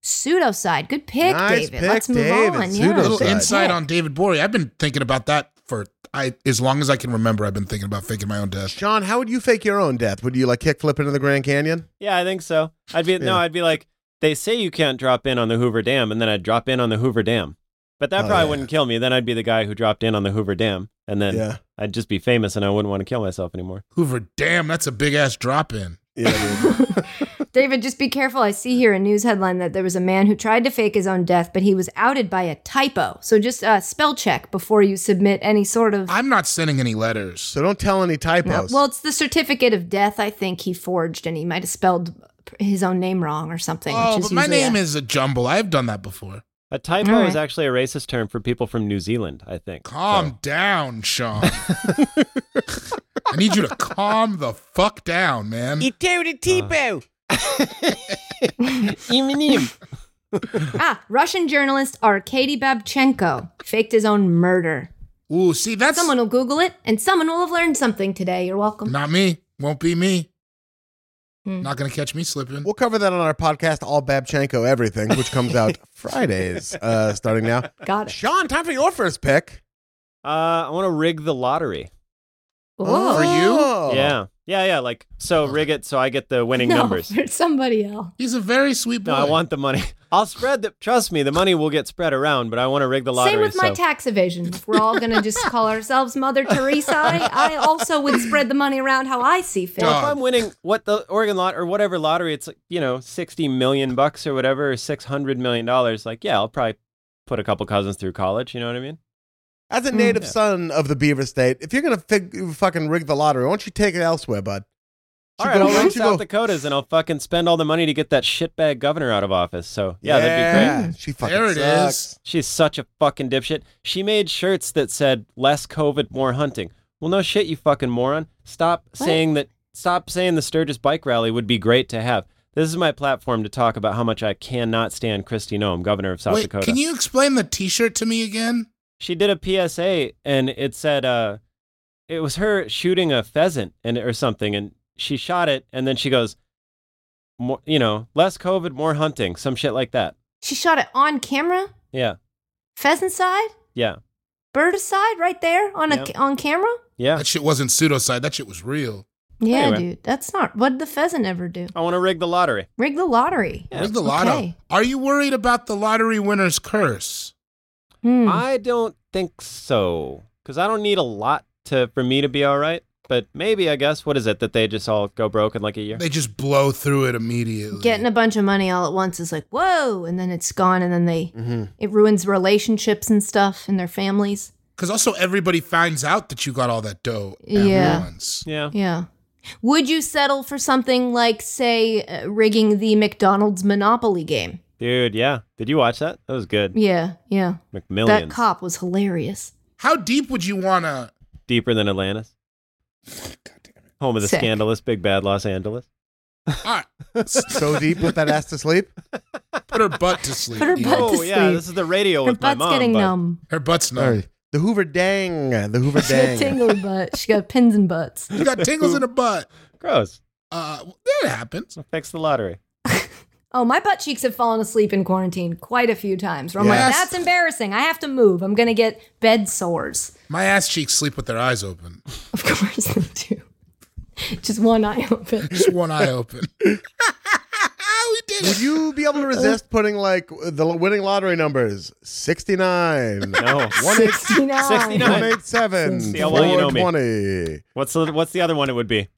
D: Pseudoside. Good pick,
B: Nice
D: David.
B: pick,
D: Let's move
B: David.
D: on.
B: Pseudoside.
C: Little
B: Good
C: insight
D: pick.
C: on David Bory. I've been thinking about that for I as long as I can remember. I've been thinking about faking my own death.
B: Sean, how would you fake your own death? Would you like kick flip into the Grand Canyon?
E: Yeah, I think so. I'd be no, I'd be like, they say you can't drop in on the Hoover Dam, and then I'd drop in on the Hoover Dam. But that
B: Oh,
E: probably
B: yeah.
E: wouldn't kill me. Then I'd be the guy who dropped in on the Hoover Dam, and then
B: Yeah.
E: I'd just be famous, and I wouldn't want to kill myself anymore.
C: Hoover, damn, that's a big ass drop in.
B: Yeah.
D: David, just be careful. I see here a news headline that there was a man who tried to fake his own death, but he was outed by a typo. So just uh, spell check before you submit any sort of.
C: I'm not sending any letters.
B: So don't tell any typos.
D: well, it's the certificate of death. I think he forged, and he might have spelled his own name wrong or something.
C: Oh,
D: which
C: but
D: is
C: my
D: usually
C: name
D: a-
C: is a jumble. I've done that before.
E: A typo
D: All right.
E: is actually a racist term for people from New Zealand. I think.
C: Calm down, Sean. I need you to calm the fuck down, man.
E: Uh, [LAUGHS]
D: Ah, Russian journalist Arkady Babchenko faked his own murder.
C: Ooh, see, that's
D: Someone will Google it, and someone will have learned something today. You're welcome.
C: not me. Won't be me.
D: Hmm.
C: Not gonna catch me slipping.
B: we'll cover that on our podcast, All Babchenko Everything, which comes [LAUGHS] out Fridays uh, starting now.
D: Got it.
B: Sean, time for your first pick.
E: Uh, I want to rig the lottery.
D: Oh,
C: For you?
E: Yeah, yeah, yeah. Like
B: Oh.
E: so, rig it so I get the winning
D: no, [LAUGHS]
E: numbers.
D: there's somebody else.
C: He's a very sweet boy.
E: No, I want the money. I'll spread the. Trust me, the money will get spread around. But I want to rig the lottery.
D: Same with my
E: so-
D: tax evasion. If we're all gonna just
E: [LAUGHS]
D: call ourselves Mother Teresa, I, I also would spread the money around how I see fit.
C: Duh.
E: Well, if I'm winning what the Oregon lot or whatever lottery, it's like, you know sixty million bucks or whatever, or six hundred million dollars. Like, yeah, I'll probably put a couple cousins through college. You know what I mean?
B: As a native son of the Beaver State, if you're gonna fig- fucking rig the lottery, why don't you take it elsewhere, bud?
E: All
B: You
E: right,
B: go-
E: I'll
B: why
E: run
B: don't you
E: South
B: go-
E: Dakotas and I'll fucking spend all the money to get that shitbag governor out of office. So yeah, that'd be great.
B: Yeah, She fucking
C: There it
B: sucks.
C: is.
E: She's such a fucking dipshit. She made shirts that said "less COVID, more hunting." Well, no shit, you fucking moron. Stop saying that. Stop saying the Sturgis bike rally would be great to have. This is my platform to talk about how much I cannot stand Christy Noem, governor of South
C: Wait,
E: Dakota.
C: can you explain the T-shirt to me again?
E: she did a PSA and it said uh it was her shooting a pheasant and or something and she shot it and then she goes more you know less covid more hunting some shit like that
D: She shot it on camera,
E: yeah
D: pheasant side,
E: yeah
D: bird side, right there on a
E: Yeah.
D: on camera.
E: yeah
C: That shit wasn't pseudoscience. That shit was real.
D: Yeah,
E: Anyway.
D: dude, that's not what did the pheasant ever do.
E: i want to rig the lottery
D: Rig the lottery.
E: Yeah.
C: Rig the lotto.
D: Okay.
C: Are you worried about the lottery winner's curse?
D: Hmm.
E: i don't think so because i don't need a lot to for me to be all right but maybe i guess what is it that they just all go broke in like a year
C: They just blow through it immediately.
D: Getting a bunch of money all at once is like whoa, and then it's gone, and then they
E: Mm-hmm.
B: Mhm.
D: it ruins relationships and stuff and their families.
C: Because also everybody finds out that you got all that dough at
D: Yeah.
C: once.
E: yeah
D: Yeah. Would you settle for something like, say, uh, rigging the McDonald's Monopoly game?
E: dude yeah did you watch that that was good
D: Yeah, yeah.
E: mcmillions
D: That cop was hilarious.
C: How deep would you want to?
E: deeper than atlantis home of the
D: Sick.
E: scandalous big bad los angeles
C: [LAUGHS] All right,
B: So deep with that ass to
E: [LAUGHS]
B: sleep.
C: put her butt to sleep.
D: Put her
C: Ian.
D: butt to
E: Oh yeah,
D: sleep.
E: this is the radio
D: Her
E: with my
D: butt's
E: mom.
D: getting
E: but-
D: numb.
C: Her butt's
B: All
C: numb.
B: right. The Hoover Dang. The Hoover
D: She got
B: Dang.
D: tingly butt. She got pins and butts.
C: You got tingles in her butt.
E: Gross.
C: Uh, that happens.
E: So fix the lottery.
D: Oh, my butt cheeks have fallen asleep in quarantine quite a few times. Where I'm
C: Yes.
D: like, that's embarrassing. I have to move. I'm gonna get bed sores.
C: My ass cheeks sleep with their eyes open.
D: Of course they do. Just one eye open.
C: Just one eye open. [LAUGHS] we did
B: Would
C: it.
B: you be able to [LAUGHS] resist putting like the winning lottery numbers
D: [LAUGHS]
B: 69,
E: No.
D: 69.
E: 69.
B: 187,
E: See how well you know me.
B: 420?
E: what's the what's the other one? It would be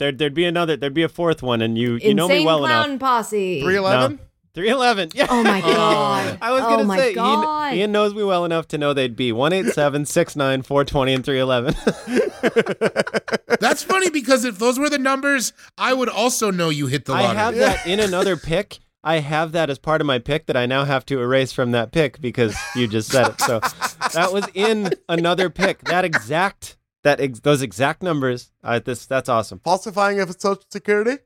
E: there. There'd be another. There'd be a fourth one, and you you
D: Insane
E: know me well
D: clown
E: enough.
D: posse.
B: 311?
E: Three eleven. Yeah.
D: Oh my god.
E: I was
D: oh
E: gonna
D: my
E: say
D: God.
E: Ian, Ian knows me well enough to know they'd be one eight seven six nine four twenty and three eleven. [LAUGHS]
C: That's funny because if those were the numbers, I would also know you hit the
E: I
C: lottery.
E: have that in another pick. I have that as part of my pick that I now have to erase from that pick because you just said it. So that was in another pick. That exact that ex- those exact numbers. Uh, this that's awesome.
B: Falsifying of Social Security?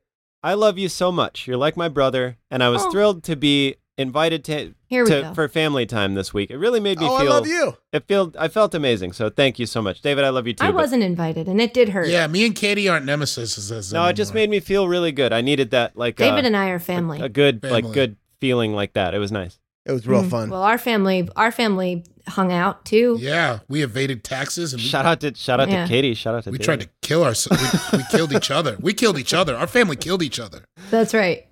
E: I love you so much. You're like my brother, and I was
D: Oh.
E: thrilled to be invited to,
D: Here we
E: to-
D: go.
E: for family time this week. It really made me
B: Oh, I
E: feel
B: love you.
E: It felt I felt amazing. So thank you so much, David. I love you too.
D: I
E: but-
D: wasn't invited, and it did hurt.
C: Yeah, me and Katie aren't nemesis. as- as
E: No, it just
C: anymore.
E: made me feel really good. I needed that like
D: David
E: uh,
D: and I are family.
E: a good like
C: Family.
E: good feeling like that. It was nice.
B: It was real
D: Mm.
B: fun.
D: Well, our family, our family hung out too.
C: Yeah, we evaded taxes and we,
E: Mm-hmm. Shout out to shout out
D: Yeah.
E: to Katie. Shout out to
C: we
E: David.
C: tried to kill ourselves. we, we killed each other. We killed each other. Our family killed each other.
D: That's right.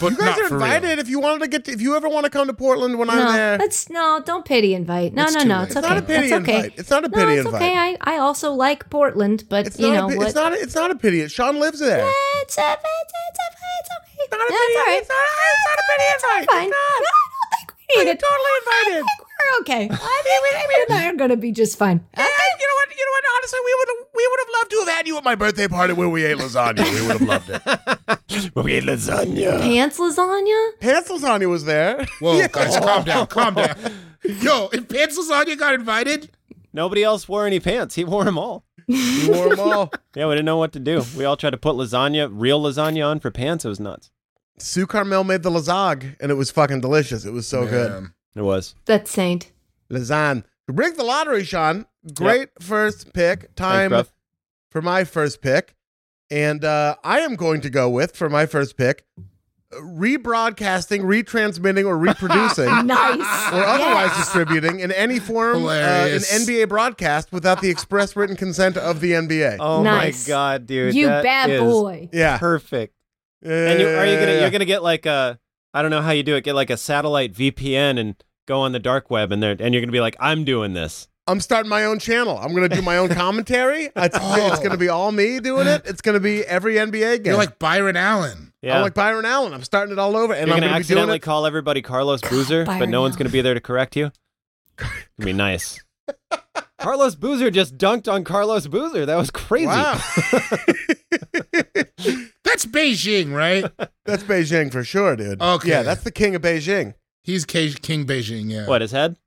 C: But
B: you guys
C: not
B: are
C: for real.
B: invited if you wanted to get to, if you ever want to come to Portland when I'm
D: no,
B: there.
D: that's no. Don't pity invite. No,
C: It's
D: no,
C: too
D: no.
C: late.
D: It's
C: It's
D: okay.
C: not a
B: pity
D: that's okay.
B: invite. It's not a
D: no,
B: pity
D: it's
B: invite.
D: okay. I, I also like Portland, but
B: It's
D: you
B: not,
D: know
B: a, pi-
D: what?
B: it's not it's not a pity. Sean lives there.
D: It's a- it's- it's a- it's okay.
B: It's not a
D: No,
B: pity.
D: all right.
B: It's not, it's not a pity invite.
D: Fine.
B: It's
D: No,
B: not.
D: I don't think we need
B: You're
D: it.
B: totally
D: I
B: invited.
D: think we're
B: [LAUGHS]
D: okay. I think David and I are gonna be just fine.
B: Yeah, you know what? You know what? Honestly, we would we would have loved to have had you at my birthday party where we ate lasagna. We would have loved it.
E: we ate lasagna.
D: Pants lasagna.
B: Pants lasagna was there. [LAUGHS]
C: Whoa, guys, calm down, calm down. [LAUGHS] Yo, if Pants Lasagna got invited,
E: Nobody else wore any pants. He wore them all.
B: You wore 'em all.
E: Yeah, we didn't know what to do. We all tried to put lasagna, real lasagna, on for pants. It was nuts.
B: Sue Carmel made the lasagne, and it was fucking delicious. It was so good.
C: Man.
E: It was.
D: That's
B: [LAUGHS]
D: saint.
B: Lasagne. Rig the lottery, Sean. Great first pick.
E: Thanks,
B: Time
E: bruv.
B: for my first pick. And uh, I am going to go with, for my first pick, rebroadcasting, retransmitting, or reproducing,
E: [LAUGHS]
B: or
D: Nice.
B: otherwise
D: Yes.
B: distributing in any form uh, an
C: Hilarious.
B: NBA broadcast without the express written consent of the NBA.
E: Oh
D: Nice.
E: my god, dude!
D: you
E: that
D: bad
E: is
D: boy.
B: yeah.
E: Perfect. And you, are you gonna you're gonna get like a I don't know how you do it. Get like a satellite VPN and go on the dark web and there and you're gonna be like I'm doing this.
B: I'm starting my own channel. I'm going to do my
E: [LAUGHS]
B: own commentary. It's, it's
E: Oh.
B: going to be all me doing it. It's going to be every NBA game.
C: You're like Byron Allen.
E: Yeah.
B: I'm like Byron Allen. I'm starting it all over, and
E: you're
B: I'm
E: gonna
B: going to be doing
E: accidentally
B: it. [GASPS]
E: call everybody Carlos Boozer, but
D: Byron
E: no
B: [LAUGHS]
E: one's
D: Allen.
E: gonna be there to correct you. I mean, nice. Carlos Boozer just dunked on Carlos Boozer. That was crazy.
B: Wow.
C: That's Beijing, [LAUGHS] right?
B: [LAUGHS] that's Beijing for sure, dude.
C: Okay.
B: Yeah, that's the king of Beijing.
C: He's K- King Beijing, yeah.
E: What, his head?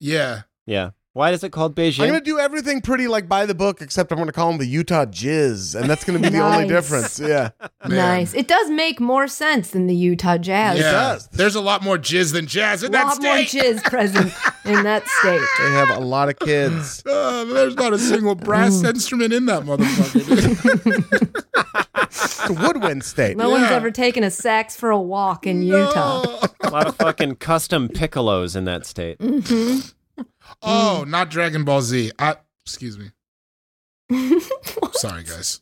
C: Yeah.
E: Yeah. Why is it called Beijing?
B: I'm going to do everything pretty like by the book, except I'm going to call him the Utah Jizz, and that's going to be the
D: Nice.
B: only difference. Yeah.
C: man.
D: Nice. It does make more sense than the Utah Jazz.
C: Yeah.
B: does.
C: There's a lot more jizz than jazz
D: A
C: in that
D: lot more
C: state.
D: jizz
C: [LAUGHS]
D: present in that state.
B: They have a lot of kids.
C: Uh, there's not a single brass instrument in that motherfucker. dude.
B: It's a woodwind state.
D: No one's
C: Yeah.
D: ever taken a sax for a walk [LAUGHS] in Utah. [LAUGHS]
E: a
C: No.
E: lot
B: [LAUGHS]
E: of fucking custom piccolos in that state.
D: Mm,
C: Oh, not Dragon Ball Z. I, excuse
D: [LAUGHS]
C: me. Sorry, guys.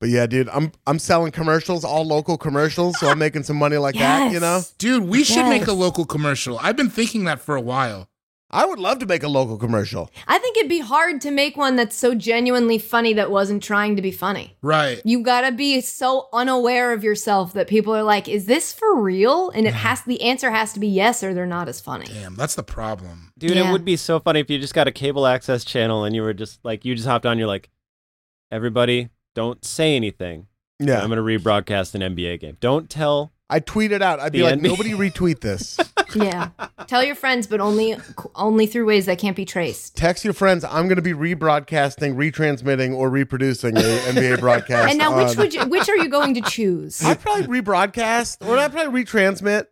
B: But yeah, dude, I'm I'm selling commercials, all local commercials, so I'm making some money like that, you know?
D: Yes.
C: Dude, we should make a
D: Yes.
C: local commercial. I've been thinking that for a while.
B: I would love to make a local commercial.
D: I think it'd be hard to make one that's so genuinely funny that wasn't trying to be funny.
C: Right.
D: You gotta be so unaware of yourself that people are like, "Is this for real?" And it has the answer has to be yes, or they're not as funny.
C: Damn, that's the problem.
E: Dude,
D: Yeah.
E: it would be so funny if you just got a cable access channel and you were just like, you just hopped on, you're like, everybody, don't say anything. I'm
B: Yeah.
E: going to rebroadcast an NBA game. Don't tell.
B: I tweet it out. I'd be
E: The
B: like,
E: NBA.
B: nobody retweet this.
D: Yeah, tell your friends, but only only through ways that can't be traced.
B: Text your friends, I'm gonna be rebroadcasting, retransmitting, or reproducing a NBA broadcast.
D: And now, which
B: on-
D: would you, which are you going
C: [LAUGHS]
D: to choose?
B: I'd probably rebroadcast, or I'd probably retransmit,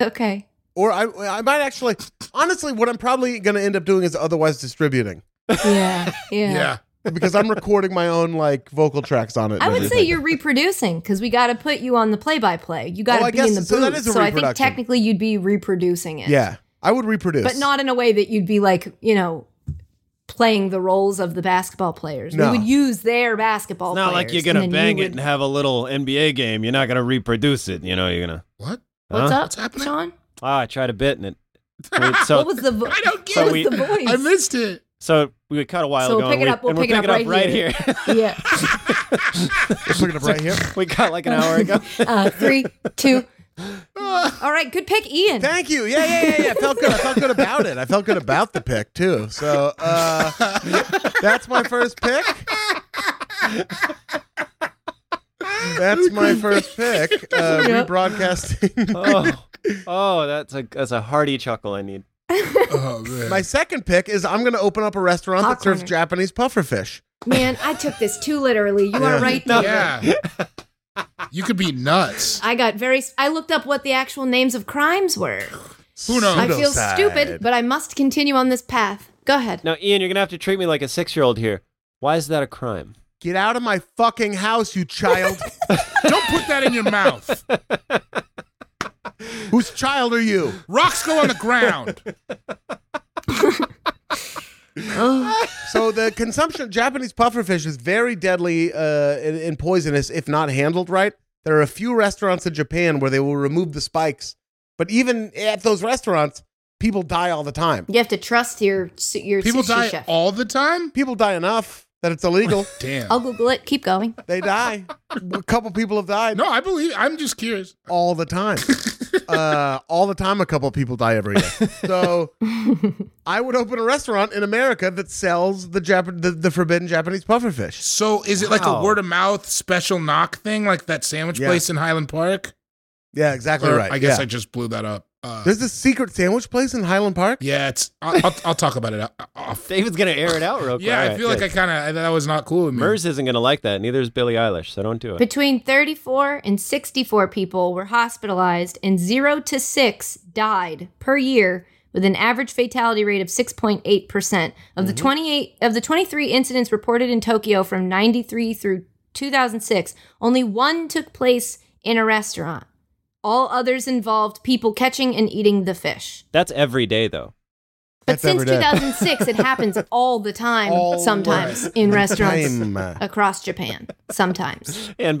D: Okay.
B: or I I might actually honestly what I'm probably gonna end up doing is otherwise distributing.
D: [LAUGHS] Yeah. Yeah.
C: Yeah.
B: Because I'm recording my own like vocal tracks on it. and
D: I would say
B: everything.
D: you're reproducing because we got to put you on the play-by-play. You got to
B: Oh, I
D: be
B: guess-
D: in the booth.
B: so
D: So,
B: that is a
D: I think
B: reproduction.
D: technically you'd be reproducing it.
B: Yeah. I would reproduce.
D: but not in a way that you'd be like you know playing the roles of the basketball players.
B: No.
D: We would use their basketball.
E: It's not like you're
D: players,
E: going to
D: and then
E: bang
D: you
E: it and
D: would-
E: have a little NBA game. You're not going to reproduce it. You know, you're going to.
C: What?
D: What's up,
C: What's happening?
D: Sean?
E: Ah, I tried a
D: [LAUGHS]
E: bit and it. wait, so,
D: What was the vo-
C: I don't get
D: what was
E: it.
D: the
B: [LAUGHS]
D: voice?
C: I missed [LAUGHS] it.
E: so we cut a while
D: So we'll
E: ago.
D: pick
E: and
D: it
E: we,
D: up- we'll
E: and we're
D: pick it up
E: picking
D: right
E: here. [LAUGHS]
D: yeah, [LAUGHS]
B: Let's look it up right here.
E: we got like an hour ago.
D: uh, three,
B: [LAUGHS]
D: two. All right, good pick, Ian.
B: Thank you. Yeah, yeah, yeah, yeah. I felt good. I felt good about it. I felt good about the pick too. So uh, that's my first pick. That's my first pick. Uh,
D: [LAUGHS] Yep.
B: Rebroadcasting.
E: [LAUGHS] Oh, oh, that's a that's a hearty chuckle I need.
C: Oh, man.
B: My second pick is I'm going to open up a restaurant that
D: Hot
B: serves
D: corner.
B: Japanese pufferfish.
D: Man, I took this too literally. You are right. David.
C: yeah. [LAUGHS] you could be nuts.
D: I got very. I looked up what the actual names of crimes were.
C: Who knows?
D: I feel
B: Pseudoside.
D: stupid, but I must continue on this path. Go
C: [GASPS]
D: ahead.
E: Now, Ian, you're gonna have to treat me like a six year old here. Why is that a crime? [LAUGHS]
B: Get out of my fucking house, you child.
D: [LAUGHS]
C: Don't put that in your mouth.
B: Whose child are you?
C: Rocks go on the [LAUGHS] ground.
B: So the consumption of Japanese pufferfish is very deadly uh, and, and poisonous if not handled right. There are a few restaurants in Japan where they will remove the spikes, but even at those restaurants, people die all the time.
D: You have to trust your su- your
C: People
D: sushi
C: die
D: chef.
C: all the time?
B: People die enough that it's illegal.
C: Damn.
D: I'll Google it. Keep going.
B: they die. A couple people have died
C: No, I believe. I'm just curious.
B: all the time. Uh, all the time, a couple people die every year. So I would open a restaurant in America that sells the Jap- the, the forbidden Japanese pufferfish.
C: So is it like a
E: Wow.
C: word of mouth special knock thing, like that sandwich
B: Yeah.
C: place in Highland Park?
B: Yeah, exactly
C: Or-
B: right.
C: I guess
B: yeah.
C: I just blew that up. Uh,
B: Uh-huh. There's this secret sandwich place in Highland Park.
C: yeah, it's. I'll, I'll, I'll talk about it o- off.
E: David's gonna air it out real quick.
C: Yeah, I feel like I kind of that was not cool with me.
E: Mers isn't gonna like that. Neither is Billie Eilish. So don't do it.
D: Between 34 and 64 people were hospitalized, and 0 to 6 died per year with an average fatality rate of 6.8%. Of
B: Mm-hmm.
D: the 28 of the 23 incidents reported in Tokyo from 93 through 2006, only one took place in a restaurant. All others involved people catching and eating the fish.
E: That's every day though.
D: But
B: That's
D: since
B: every day.
D: 2006 it
B: [LAUGHS]
D: happens all the time
B: All
D: sometimes in restaurants
B: Time.
D: across Japan. Sometimes.
E: And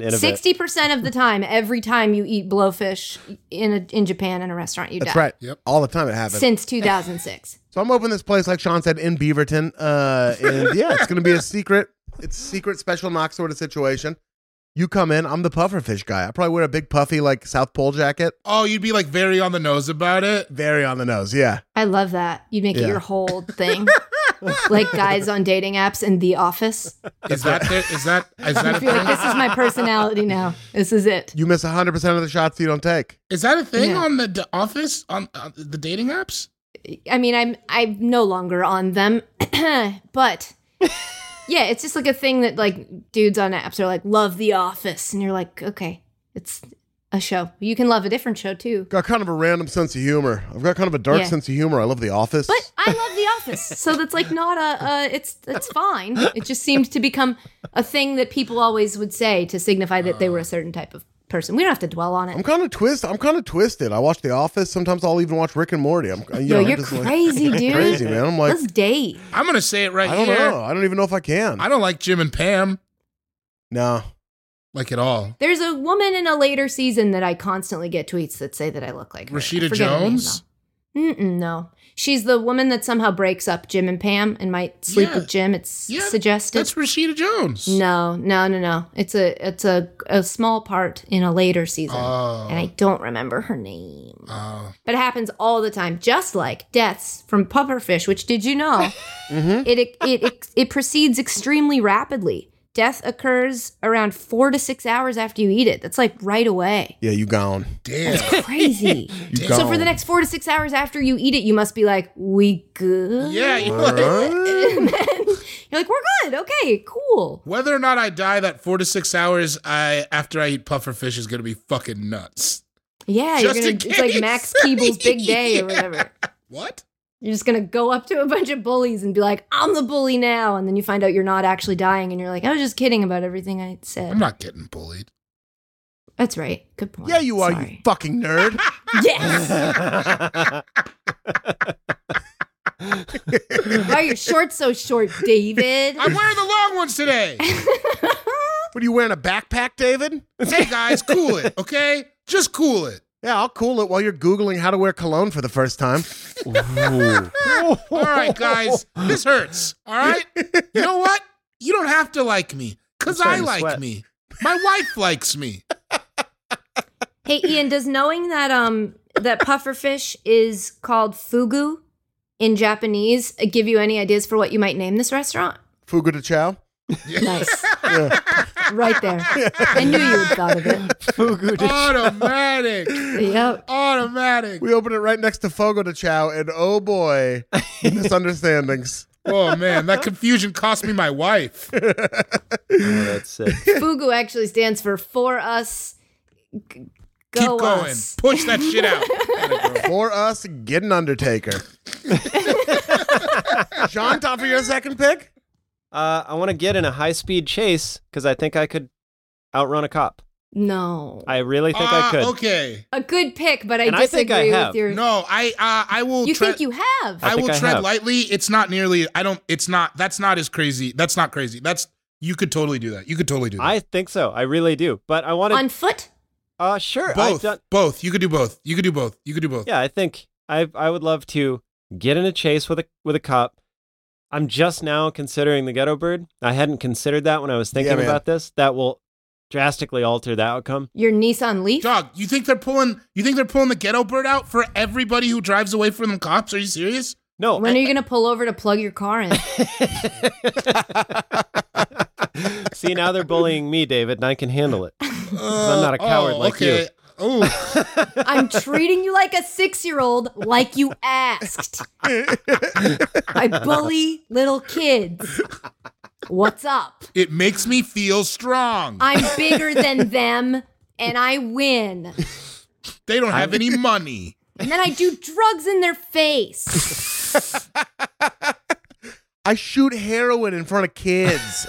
D: [LAUGHS]
E: in a [LAUGHS] bit.
D: Sixty percent of the time, every time you eat blowfish in a, in Japan in a restaurant, you
B: That's
D: die.
B: right.
C: Yep.
B: All the time it happens.
D: Since two thousand six,
B: so I'm opening this place, like Sean said, in Beaverton. Uh,
D: [LAUGHS]
B: and yeah, it's going to be a secret. It's a secret special knock sort of situation. You come in. I'm the pufferfish guy. I probably wear a big puffy like South Pole jacket.
C: Oh, you'd be like very on the nose about it.
B: Very on the nose. Yeah.
D: I love that. You make
B: Yeah.
D: it your whole thing. [LAUGHS] like guys on dating apps and The
B: [LAUGHS]
D: Office.
C: Is that there, is that
D: [LAUGHS]
C: is that a
D: I feel like
C: thing?
D: this is my personality now. This is it.
B: You miss 100% of the shots you don't take.
C: Is that a thing
D: Yeah.
C: on the d- office on uh, the dating apps?
D: I mean, I'm I'm no longer on them, [CLEARS THROAT] but yeah, it's just like a thing that like dudes on apps are like love The Office, and you're like, okay, it's a show. You can love a different show too.
B: Got kind of a random sense of humor. I've got kind of a dark
D: Yeah.
B: sense of humor. I love The Office.
D: But I love The Office, so that's like not a. Uh, it's it's fine. It just seemed to become a thing that people always would say to signify that they were a certain type of person. We don't have to dwell on
B: Uh. I'm
D: it.
B: kind of twist. I'm kind of twisted. I watch The Office. Sometimes I'll even watch Rick and Morty. I'm, uh, you
D: Yo,
B: know, I'm
D: you're
B: just
D: crazy, dude.
B: like crazy, man. I'm like,
D: Let's date.
C: I'm gonna say it right
B: I don't
C: here.
B: know. I don't even know if I can.
C: I don't like Jim and Pam
B: no,
C: like at all.
D: There's a woman in a later season that I constantly get tweets that say that I look like her.
C: Rashida
D: I forget her name,
C: Jones?
D: though. Mm-mm, no, she's the woman that somehow breaks up Jim and Pam and might sleep
C: Yeah.
D: with Jim. It's
C: Yeah,
D: suggested.
C: That's Rashida Jones.
D: No, no, no, no. It's a it's a, a small part in a later season.
C: Oh.
D: And I don't remember her name.
C: Oh.
D: But it happens all the time, just like deaths from pufferfish, which did you
C: [LAUGHS]
D: know?
C: Mm-hmm.
D: it, it, it, it proceeds extremely rapidly. Death occurs around four to six hours after you eat it. That's like right away.
B: yeah, you gone.
C: damn.
D: Crazy.
B: You gone.
D: so for the next four to six hours after you eat it, you must be like, we good? [LAUGHS]
C: [LAUGHS] yeah, you
B: All right.
D: And
C: [LAUGHS]
D: then you're like, we're good. Okay, cool.
C: Whether or not I die that four to six hours I after I eat puffer fish is gonna be fucking nuts.
D: Yeah,
C: Just
D: you're
C: in
D: gonna, it's like
C: case.
D: Max Keeble's big day or
C: [LAUGHS]
D: whatever.
C: What?
D: You're just gonna go up to a bunch of bullies and be like, "I'm the bully now," and then you find out you're not actually dying, and you're like, "I was just kidding about everything I
C: I'm
D: said."
C: not getting bullied.
D: That's right. Good point.
B: Yeah, you are. You
D: Sorry. [LAUGHS]
B: fucking nerd.
D: yes. Why are your shorts so short,
C: [LAUGHS]
D: David?
C: I'm wearing the long ones
D: [LAUGHS]
C: today.
B: what are you wearing a backpack, David?
C: hey guys, cool it, okay? Just cool it.
B: Yeah, I'll cool it while you're googling how to wear cologne for the
D: [LAUGHS]
B: first time.
E: oh,
C: All right,
B: [LAUGHS]
C: guys, this hurts. All right, you know what? You don't have to like me because
E: I'm
C: I
E: starting to
C: like
E: sweat.
C: me. My wife
E: [LAUGHS]
C: likes me.
D: hey, Ian, does knowing that um that pufferfish is called fugu in Japanese give you any ideas for what you might name this restaurant?
B: Fugu to chow.
D: Nice. Right there. I knew you would have thought of
B: [LAUGHS]
D: it.
E: Fugu to
C: Automatic.
D: Yep.
C: Automatic.
B: We open it right next to Fogo de Chow, and oh boy,
D: [LAUGHS]
B: misunderstandings.
C: Oh man, that confusion cost me my wife.
E: Oh, that's it.
D: Fugu actually stands for for us. g-
C: Keep
D: Go
C: going.
D: us.
C: Push that
E: [LAUGHS]
C: shit out.
B: For us, get
D: [LAUGHS]
B: an Undertaker. John, top of your [LAUGHS] second pick?
E: Uh, I want to get in a high speed chase because I think I could outrun a cop.
D: No.
E: I really think
C: Ah,
E: I could.
C: Okay.
D: A good pick, but I
E: And I think
D: disagree
E: I have.
D: with your.
C: No, I uh, I will.
D: you
C: tre-
D: think you have?
C: I,
E: I think
C: will
E: I
C: tread
E: have.
C: lightly. It's not nearly. I don't. It's not. That's not as crazy. That's not crazy. That's. You could totally do that. You could totally do that.
E: I think so. I really do. But I want to.
D: On foot?
E: Uh, sure. I've
C: both.
E: done.
C: both. You could do both. You could do both. You could do both.
E: Yeah, I think I I would love to get in a chase with a with a cop. I'm just now considering the ghetto bird. I hadn't considered that when I was thinking
B: man.
E: about this. That will drastically alter the outcome.
D: Your Nissan Leaf?
C: Dog, you think they're pulling? You think they're pulling the ghetto bird out for everybody who drives away from the cops? Are you serious?
E: No,
D: When are you going to pull over to plug your car in?
E: [LAUGHS] See, now they're bullying me, David, and I can handle it. 'Cause I'm not a coward
C: oh,
E: like
C: okay.
E: you.
C: Oh,
D: I'm treating you like a six year old, like you asked. I bully little kids. What's up?
C: it makes me feel strong.
D: I'm bigger than them and I win.
C: they don't have any money.
D: And then I do drugs in their face.
B: I shoot heroin in front of kids,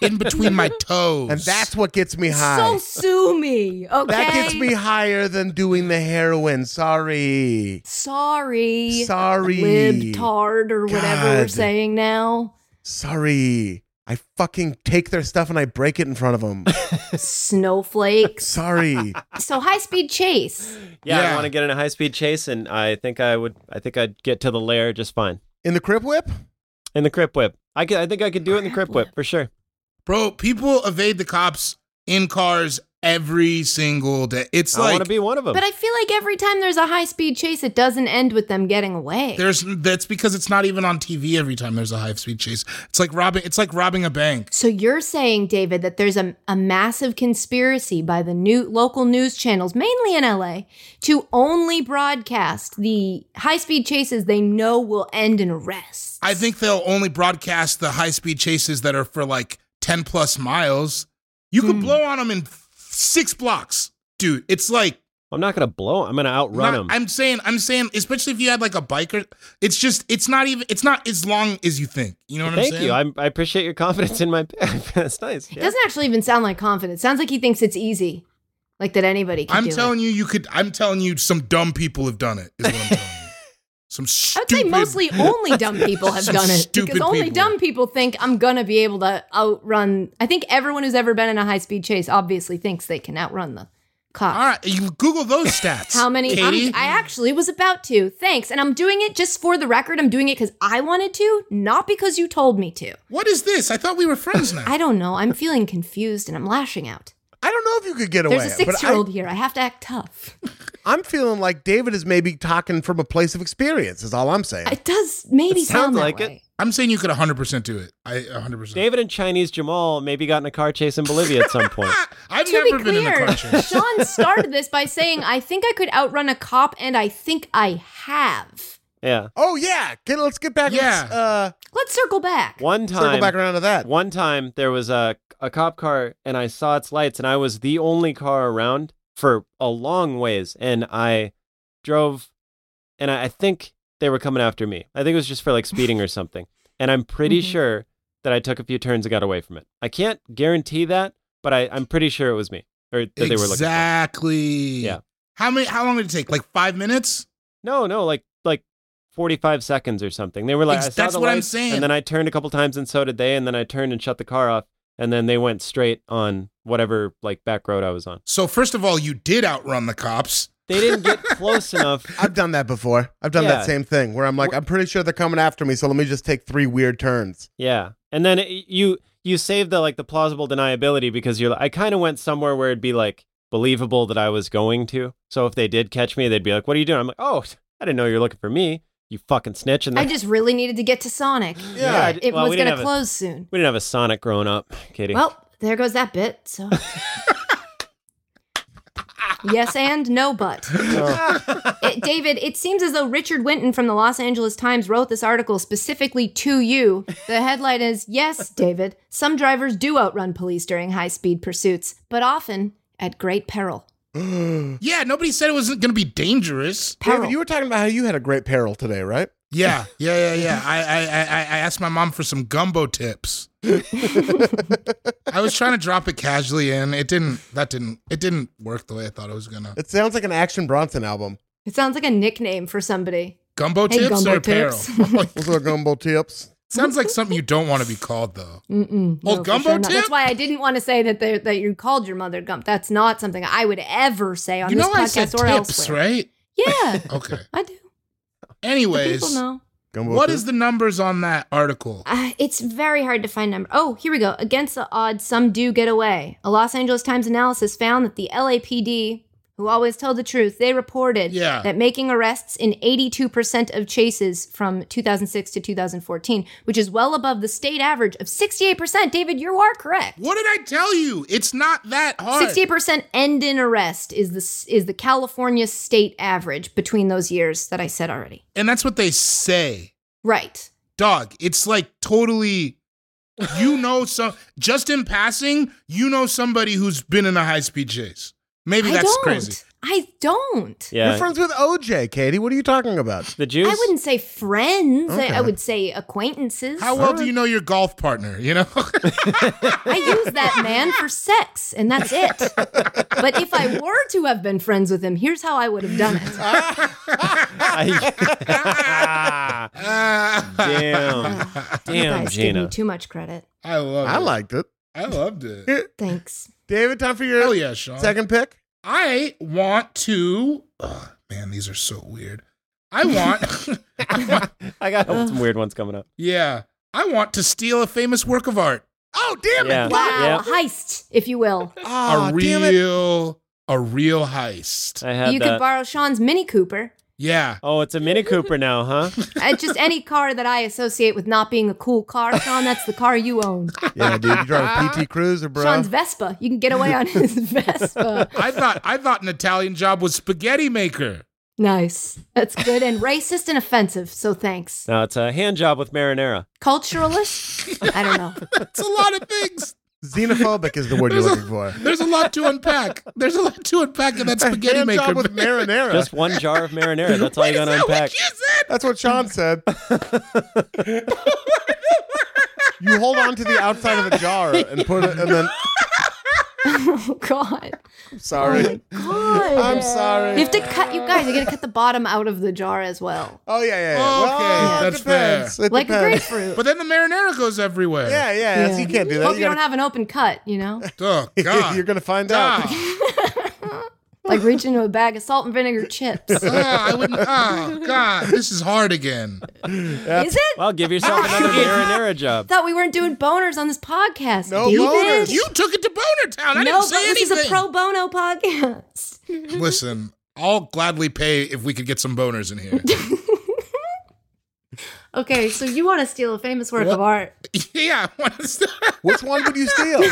C: In
E: [LAUGHS]
C: between my toes,
B: and that's what gets me
D: So
B: high.
D: sue me, okay?
B: that gets me higher than doing the heroin. Sorry.
D: Sorry.
B: Sorry.
D: Libtard or whatever we're
B: God.
D: saying now.
B: Sorry. I fucking take their stuff and I break it in front
D: [LAUGHS]
B: of them.
C: [LAUGHS]
D: Snowflakes.
B: Sorry.
D: So high speed chase.
E: Yeah,
C: Yeah.
E: I want to get in a high speed chase, and I think I would. I think I'd get to the lair just fine.
B: In the crib whip?
E: In the crip whip, I could. I think I could do it in the crip whip for sure.
C: bro. People evade the cops in cars every single day. It's
E: I want
C: like
E: to be one of them.
D: But I feel like every time there's a high speed chase, it doesn't end with them getting away.
C: there's that's because it's not even on TV every time there's a high speed chase. It's like robbing it's like robbing a bank.
D: so you're saying, David, that there's a, a massive conspiracy by the new local news channels, mainly in LA, to only broadcast the high speed chases they know will end in arrests.
C: I think they'll only broadcast the high speed chases that are for like 10 plus miles. You
E: Hmm.
C: could blow on them in six blocks, dude. It's like
E: I'm not going to blow. 'em. I'm going to outrun
C: not-
E: them.
C: I'm saying, I'm saying, especially if you had like a biker, it's just, it's not even, it's not as long as you think. You know what
E: Thank
C: I'm saying?
E: you. I'm, I appreciate your confidence in my. [LAUGHS] That's nice.
D: It
E: Yeah.
D: doesn't actually even sound like confidence. Sounds like he thinks it's easy, like that anybody can
C: I'm
D: do
C: telling
D: it.
C: you, you could. I'm telling you, some dumb people have done it. Is what I'm
E: [LAUGHS]
C: telling you. Some
D: I
C: stupid.
D: would say mostly only dumb people have
C: Some
D: done it
C: stupid
D: because only
C: people.
D: dumb people think I'm gonna be able to outrun. I think everyone who's ever been in a high speed chase obviously thinks they can outrun the cops.
C: All right, you Google those stats.
D: How many?
C: Katie?
D: I'm, I actually was about to. Thanks, and I'm doing it just for the record. I'm doing it because I wanted to, not because you told me to.
C: what is this? I thought we were friends now.
D: [LAUGHS] I don't know. I'm feeling confused and I'm lashing out.
B: I don't know if you could get away.
D: There's a
B: but I-
D: six-year-old here. I have to act tough.
B: I'm feeling like David is maybe talking from a place of experience. Is all I'm saying.
D: It does maybe
E: It sounds
D: sound that
E: like it.
D: way.
C: I'm saying you could 100% do it. I 100%.
E: David and Chinese Jamal maybe got in a car chase in Bolivia at some
C: [LAUGHS]
E: point.
C: I've
D: to
C: never
D: be
C: been in a
D: clear,
C: car
D: [LAUGHS]
C: chase.
D: Sean started this by saying, "I think I could outrun a cop, and I think I have."
E: Yeah.
B: Oh yeah, get, let's get back.
C: Yeah.
B: let's, uh,
D: Let's circle back.
E: One
B: circle
E: time,
B: back around to that.
E: one time there was a a cop car, and I saw its lights, and I was the only car around for a long ways, and I drove, and I, I think they were coming after me. I think it was just for like speeding or something, and I'm pretty
D: Mhm.
E: sure that I took a few turns and got away from it. I can't guarantee that, but I, I'm pretty sure it was me or that they were looking. for.
C: exactly.
E: Yeah.
C: How many? How long did it take? Like five minutes?
E: No, no, like like forty five seconds or something. They were like,
C: Ex-
E: I saw
C: that's
E: the
C: what I'm
E: lights,
C: saying.
E: And then I turned a couple times, and so did they. And then I turned and shut the car off, and then they went straight on whatever like back road I was
C: [LAUGHS]
E: on.
C: So first of all, you did outrun the cops.
E: They didn't get close enough.
B: I've done that before. I've done
E: Yeah.
B: that same thing where I'm like, I'm pretty sure they're coming after me, so let me just take three weird turns.
E: Yeah, and then it, you you save the like the plausible deniability because you're. like I kind of went somewhere where it'd be like believable that I was going to. So if they did catch me, they'd be like, "What are you doing?" I'm like, "Oh, [LAUGHS] I didn't know you were looking for me. You fucking snitch!" And
D: I
E: then
D: just really needed to get to Sonic.
E: Yeah, I d-
D: it
E: well, we
D: was going
E: didn't have
D: to
E: a-
D: close soon.
E: we didn't have a Sonic growing up, [LAUGHS] Katie.
D: Well, there goes that bit. So. yes and no but It- david it seems as though richard winton from the los angeles times wrote this article specifically to you the headline is yes david some drivers do outrun police during high-speed pursuits but often at great peril
C: Yeah, nobody said it wasn't going to be dangerous.
D: peril
B: David, you were talking about how you had a great peril today, right?
C: Yeah, yeah, yeah, yeah. I, I, I, I asked my mom for some gumbo tips. I was trying to drop it casually in. It didn't. That didn't. It didn't work the way I thought it was gonna.
B: It sounds like an Action Bronson album.
D: it sounds like a nickname for somebody
C: Gumbo
D: Hey,
C: tips
D: gumbo
C: or apparel? [LAUGHS]
D: tips.
B: Those are gumbo tips.
C: Sounds like something you don't want to be called though.
D: Mm-mm,
C: Oh,
D: for
C: gumbo
D: not.
C: tip?
D: That's why I didn't want to say that they- that you called your mother Gump. That's not something I would ever say on
C: You
D: this
C: know I said
D: podcast or
C: tips,
D: elsewhere.
C: right?
D: Yeah, [LAUGHS]
C: [LAUGHS] Okay.
D: I do. The
C: Anyways,
D: people know.
B: Gumbo
C: what
B: tips.
C: is the numbers on that article?
D: Uh, it's very hard to find number. Oh, here we go. Against the odds, some do get away. A Los Angeles Times analysis found that the LAPD, who always tell the truth, they reported
C: Yeah.
D: that making arrests in 82% of chases from 2006 to 2014, which is well above the state average of 68%. David, you are correct.
C: What did I tell you? It's not that hard.
D: Sixty-eight percent end in arrest is the is the California state average between those years that I said already.
C: And that's what they say.
D: Right.
C: Dog, it's like totally you
D: [LAUGHS]
C: know some just in passing, you know somebody who's been in a high speed chase. Maybe
D: I
C: that's
D: don't.
C: crazy.
D: I don't.
E: yeah,
B: You're friends with OJ, Katie. What are you talking about?
E: the Jews.
D: I wouldn't say friends.
B: Okay.
D: I, I would say acquaintances.
C: How well do you know your golf partner,
D: [LAUGHS]
C: you know? [LAUGHS]
D: I use that man for sex, and that's it. but if I were to have been friends with him, here's how I would have done it.
E: [LAUGHS] I- [LAUGHS]
D: you
E: Damn. Damn,
D: guys give me
E: Gina.
D: too much credit.
C: I love it.
B: I liked it.
C: I loved it.
D: Thanks.
B: David, time for your
C: Hell yeah, Sean.
B: second pick.
C: I want to Ugh, man, these are so weird. I
D: [LAUGHS]
C: want I want
E: I got some weird ones coming up.
C: Yeah. I want to steal a famous work of art.
B: Oh, damn it.
E: Yeah.
B: Fuck.
D: Wow,
E: Yep.
D: heist, if you will.
B: Oh,
C: a
B: damn it.
C: real, a real heist.
E: I had
D: you
E: that.
D: could borrow Sean's Mini Cooper.
C: Yeah.
E: oh, it's
D: [LAUGHS]
E: a Mini Cooper now, huh?
D: Uh, just any car that I associate with not being a cool car, Sean, that's the car you
B: [LAUGHS]
D: own.
B: [LAUGHS] Yeah, dude, you drive a PT Cruiser, bro.
D: Sean's Vespa. You can get away on
B: [LAUGHS]
D: his Vespa. [LAUGHS]
C: I thought I thought an Italian job was spaghetti maker.
D: Nice. That's good and racist and offensive, so thanks.
E: No, it's a hand job with marinara.
D: Culturalist? I don't
B: [LAUGHS]
D: know.
C: It's a lot of [LAUGHS] things.
B: Xenophobic is the word you're looking [LAUGHS] for.
C: There's a lot to unpack. There's a lot to unpack in that spaghetti
B: Hand
C: maker.
B: job
C: [LAUGHS]
B: with marinara.
E: Just one jar of [LAUGHS] marinara. That's all you
C: Is
E: gotta
C: that what
E: unpack.
C: you said?
B: That's what Sean
E: [LAUGHS]
B: said. you hold on to the outside of the jar and put it, and [LAUGHS] then
D: Oh, God.
B: sorry,
D: God.
B: I'm sorry.
D: You have to cut, you guys are going to cut the bottom out of the jar as well.
B: oh yeah, yeah. yeah.
C: Okay,
B: well, it
C: that's
B: depends. It
D: Like a
B: depends.
D: grapefruit.
C: But then the marinara goes everywhere.
B: Yeah, yeah, that's-
D: Yeah.
B: You can't do that.
D: Hope
B: You
D: you don't
B: gotta-
D: have an open cut, you
B: [LAUGHS]
D: know?
C: [LAUGHS] Oh God.
B: You're gonna find out.
C: Ah,
D: Like reach into a bag of salt and vinegar chips.
B: [LAUGHS]
D: Is
C: ah, I wouldn't. [LAUGHS] Ah, God, this is hard again.
D: it?
E: Well, give [LAUGHS] yourself another marinara job.
D: thought we weren't doing boners on this podcast.
B: No
D: David.
B: boners.
C: You took it to Boner Town.
D: no,
C: I didn't
D: but
C: say
D: this
C: anything.
D: is a pro bono podcast.
C: Listen, I'll gladly pay if we could get some boners in here.
D: Okay, so you want to steal a famous work of
C: What?
D: art?
C: yeah. I wanna [LAUGHS] st-
B: Which one would you
C: [LAUGHS]
B: steal?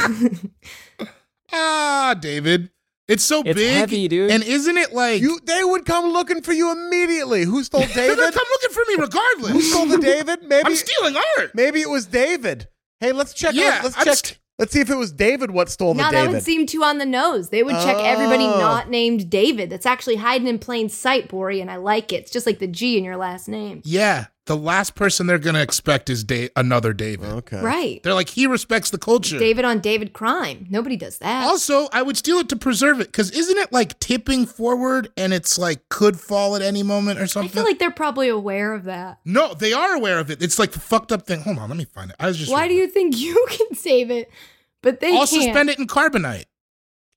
C: ah, David. It's so
E: It's
C: big.
E: heavy, dude.
C: And isn't it like [LAUGHS]
B: You, they would come looking for you immediately. Who stole
C: They're gonna
B: David?
C: come looking for me
B: Who
C: regardless.
B: stole the David? Maybe
C: [LAUGHS] I'm stealing art.
B: Maybe it was David. Hey, let's check.
C: Yeah,
B: let's
C: I'm
B: check.
C: st-
B: let's see if it was David what stole
D: Now
B: the
D: that
B: David.
D: would seem too on the nose. They would check everybody
B: Oh.
D: not named David. That's actually hiding in plain sight, Bori, and I like it. It's just like the G in your last name.
C: Yeah, the last person they're gonna expect is da- another David.
B: okay.
D: Right.
C: They're like he respects the culture.
D: David on David crime. Nobody does that.
C: Also, I would steal it to preserve it because isn't it like tipping forward and it's like could fall at any moment or
D: I
C: something?
D: feel like they're probably aware of that.
C: no, they are aware of it. It's like the fucked up thing. Hold on, let me find it. I was just
D: Why do you think [LAUGHS] you can save it, but they
C: also
D: can't?
C: spend it in carbonite?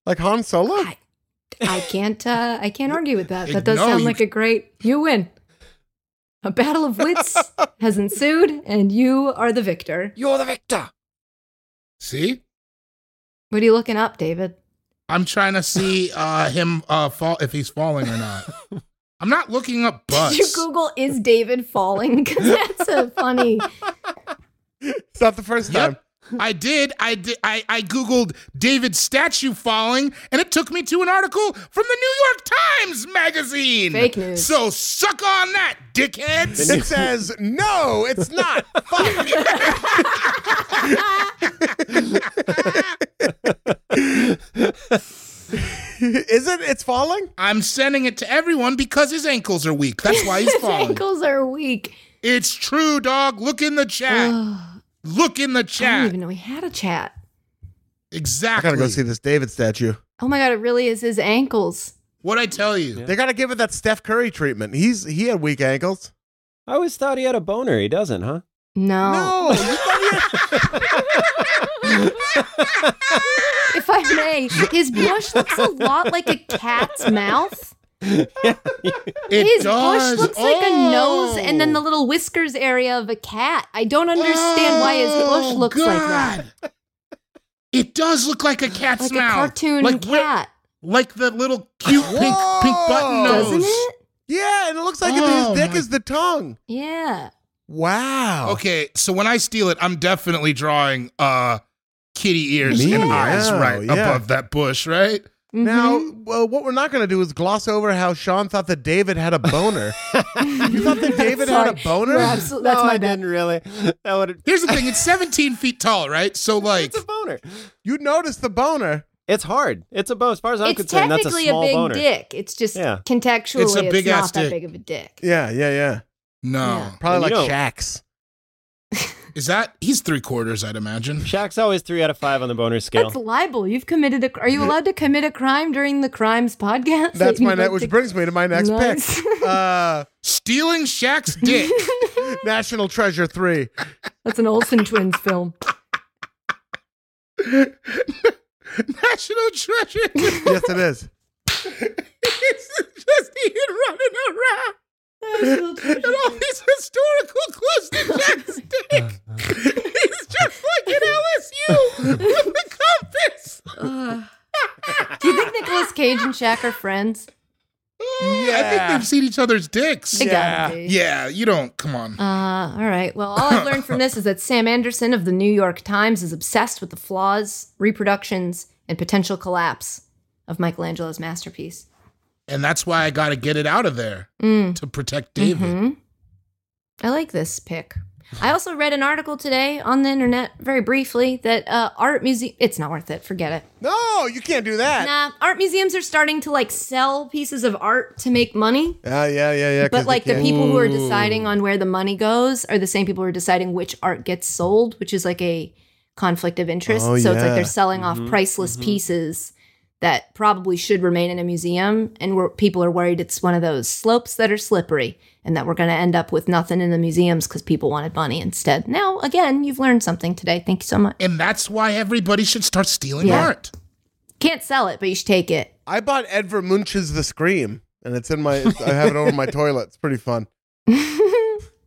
B: Like Han Solo.
D: I- I can't. Uh, I can't argue with that. That does
C: No,
D: sound
C: you-
D: like a great. You win. A battle of
C: [LAUGHS]
D: wits has ensued, and you are the victor.
E: You're the victor.
C: See,
D: What are you looking up, David? [LAUGHS]
C: I'm trying to see uh, him uh, fall if he's falling or not. I'm not looking up butts.
D: Did [LAUGHS] you Google is David falling? Because that's a
C: [LAUGHS]
D: funny.
B: It's not the first time.
C: Yep. I did. I did. I, I googled David statue falling, and it took me to an article from the New York Times magazine.
D: Fake news.
C: So suck on that, dickheads. [LAUGHS]
B: It says no, it's not. Fuck. [LAUGHS] Is it? It's falling.
C: I'm sending it to everyone because his ankles are weak. That's why
D: [LAUGHS]
C: he's
D: His
C: falling.
D: ankles are weak.
C: it's true, dog. Look in the chat.
D: Ugh,
C: Look in the
D: I didn't
C: chat.
D: even know he had a chat.
B: I
C: Exactly.
B: gotta go see this David statue.
D: Oh my god! It really is his ankles.
C: What I tell you.
B: They gotta give it that Steph Curry treatment. He's he had weak ankles.
E: I always thought he had a boner. He doesn't, huh?
D: No. [LAUGHS]
B: No, you thought he had-
D: If I may, his bush looks a lot like a cat's mouth.
C: It
D: His
C: does.
D: bush looks like a nose and then the
C: Oh.
D: little whiskers area of a cat. I don't understand why his bush
C: Oh,
D: looks like that.
C: God. It does look like a cat's
D: Like
C: mouth.
D: a cartoon
C: like where-
D: cat.
C: like the little cute pink pink button
B: Whoa.
C: nose.
D: Doesn't it?
B: yeah, and it looks like
C: Oh,
B: his dick
C: my-
B: is the tongue.
D: Yeah.
B: Wow.
C: Okay, so when I steal it, I'm definitely drawing uh kitty ears and
B: Meow,
C: eyes right
B: Oh, yeah.
C: above that bush, right?
B: Now,
C: Mm-hmm.
B: well, what we're not going to do is gloss over how Sean thought that David had a boner. you thought
C: [LAUGHS]
B: that David had a
D: Mm-hmm. Sorry.
B: boner?
D: You're absol- that's
E: no,
D: my
E: I
D: bad.
E: didn't really. That would.
C: Here's the thing, it's
D: [LAUGHS]
C: 17 feet tall, right? So like
E: It's a boner.
B: You noticed the boner.
E: It's hard. It's a boner. As far as I'm
D: it's
E: concerned, that's a
D: technically a,
E: small
D: big
E: boner.
D: dick. It's just
E: Yeah.
D: contextually
C: It's
D: it's,
C: a big
D: not
C: ass
D: that
C: dick.
D: big of a dick.
B: Yeah, yeah, yeah.
C: no.
B: Probably
E: And you
B: like
E: know-
C: [LAUGHS]
B: Shaq's.
C: Is that he's three quarters, I'd imagine.
E: Shaq's always three out of five on the boner scale.
D: That's libel. You've committed a. Are you allowed to commit a crime during the crimes podcast? [LAUGHS]
B: That's
D: You'd
B: my
D: like
B: net, which
D: to-
B: brings me to my next
C: [LAUGHS]
D: Nice.
B: pick. Uh,
C: Stealing
D: [LAUGHS]
C: Shaq's dick.
B: National Treasure 3.
D: That's an Olsen twins
B: [LAUGHS]
D: film.
C: National treasure.
B: Yes, it is.
C: [LAUGHS] it's just Ian running around.
D: [LAUGHS]
C: And all these historical clues to Jack's dick. He's fucking LSU with the compass.
D: Ugh. [LAUGHS] Do you think Nicolas Cage and Shaq are friends?
C: Yeah, I think they've seen each other's dicks.
D: They gotta be.
C: Yeah, you don't. Come on.
D: Uh, all right. Well, all I've learned from this is that Sam Anderson of the New York Times is obsessed with the flaws, reproductions, and potential collapse of Michelangelo's masterpiece.
C: And that's why I got to get it out of there
D: Mm.
C: to protect David.
B: Mm-hmm.
D: Mhm. I like this pick. I also read an article today on the internet, very briefly, that uh, art museum. It's not worth it. Forget it.
B: No, you can't do that.
D: Nah, art museums are starting to like sell pieces of art to make money.
B: Yeah, yeah, yeah, yeah. 'cause
D: But
B: they
D: like the
B: can't.
D: people who are deciding on where the money goes are the same people who are deciding which art gets sold, which is like a conflict of interest.
B: Oh,
D: so it's like
B: yeah.
D: they're selling off priceless pieces that probably should remain in a museum, and we're, people are worried it's one of those slopes that are slippery, and that we're going to end up with nothing in the museums because people wanted money instead. Now, again, you've learned something today. Thank you so much.
C: And that's why everybody should start stealing
D: Yeah.
C: art.
D: Can't sell it, but you should take it.
B: I bought Edvard Munch's The Scream, and it's in my. it's- I have it over my toilet. It's pretty fun.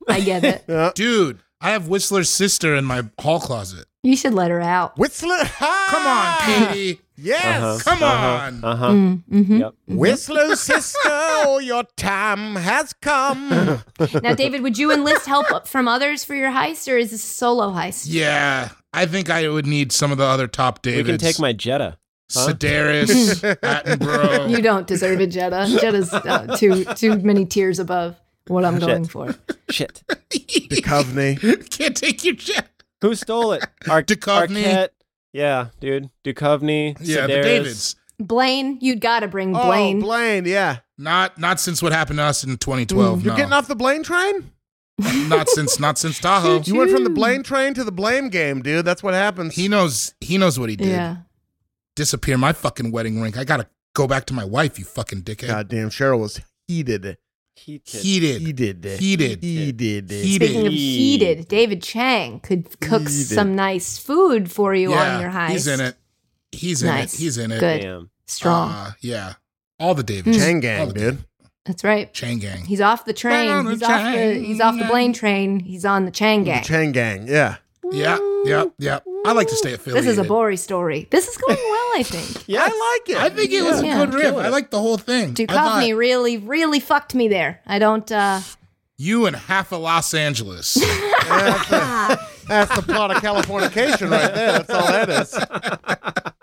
D: I get
B: [LAUGHS]
D: it.
C: Dude, I have Whistler's sister in my hall closet.
D: You should let her out.
B: Whistler.
C: Come on,
B: Ah!
C: Katie.
B: Yes.
C: Come on.
E: Uh huh.
D: Mm-hmm.
E: Yep.
B: Whistler sister,
C: [LAUGHS]
B: oh, your time has [LAUGHS] come.
D: Now, David, would you enlist help from others for your heist, or is this a solo heist?
C: Yeah, I think I would need some of the other top Davids.
E: We can take my Jetta. huh?
C: Sedaris,
B: [LAUGHS]
C: Attenborough.
D: You don't deserve a Jetta. Jetta's uh, too too many tiers above what I'm going for.
E: Shit.
C: [LAUGHS]
B: Duchovny.
C: Can't take your jet.
E: Who stole it? Ar-
C: [LAUGHS] Duchovny.
E: Arquette. Yeah, dude. Duchovny.
C: Yeah, the
E: Sedaris.
C: Davids.
D: Blaine, you'd gotta bring
B: Oh,
D: Blaine.
B: Blaine, yeah.
C: Not not since what happened to us in 2012.
B: You're
C: Oh, no.
B: getting off the Blaine train? [LAUGHS]
C: not since not since Tahoe.
B: You went from the Blaine train to the blame game, dude. That's what happens.
C: He knows he knows what he did.
D: yeah.
C: Disappear my fucking wedding ring. I gotta go back to my wife. You fucking dickhead.
B: Goddamn, Cheryl was heated.
E: He did.
C: Heated.
B: Heated.
C: Heated.
B: Heated.
C: Heated.
D: Speaking of heated, David Chang could cook
B: Heated.
D: some nice food for you
C: yeah,
D: on your heist.
C: he's in it. He's in
D: Nice.
C: it. He's in it.
D: Good.
E: Damn.
D: Strong. Hmm.
C: Uh, yeah. All the Davids.
B: Chang
C: All
B: gang,
C: the
B: dude.
D: That's right.
C: Chang gang.
D: He's off the
C: Right
D: train.
C: on the
D: he's off the he's off the
C: train.
D: Blaine train. He's on the Chang
B: The
D: gang.
B: Chang gang, yeah.
C: yeah, yeah, yeah. I like to stay affiliated.
D: This is a Bori story. This is
C: [LAUGHS]
D: going well, I think.
E: Yeah.
B: I like it.
C: I think it was
D: Yeah.
C: a good riff. I like the whole thing. I thought-
D: Duchovny really, really fucked me there. I don't. uh
C: [LAUGHS] You and half of
D: [LAUGHS]
C: Los Angeles.
B: that's, the,
D: ah,
B: that's the plot of Californication right there. That's all that is.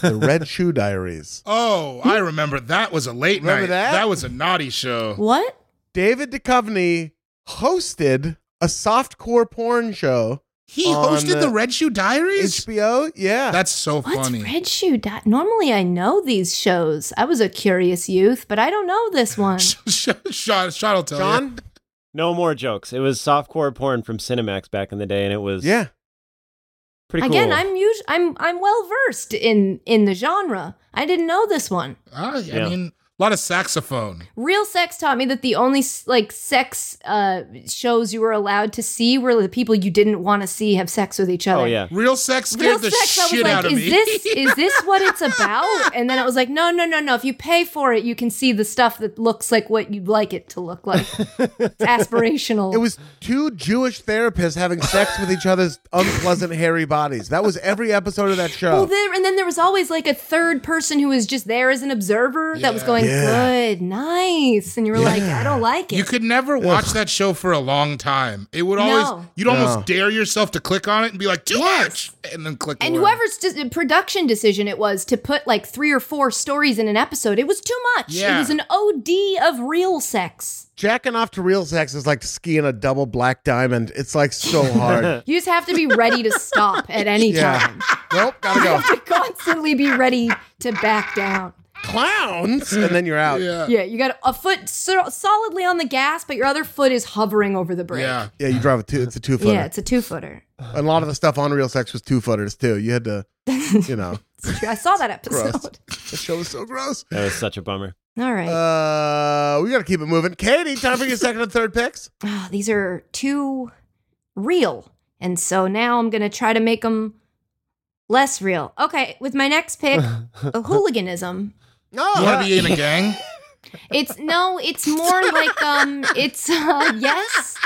B: the Red Shoe Diaries.
C: oh, I remember that was a late
B: Remember
C: night.
B: that?
C: was a naughty show.
D: What?
B: David Duchovny hosted a softcore porn show.
C: He
B: On,
C: hosted
B: uh,
C: the Red Shoe Diaries.
B: HBO, yeah.
C: That's so
D: What's
C: funny. [LAUGHS]
D: Red Shoe? Dot? Normally, I know these shows. I was a curious youth, but I don't know
C: [LAUGHS]
D: this one.
C: Sean, Sean will tell you.
B: John?
E: No more jokes. It was softcore porn from Cinemax back in the day, and it was
B: Yeah.
E: pretty cool.
D: Again, I'm usually I'm I'm well versed in in the genre. I didn't know this one.
C: Ah, I
E: Yeah.
C: mean, a lot of saxophone.
D: Real sex taught me that the only s- like sex uh shows you were allowed to see were the people you didn't want to see have sex with each other.
E: Oh
C: [LAUGHS]
E: yeah.
C: Real sex
D: Real
C: scared the
D: sex, I was
C: shit out
D: like,
C: of
D: is
C: me.
D: this
C: [LAUGHS]
D: is this what it's about? And then I was like, no, no, no, no. If you pay for it, you can see the stuff that looks like what you'd like it to look
C: [LAUGHS]
D: like. It's aspirational.
B: It was two Jewish therapists having sex with each other's unpleasant hairy bodies. That was every episode of that show.
D: Well, there, and then there was always like a third person who was just there as an observer that was
C: Yeah.
D: going,
B: Yeah.
D: good, nice. And you were like, I don't like it.
C: You could never watch that show for a long time. It would always,
D: No.
C: you'd
B: No.
C: almost dare yourself to click on it and be like, too
D: Yes.
C: much. And then click
D: and
C: away.
D: whoever's de- production decision it was to put like three or four stories in an episode, it was too much. It
C: Yeah.
D: was an OD of real sex.
B: Jacking off to real sex is like skiing a double black diamond. It's like so
C: [LAUGHS]
B: hard.
D: You just have to be ready to stop at any
B: Yeah.
D: time.
B: nope, gotta
D: You
B: go.
D: have to constantly be ready to back down.
B: Clowns, and then you're out.
C: Yeah.
D: Yeah, you got a foot so- solidly on the gas, but your other foot is hovering over the brake.
C: Yeah.
B: Yeah, you drive a two. It's a two footer.
D: yeah it's a two footer.
B: a lot of the stuff on Real Sex was two footers too. You had to, you
C: [LAUGHS]
B: know.
D: I saw that episode. [LAUGHS]
B: the show was so gross.
E: That was such a bummer.
D: All right.
B: Uh, we gotta keep it moving. Katie, time for your second and third picks.
D: Ah, these are too real. And so now I'm going to try to make them less real. Okay, with my next
E: [LAUGHS]
D: pick, a hooliganism.
B: No,
C: You want to be in a gang?
D: It's no, it's more like um it's uh, yes,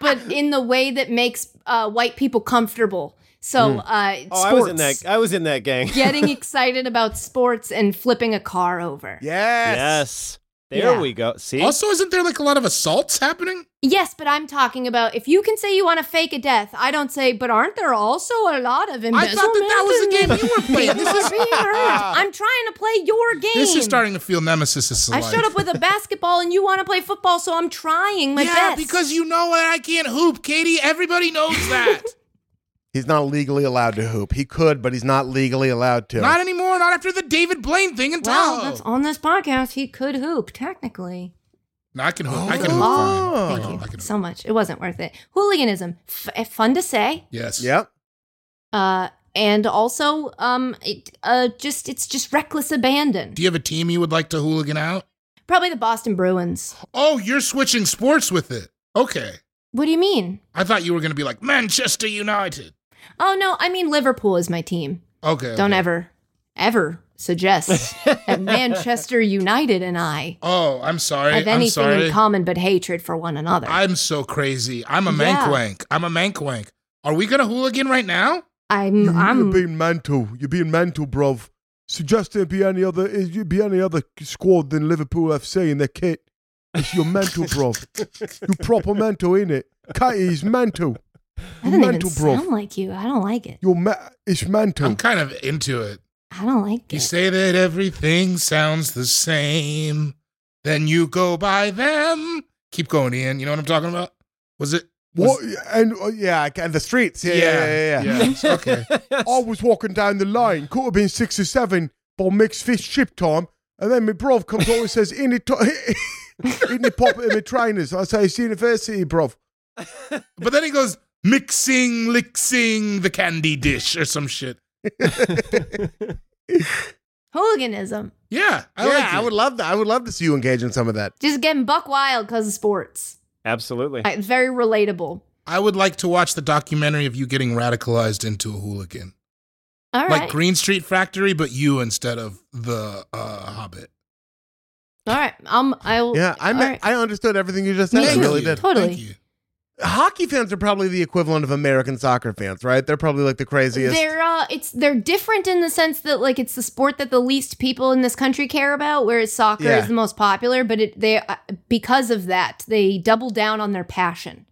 D: but in the way that makes uh, white people comfortable. So uh, sports,
E: Oh, I was in that. I was in that gang. [LAUGHS]
D: getting excited about sports and flipping a car over.
B: Yes.
E: yes. There
D: Yeah.
E: we go. See,
C: Also, isn't there like a lot of assaults happening?
D: Yes, but I'm talking about if you can say you want to fake a death, I don't say, but aren't there also a lot of
C: I
D: embezzlement?
C: thought that that was the game you
D: [LAUGHS]
C: were playing. This is, [LAUGHS]
D: I'm trying to play your game.
C: this is starting to feel nemesis is
D: I
C: life.
D: showed up with
C: [LAUGHS]
D: a basketball and you want to play football, so I'm trying my
C: yeah,
D: best.
C: because you know that I can't hoop, Katie. Everybody knows that.
B: He's not legally allowed to hoop. He could, but he's not legally allowed to.
C: not anymore. Not after the David Blaine thing in
D: well,
C: Tahoe.
D: that's on this podcast. He could hoop, technically.
C: No, I can hoop. I can
D: Oh.
C: hoop. fine. I
B: Thank
C: can,
B: you.
C: I can hoop.
D: So much. It wasn't worth it. Hooliganism, f- eh, fun to say.
C: Yes.
B: yep.
D: Uh, and also, um, it, uh, just it's just reckless abandon.
C: Do you have a team you would like to hooligan out?
D: Probably the Boston Bruins.
C: Oh, you're switching sports with it. Okay.
D: What do you mean?
C: I thought you were going to be like Manchester United.
D: Oh no, I mean Liverpool is my team.
C: Okay.
D: Don't
C: okay.
D: ever, ever suggest
C: [LAUGHS]
D: that Manchester United and I
C: Oh, I'm sorry.
D: have
C: I'm
D: anything
C: sorry.
D: in common but hatred for one another. I,
C: I'm so crazy. I'm a
D: Yeah.
C: mankwank. I'm a mankwank. Are we going to hooligan right now?
D: am Mm, I'm
B: being mental. You're being mental, bruv. Suggest there be any other is you be any other squad than Liverpool FC in their kit. It's your mental, bruv. You proper mental, ain't it? Katie is mental.
D: I don't even
B: mental, bruv.
D: sound like you. I don't like it.
B: You're ma- it's mental.
C: I'm kind of into it.
D: I don't like
C: You
D: it.
C: say that everything sounds the same, then you go by them. Keep going, Ian. You know what I'm talking about? Was it? was-
B: What? And uh, yeah, I ca- and the streets. Yeah, yeah, yeah. yeah, [LAUGHS]
C: yeah. okay.
B: I was walking down the line. Could have been six or seven by mixed fish chip time. And then my bruv comes over and says, "In the to- [LAUGHS] in the pop in the trainers." I say, "It's university, bruv."
C: But then he goes mixing, lixing the candy dish or some shit.
D: Hooliganism.
C: Yeah, I like it.
B: love that. I would love to see you engage in some of that.
D: Just getting buck wild because of sports.
E: [LAUGHS] absolutely.
D: I, very relatable.
C: I would like to watch the documentary of you getting radicalized into a hooligan,
D: All
C: like
D: right.
C: Green Street Factory, but you instead of the uh, Hobbit.
D: All right. Um, I'll.
B: Yeah, I
D: all
B: meant,
D: right.
B: I understood everything you just said.
D: Me
B: I
D: too.
B: really
C: you.
B: did.
D: Totally.
C: Thank you.
B: Hockey fans are probably the equivalent of American soccer fans, right? They're probably like the craziest.
D: They're uh, it's they're different in the sense that like it's the sport that the least people in this country care about, whereas soccer
B: Yeah.
D: is the most popular. But it, they uh, because of that they double down on their passion.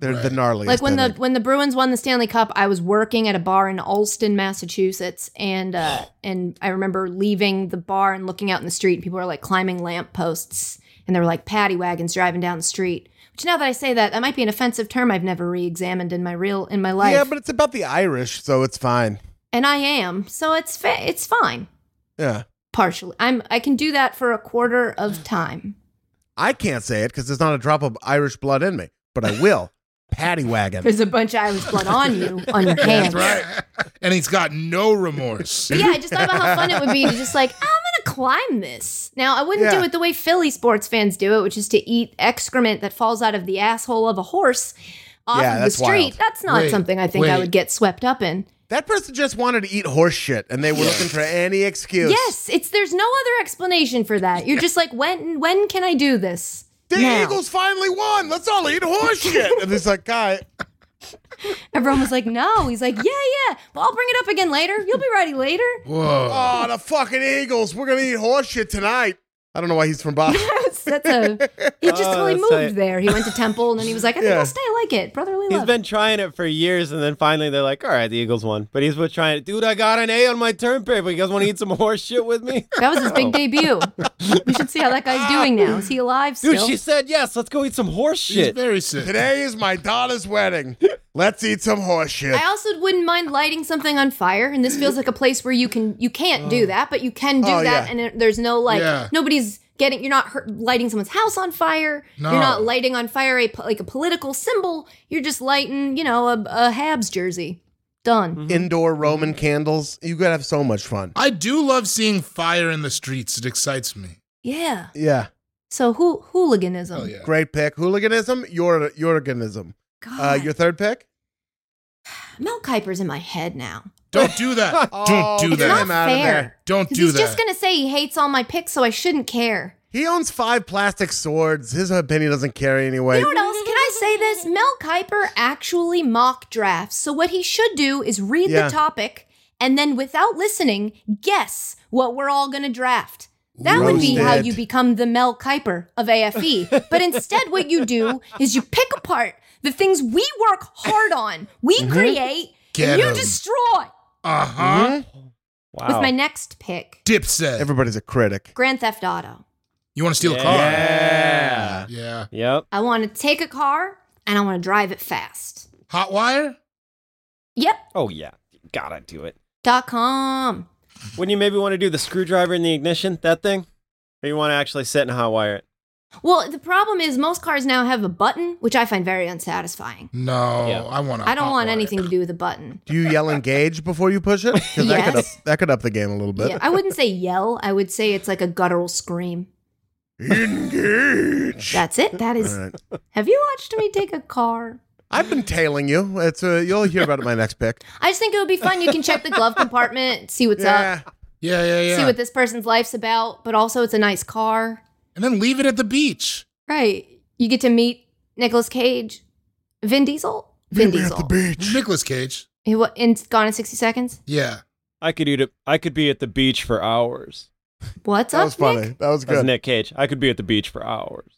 B: They're the gnarliest.
D: like when the
B: I think.
D: when the Bruins won the Stanley Cup, I was working at a bar in Alston, Massachusetts, and
B: [GASPS]
D: uh, and I remember leaving the bar and looking out in the street, and people were like climbing lampposts, and there were like paddy wagons driving down the street. Which now that I say that, that might be an offensive term I've never re-examined in my real in my life.
B: yeah, but it's about the Irish, so it's fine.
D: and I am, so it's fa- it's fine.
B: Yeah,
D: partially i'm i can do that for a quarter of time
B: I can't say it because there's not a drop of Irish blood in me, but I
D: [LAUGHS]
B: will. Paddy wagon.
D: there's a bunch of irish blood on
B: [LAUGHS]
D: you on your hands
C: That's right. and he's got no remorse.
D: But [LAUGHS] yeah i just thought about how fun it would be to just like i'm gonna climb this now i wouldn't do
B: Yeah.
D: it the way philly sports fans do it which is to eat excrement that falls out of the asshole of a horse off of
B: Yeah,
D: the
B: that's
D: street
B: wild.
D: that's not
C: Wait,
D: something i think i
C: wait.
D: would get swept up in
B: That person just wanted to eat horse shit, and they were looking for any excuse.
D: yes it's there's no other explanation for that you're just like when when can i do this
B: the
D: Now.
B: Eagles finally won. Let's all eat horse shit. and it's like, guy,
D: everyone was like no he's like yeah yeah well i'll bring it up again later you'll be ready later
C: Whoa.
B: oh, the fucking Eagles. We're gonna eat horse shit tonight. I don't know why he's
D: [LAUGHS]
B: from Boston.
D: That's- that's a. He just
E: Oh,
D: really
E: that's
D: moved
E: tight.
D: there. He went to Temple, and then he was like, "I think
B: Yeah.
D: I'll stay like it, brotherly
E: He's
D: love."
E: been trying it for years, and then finally they're like, "All right, the Eagles won." But he's been trying it. Dude, I got an A on my term paper. You guys want to eat some [LAUGHS] horse shit
D: [LAUGHS]
E: with me?
D: that was his big debut. We should see how that guy's doing now. Is he alive
E: Dude,
D: still?
E: she said yes. Let's go eat some horse
C: He's
E: shit.
C: very sick.
B: Today is my daughter's wedding. Let's eat some horse shit.
D: I also wouldn't mind lighting something on fire, and this feels like a place where you can you can't do that, but you can do
B: Oh,
D: that,
B: yeah.
D: and it, there's no like
C: Yeah.
D: nobody's getting. You're not hurt, lighting someone's house on fire.
C: No.
D: You're not lighting on fire a po- like a political symbol. You're just lighting, you know, a, a Habs jersey. Done.
B: Indoor Roman candles. You could have so much fun.
C: I do love seeing fire in the streets. It excites me.
D: Yeah.
B: Yeah.
D: So who hooliganism?
C: Hell Oh, yeah.
B: Great pick. Hooliganism, your organism. Uh,
D: God.
B: your third pick?
D: Mel Kiper's in my head now.
C: Don't do that.
B: Oh,
C: Don't do
B: get
D: It's
C: that.
D: not
B: him out of there.
D: fair.
C: Don't
D: 'Cause
C: do
D: he's
C: that.
D: just gonna say he hates all my picks, so I shouldn't care.
B: He owns five plastic swords. His opinion doesn't carry anyway.
D: You know what else? Can I to say this Mel Kiper actually mock drafts. So, what he should do is read
B: Yeah.
D: the topic and then, without listening, guess what we're all going to draft. That would be how
B: Roasted.
D: you become the Mel Kiper of AFE. but instead, what you do is you pick apart the things we work hard on, we create,
C: Get
D: and you
C: 'em.
D: destroy.
C: Uh huh.
B: Mm-hmm.
E: Wow.
D: With my next pick,
C: Dipset.
B: Hmm? Everybody's a critic.
D: Grand Theft Auto.
C: you want to steal a car?
E: Yeah.
C: Yeah.
E: Yep.
D: I want to take a car and I want to drive it fast.
C: Hot wire.
D: Yep.
E: Oh yeah. Gotta do it.
D: Dot com.
E: Wouldn't you maybe want to do the screwdriver in the ignition, that thing? Or you want to actually sit and hot wire it?
D: Well, the problem is most cars now have a button, which I find very unsatisfying.
C: No,
E: Yeah.
C: I want.
D: I don't want anything to do with a button.
C: [LAUGHS]
B: Do you yell engage before you push it? 'Cause that could up
D: Yes.
B: that could up the game a little bit.
D: Yeah, I wouldn't say yell. I would say it's like a guttural scream.
B: Engage.
D: That's it. That is.
B: All right.
D: Have you watched me take a car?
B: I've been tailing you. It's uh, you'll hear about it in my next pick.
D: I just think it would be fun. You can check the glove compartment, see what's up,
C: Yeah, yeah, yeah.
D: see what this person's life's about, but also it's a nice car.
C: and then leave it at the beach.
D: Right. You get to meet Nicolas Cage, Vin Diesel, Vin Diesel.
B: beach.
C: Nicholas Cage.
D: It wa- in Gone in 60 Seconds.
C: Yeah.
E: I could eat it. I could be at the beach for hours.
D: What's
B: That
D: up,
B: was funny.
D: Nick?
B: That was
E: That's
B: good.
E: Nick Cage. I could be at the beach for hours.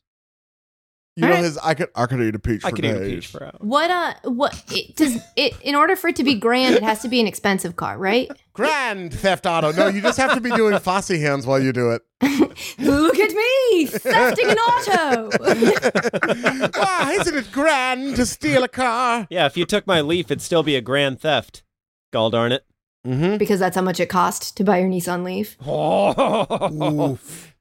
B: You know
D: Alright.
B: his I could I could eat a peach.
E: I
B: for
E: could
B: days.
E: eat a peach for hours.
D: What uh what it does it in order for it to be grand it has to be an expensive car, right?
B: Grand Theft Auto. No, you just have to be doing Fosse hands while you do [LAUGHS] it.
D: [LAUGHS] Look at me, thefting an auto.
B: wow, isn't it grand to steal a car?
E: Yeah, if you took my leaf, it'd still be a grand theft. Gall darn it.
B: Mm-hmm.
D: [LAUGHS] because that's how much it cost to buy your Nissan Leaf.
E: Oh,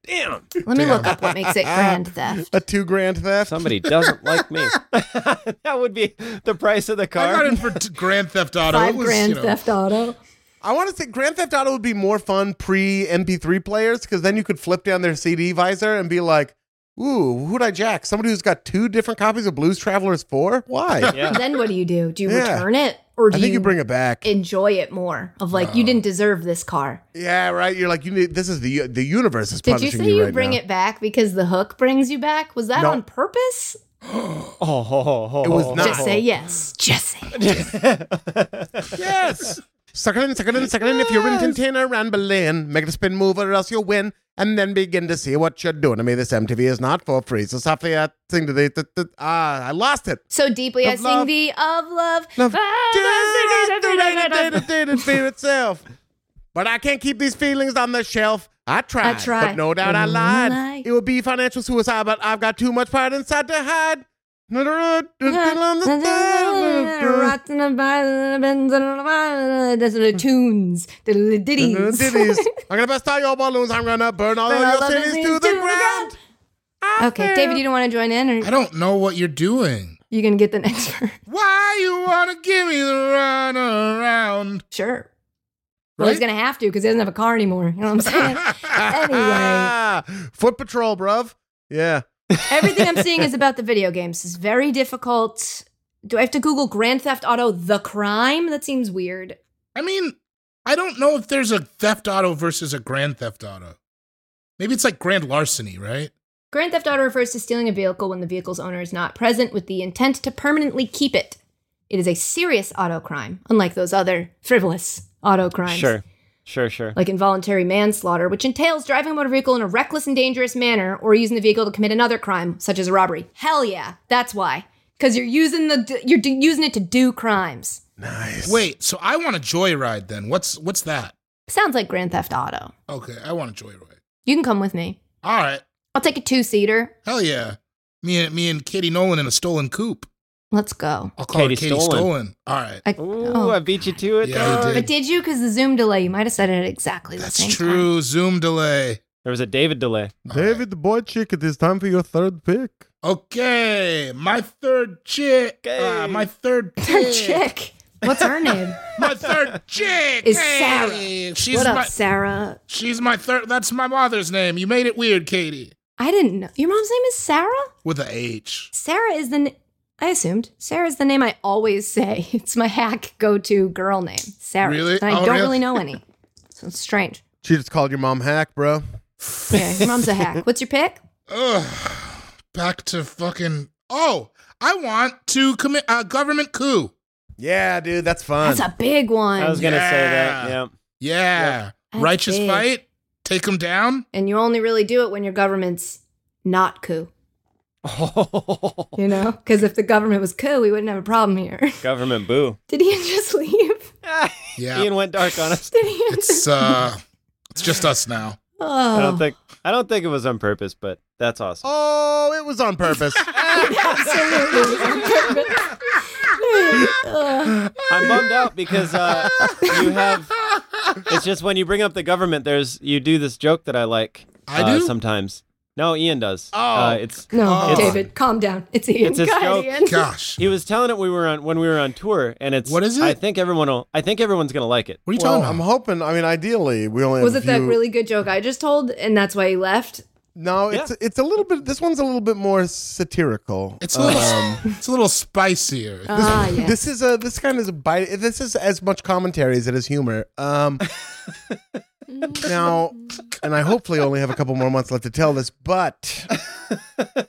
E: damn.
D: Let me look up what makes it grand [LAUGHS] theft.
B: A two grand theft.
E: Somebody doesn't like me. that would be the price of the
C: I got
E: car.
C: in for t- Grand Theft Auto.
D: Five
C: it was,
D: grand
C: you know,
D: theft auto.
B: I want to say Grand Theft Auto would be more fun pre MP3 players because then you could flip down their CD visor and be like, "Ooh, who'd I jack? Somebody who's got two different copies of Blues Travelers Four? Why?"
E: [LAUGHS] Yeah.
D: Then what do you do? Do you
B: Yeah.
D: return it or do
B: I think you bring it back.
D: enjoy it more? Of like you didn't deserve this car.
B: yeah, right. You're like, you need this is the the universe is
D: Did you
B: punishing
D: say you,
B: right
D: bring
B: now.
D: it back because the hook brings you back? Was that
B: No.
D: on purpose?
E: Oh,
B: It was not.
D: Just say yes. Just say it.
B: Yes. Suck it in, suck it in, suck it in. If you're in Tintin around Berlin, make it a spin move or else you'll win. And then begin to see what you're doing to me. This MTV is not for free. So softly I sing to the, the, the ah, I lost it.
D: So deeply I
B: Of
D: sing
B: love.
D: thee of love.
B: Love.
D: I
B: Fear itself. But I can't keep these feelings on the shelf. I tried,
D: tried,
B: but no doubt I
D: but no
B: lied.
D: lie.
B: It would be financial suicide, but I've got too much pride inside to hide.
D: [LAUGHS] Tunes, ditties.
B: Ditties. I'm gonna bust all your balloons. I'm gonna burn all
D: Burn
B: of
D: all
B: your
D: of the
B: cities
D: cities
B: to the
D: to the
B: ground.
D: ground. Okay, David, you don't want to join in,
C: I
D: or
C: don't know what you're doing.
D: you gonna get the [LAUGHS] next one?
C: Why you wanna give me the run around?
D: Sure. Well, he's
C: Right?
D: gonna have to because he doesn't have a car anymore. You know what I'm saying?
B: [LAUGHS]
D: anyway,
B: Ah, Foot patrol, bruv. Yeah.
D: everything I'm seeing is about the video games. It's very difficult. Do I have to Google Grand Theft Auto: The Crime? That seems weird.
C: I mean, I don't know if there's a theft auto versus a grand theft auto. Maybe it's like grand larceny, right?
D: Grand Theft Auto refers to stealing a vehicle when the vehicle's owner is not present with the intent to permanently keep it. It is a serious auto crime, unlike those other frivolous auto crimes.
E: Sure. Sure, sure.
D: Like involuntary manslaughter, which entails driving a motor vehicle in a reckless and dangerous manner or using the vehicle to commit another crime, such as a robbery. Hell yeah, that's why. Because you're using the you're d- using it to do crimes.
B: Nice.
C: Wait, so I want a joyride then. What's what's that?
D: Sounds like Grand Theft Auto.
C: Okay, I want a joyride.
D: You can come with me.
C: All right.
D: I'll take a two seater.
C: Hell yeah. Me and me and Katie Nolan in a stolen coupe.
D: Let's go.
C: I'll call
E: Katie
C: it Katie
E: Stolen.
C: Stolen. All right.
D: I-
E: Ooh,
D: oh,
E: I beat you to it.
C: Yeah, you
E: dog.
C: did.
D: But did you? Because the Zoom delay, you might have said it at exactly the same
C: That's
D: time.
C: true. Zoom delay.
E: There was a David delay.
B: David the boy chick, it is time for your third pick.
C: Okay, my third chick.
E: Okay.
C: Uh,
D: [LAUGHS]
C: my third
D: Her
C: chick.
D: chick. What's her name?
C: My third chick
D: Is
C: hey. [LAUGHS] She's
D: what up,
C: my
D: Sarah?
C: she's my third. That's my mother's name. You made it weird, Katie.
D: I didn't know. Your mom's name is Sarah?
C: With a H.
D: Sarah is the. N- I assumed Sarah is the name I always say. [LAUGHS] It's my hack go-to girl name, Sarah.
C: Really?
D: And I
C: Oh,
D: don't
C: really?
D: really know
C: [LAUGHS]
D: any, so it's strange.
B: She just called your mom hack, bro.
D: Yeah, your mom's a hack. What's your pick?
C: Ugh. Back to fucking Oh, I want to commit a government coup.
B: Yeah, dude, that's fun.
D: That's a big one.
E: I was gonna say that.
C: Yeah.
E: Yeah.
C: Yeah.
D: That's
C: Righteous
D: big.
C: fight. Take
D: [LAUGHS]
C: him down.
D: And you only really do it when your government's not coup,
C: [LAUGHS]
D: you know? Because if the government was coup, we wouldn't have a problem here. [LAUGHS]
E: Government boo.
D: Did Ian just leave? [LAUGHS]
C: Yeah.
E: Ian went dark on us.
D: Did Ian
C: It's uh it's just us now.
D: Oh.
E: I don't think I don't think it was on purpose, but that's awesome.
B: oh, it was
D: [LAUGHS]
B: on purpose.
D: Absolutely. on purpose. Ugh.
C: Oh,
E: I'm bummed out because uh, you have. It's just when you bring up the government, there's you do this joke that I like.
C: I
E: uh,
C: do?
E: sometimes. No, Ian does.
B: Oh.
E: uh, it's
D: no,
C: Oh.
D: David, calm down. It's Ian.
E: It's his
D: God,
E: joke.
D: Ian.
C: Gosh.
E: he was telling it we were on when we were on tour, and it's
C: What is it?
E: I think everyone will. I think everyone's gonna like it.
C: What are you
B: well,
C: talking
B: I'm
C: about?
B: hoping. I mean, ideally, we only
D: Was
B: have
D: it
B: a
D: that
B: few-
D: really good joke I just told, and that's why he left?
B: No, it's it's a little bit. This one's a little bit more satirical.
C: It's a little
B: Um,
C: it's a little spicier.
E: [LAUGHS]
D: Ah, yeah.
B: This is a this kind of is a bite. This is as much commentary as it is humor. Um, now, and I hopefully only have a couple more months left to tell this, but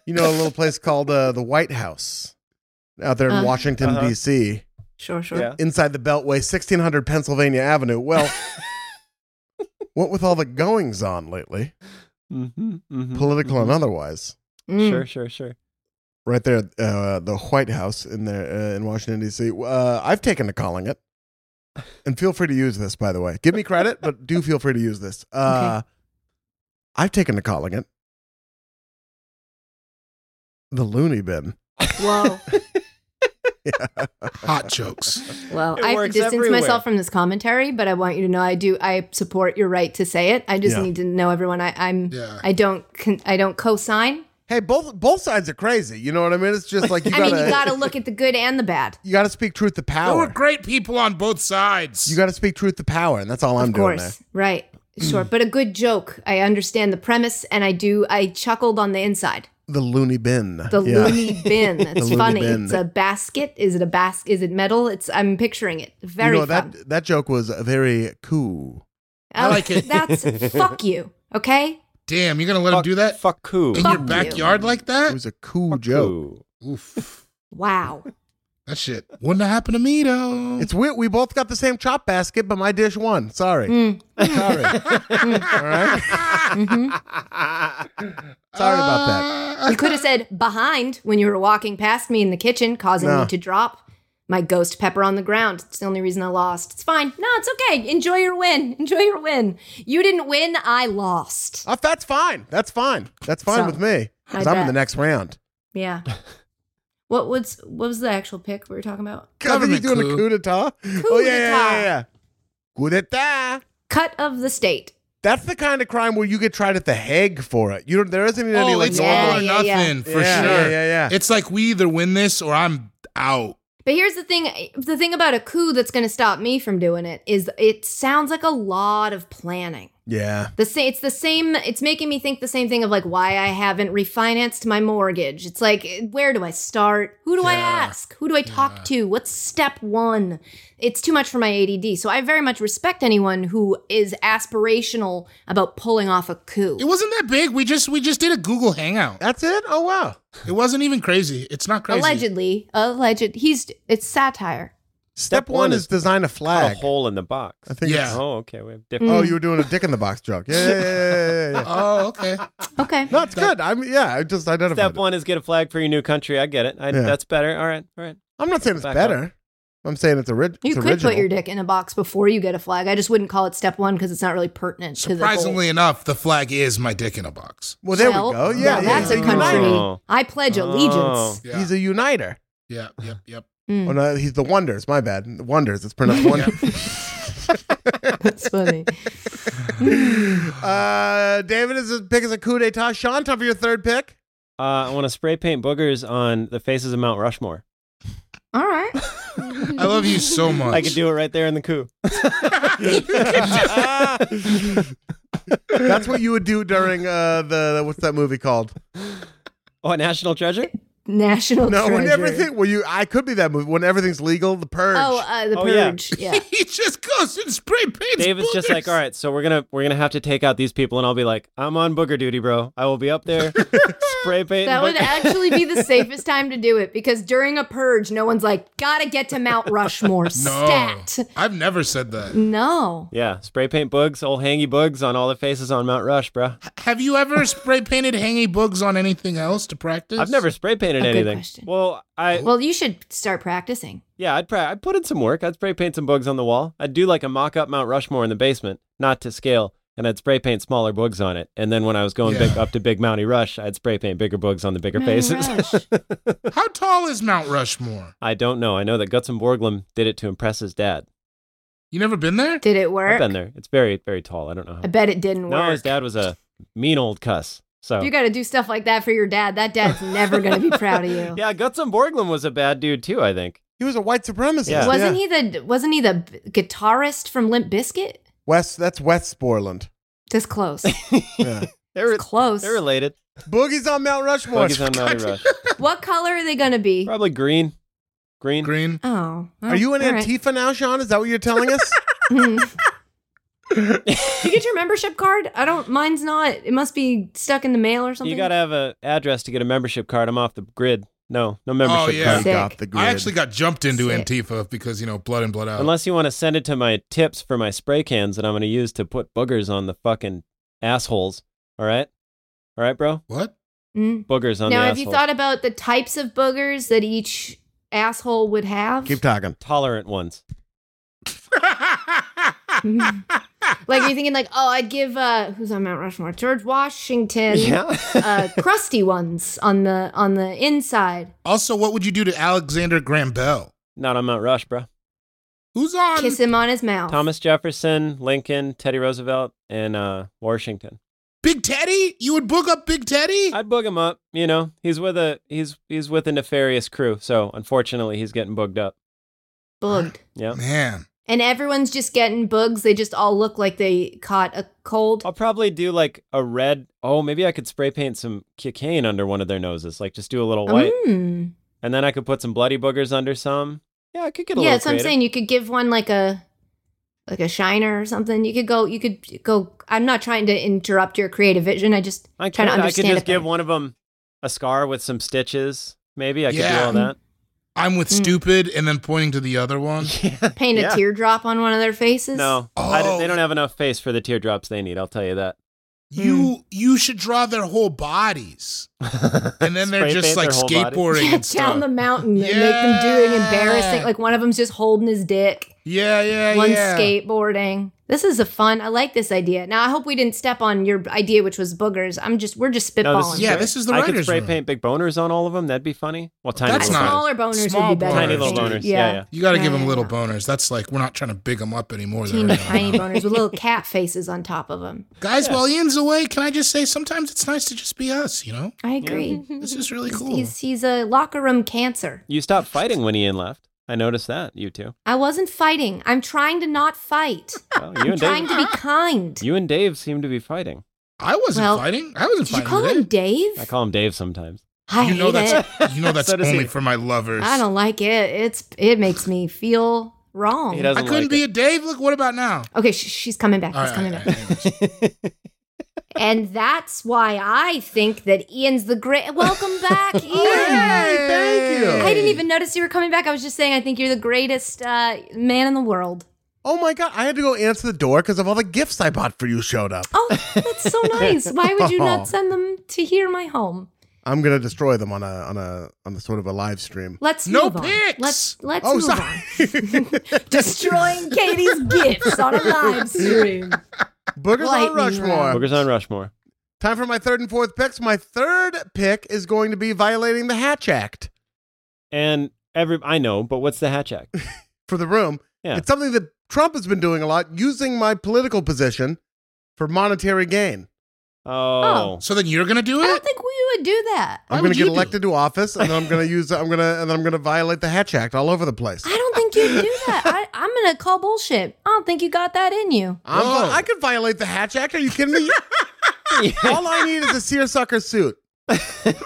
B: you know, a little place called uh, the White House out there in
D: Uh.
B: Washington
E: Uh-huh.
B: D.C.
D: sure, sure.
E: Yeah.
B: inside the Beltway, 1600 Pennsylvania Avenue. Well, what with all the goings on lately,
E: Mm-hmm,
B: political and otherwise,
D: Mm.
E: Sure, sure, sure.
B: right there, at, uh, the White House in there uh, in Washington D.C. Uh, I've taken to
D: [LAUGHS]
B: calling it, and feel free to use this. By the way, give me credit, but do feel free to use this. Uh, I've taken to calling it the loony bin.
E: [LAUGHS]
D: Whoa.
C: Hot jokes.
D: Well,
E: It
D: I have to
E: works
D: distance
E: everywhere.
D: myself from this commentary, but I want you to know I do. I support your right to say it. I just
B: Yeah.
D: need to know everyone. I, I'm.
C: Yeah.
D: I don't. Con- I don't co-sign.
B: Hey, both both sides are crazy. You know what I mean? It's just like you
D: [LAUGHS] I
B: gotta,
D: mean, you got to look at the good and the bad.
B: you gotta speak truth to
C: There
B: power.
C: were great people on both sides.
B: You got to speak truth to power, and that's all I'm
D: of
B: doing Mm.
D: course,
B: there.
D: right? Sure, but a good joke. I understand the premise, and I do. I chuckled on the inside.
B: The loony bin.
D: The
B: [LAUGHS]
D: loony bin. That's
B: loony
D: funny.
B: bin.
D: It's a basket. Is it a basket? Is it metal? It's. I'm picturing it. Very
B: you know,
D: fun. Oh,
B: That, that joke was very cool.
C: I like
B: [LAUGHS]
C: it.
D: That's fuck you. Okay.
C: Damn, you're gonna let him
E: Fuck-
C: Oh, do that
E: Fuck who?
C: in
D: Fuck
C: your
D: you.
C: backyard like
B: It
C: that?
B: was a cool
E: Fuck
B: joke.
E: who.
C: Oof.
D: Wow.
C: That shit wouldn't have happened to me though.
B: It's weird. We both got the same chop basket, but my dish won. Sorry.
D: Mm. [LAUGHS]
B: Sorry. all right.
D: hmm
B: Sorry about that.
D: You could have said behind when you were walking past me in the kitchen, causing
B: Nah.
D: me to drop my ghost pepper on the ground. It's the only reason I lost. It's fine. No, it's okay. Enjoy your win. Enjoy your win. You didn't win. I lost.
B: Uh, that's fine. That's fine. That's fine
D: So,
B: with me. Because
D: I
B: I'm in
D: bet.
B: the next round.
C: [LAUGHS]
D: Yeah. What was what was the actual pick we were talking about?
B: God,
C: Government
B: he's doing a
C: coup.
B: coup d'etat? Oh, yeah, yeah, yeah,
D: d'etat.
B: yeah. Coup d'etat.
D: Cut of the state.
B: That's the kind of crime where you get tried at the Hague for it. You don't, there isn't even any
C: Oh,
B: like
C: it's
D: Yeah,
C: all or
D: yeah, yeah.
C: nothing for
B: Yeah,
C: sure.
B: yeah, yeah, yeah.
C: It's like we either win this or I'm out.
D: But here's the thing the thing about a coup that's going to stop me from doing it is it sounds like a lot of planning.
B: yeah.
D: The same it's the same it's making me think the same thing of like why I haven't refinanced my mortgage. It's like where do I start? Who do I
C: Yeah.
D: ask? Who do I talk to? What's step 1? It's too much for my ADD. So I very much respect anyone who is aspirational about pulling off a coup.
C: It wasn't that big. We just we just did a Google Hangout.
B: That's it? Oh, wow.
C: It wasn't even crazy. It's not crazy.
D: Allegedly, alleged. He's it's satire.
B: Step, one, is design a
E: Cut a
B: flag.
E: hole in the box.
B: I think
C: Yeah.
B: it's-
E: Oh, okay. We have different.
B: Oh,
D: Hmm.
B: you were doing a dick in the box joke. Yeah, yeah, yeah, yeah, yeah, yeah.
C: Oh, okay.
D: Okay.
B: No, it's good. I'm yeah. I just identified.
E: Step
B: it.
E: one is get a flag for your new country. I get it. I,
B: Yeah.
E: That's better. All right. All right.
B: I'm not saying it's
E: Back
B: better. I'm saying it's, ori-
D: You
B: it's
D: could
B: original.
D: put your dick in a box before you get a flag. I just wouldn't call it step one because it's not really pertinent to the whole.
C: Surprisingly enough, the flag is my dick in a box.
B: Well, there
D: Well,
B: we go.
D: now
B: Yeah, yeah,
D: that's
B: he's
D: a country.
B: uniter.
E: Oh.
D: I pledge
E: Oh.
D: allegiance.
C: Yeah.
B: He's a uniter.
C: yeah. Yep. Yep.
D: Mm,
B: Oh [LAUGHS] no, he's the wonders. My bad. The Wonders. It's pronounced wonders.
E: [LAUGHS]
D: that's funny.
B: uh, David is as big as a coup d'état. Sean, time for your third
E: [LAUGHS]
B: pick.
E: Uh, I want to spray paint boogers on the faces of Mount Rushmore.
D: All right.
C: I love you so much.
E: I could do it right there in the coup.
B: That's what you would do during uh, the what's that movie called?
E: Oh, National Treasure?
D: National
B: No,
D: Oh, treasure.
B: when everything. Well, you. I could be that movie when everything's legal. The purge.
D: Oh, uh, the
E: Oh, yeah.
D: purge.
E: [LAUGHS]
D: Yeah.
C: he just goes and spray paints.
E: David's just like,
C: boogers.
B: [LAUGHS]
E: all right, so we're gonna we're gonna have to take out these people, and I'll be like, I'm on booger duty, bro. I will be up there spray paint.
D: That would
E: but-
D: actually be the safest time to do it because during a purge, no one's like, gotta get to
B: [LAUGHS]
D: Mount Rushmore. Stat.
C: I've never said that.
D: No.
E: [LAUGHS] yeah, spray paint bugs, old hangy bugs on all the faces on Mount Rush, bruh.
C: Have you [LAUGHS] ever spray painted hangy bugs on anything else to practice?
E: I've never spray painted
D: A good
E: anything.
D: question.
E: Well, I
D: Well, you should start practicing.
E: yeah, I'd pra- I'd put in some work. I'd spray paint some bugs on the wall. I'd do like a mock-up Mount Rushmore in the basement, not to scale, and I'd spray paint smaller bugs on it. And then when I was going big
C: Yeah.
E: up to Big Mounty Rush, I'd spray paint bigger bugs on the bigger
D: Mounty
E: faces.
D: Rush.
C: How tall is Mount Rushmore?
E: [LAUGHS] I don't know. I know that Gutzon Borglum did it to impress his dad.
C: You never been there?
D: Did it work?
E: I've been there. It's very very tall. I don't know. How.
D: I bet it didn't
E: No,
D: work.
E: his dad was a mean old cuss. So
D: If you gotta do stuff like that for your dad, that dad's never gonna be proud of you.
E: [LAUGHS] yeah, Gutzon Borglum was a bad dude too. I think.
B: He was a white supremacist.
E: Yeah.
D: Wasn't he the wasn't he the b- guitarist from Limp Bizkit?
B: West, that's West Borland.
D: That's
E: [LAUGHS]
D: close.
B: Yeah.
E: They're
D: close.
E: They're related.
B: Boogie's on Mount Rushmore.
E: Buggies on Mounty Rush.
D: what color are they gonna be?
E: Probably green. Green.
C: Green.
D: Oh.
B: Are you an
D: all right.
B: Antifa now, Sean? Is that what you're
D: [LAUGHS]
B: telling us?
E: [LAUGHS]
D: Mm. you get your membership card? I don't. Mine's not. It must be stuck in the mail or something.
E: You gotta have a address to get a membership card. I'm off the grid. No, no membership
C: Oh, yeah.
E: card.
D: Sick.
B: Got the
C: I
B: grid.
C: actually got jumped into
D: Sick.
C: Antifa because, you know, blood in, blood out.
E: Unless you want to send it to my tips for my spray cans that I'm gonna use to put boogers on the fucking assholes. All right, all right, bro.
C: what?
D: Mm.
E: Boogers on
D: Now,
E: the
D: have
E: asshole.
D: you thought about the types of boogers that each asshole would have?
B: Keep talking.
E: Tolerant ones.
D: [LAUGHS] Mm. like, are you thinking like, oh, I'd give uh, who's on Mount Rushmore? George Washington. uh, crusty ones on the on the inside.
C: Also, what would you do to Alexander Graham Bell?
E: [LAUGHS] Not on Mount Rush, bro.
C: Who's on?
D: Kiss him on his mouth.
E: Thomas Jefferson, Lincoln, Teddy Roosevelt, and uh, Washington.
C: Big Teddy? You would book up Big Teddy?
E: I'd boog him up. You know, he's with a he's he's with a nefarious crew. So unfortunately, he's getting booged up.
D: Bugged.
E: Yeah.
C: Man.
D: And everyone's just getting bugs. They just all look like they caught a cold.
E: I'll probably do like a red. Oh, maybe I could spray paint some cocaine under one of their noses. Like just do a little Oh, white,
D: Mm.
E: and then I could put some bloody boogers under some. Yeah, I could get a
D: yeah,
E: little.
D: that's what I'm
E: creative.
D: saying. You could give one like a like a shiner or something. You could go. You could go. I'm not trying to interrupt your creative vision. I just
E: I could.
D: trying to
E: I could
D: understand.
E: just
D: it
E: give
D: better.
E: one of them a scar with some stitches. Maybe I could
C: Yeah.
E: do all that.
C: I'm with
D: Mm.
C: stupid and then pointing to the other one.
D: Paint
E: Yeah.
D: a teardrop on one of their faces.
E: No, I d-
C: Oh.
E: they don't have enough face for the teardrops they need. I'll tell you that. Hmm.
C: You you should draw their
E: [LAUGHS]
C: whole bodies. And then they're
E: Spray paint
C: just
E: their
C: like
E: whole body.
C: skateboarding
D: Yeah,
C: and
D: down
C: stuff.
D: the mountain and make them do an embarrassing.
C: Yeah.
D: Like one of them's just holding his dick.
C: yeah, yeah,
D: one
C: yeah.
D: skateboarding. This is a fun. I like this idea. Now I hope we didn't step on your idea, which was boogers. I'm just we're just spitballing.
E: No, this is
C: Yeah,
E: great.
C: this is the
E: I could
C: writer's
E: spray
C: room.
E: paint big boners on all of them. That'd be funny. Well, tiny
C: That's
E: little
C: not-
D: smaller
E: boners.
D: boners
C: Small
D: would be better.
E: tiny
C: boners.
E: little
D: I
E: boners.
D: think.
E: Yeah, yeah.
C: You got to
D: Yeah,
C: give them
D: yeah,
C: little
D: yeah.
C: boners. That's like we're not trying to big them up anymore. They're
D: Teeny
C: already on. [LAUGHS]
D: tiny boners with little cat faces on top of them.
C: Guys, while Ian's away, can I just say sometimes it's nice to just be us, you know?
D: I agree.
C: This is really cool.
D: Mm-hmm. He's he's a locker room cancer.
E: You stopped fighting when Ian left. I noticed that
D: [LAUGHS]
E: you two.
D: I wasn't fighting. I'm trying to not fight.
E: Well, you
D: I'm
E: and
D: trying
E: Dave.
D: to be kind.
E: You and Dave seem to be fighting.
C: I wasn't
D: Well,
C: fighting. I wasn't
D: Did you
C: fighting.
D: call
C: today.
D: him Dave?
E: I call him
D: [LAUGHS]
E: Dave sometimes.
D: I
C: you know
D: hate it.
C: that's [LAUGHS] you know that's
E: So does he.
C: only for my lovers.
D: I don't like it. It's it makes me feel wrong.
E: He doesn't
C: I couldn't
E: like
C: be
E: it.
C: a Dave. Look, what about now?
D: Okay, sh- she's coming back. She's
C: All right,
D: coming
C: all
D: back.
C: right, all right.
D: And that's why I think that Ian's the great. Welcome
C: [LAUGHS]
D: back, Ian.
B: thank you.
D: I didn't even notice you were coming back. I was just saying I think you're the greatest uh, man in the world.
B: Oh my God. I had to go answer the door because of all the gifts I bought for you showed up.
D: Oh, that's
C: [LAUGHS]
D: so nice. Why would you not send them to hear my home?
B: I'm going to destroy them on a, on a, on a sort of a live stream.
D: Let's
C: No
D: move
C: pics.
D: on. Let's let's
B: Oh,
D: move
B: sorry.
C: [LAUGHS]
D: on. [LAUGHS]
B: [LAUGHS]
D: Destroying Katie's gifts on a live stream.
B: Boogers
D: Lightning
B: on Rushmore.
D: round.
E: Boogers on Rushmore.
B: Time for my third and fourth picks. My third pick is going to be violating the Hatch Act
E: And every I know, but what's the
D: [LAUGHS]
E: hatch act?
B: for the room.
E: Yeah.
B: It's something that Trump has been doing a lot, using my political position for monetary gain.
E: Oh,
C: So then you're gonna do
D: I don't
C: it?
D: think we would do that.
C: Why
B: I'm going
C: would
B: to
C: you
B: get
C: do
B: elected to office, and then I'm going to use. I'm going to and then I'm going to violate the Hatch Act all over the place.
D: I don't think you'd do that. I, I'm gonna call bullshit. I don't think you got that in you.
B: I'm,
C: Whoa.
B: I could violate the Hatch Act. Are you kidding
C: [LAUGHS]
B: me?
D: Oh. [LAUGHS]
B: all I need is a seersucker suit.
D: I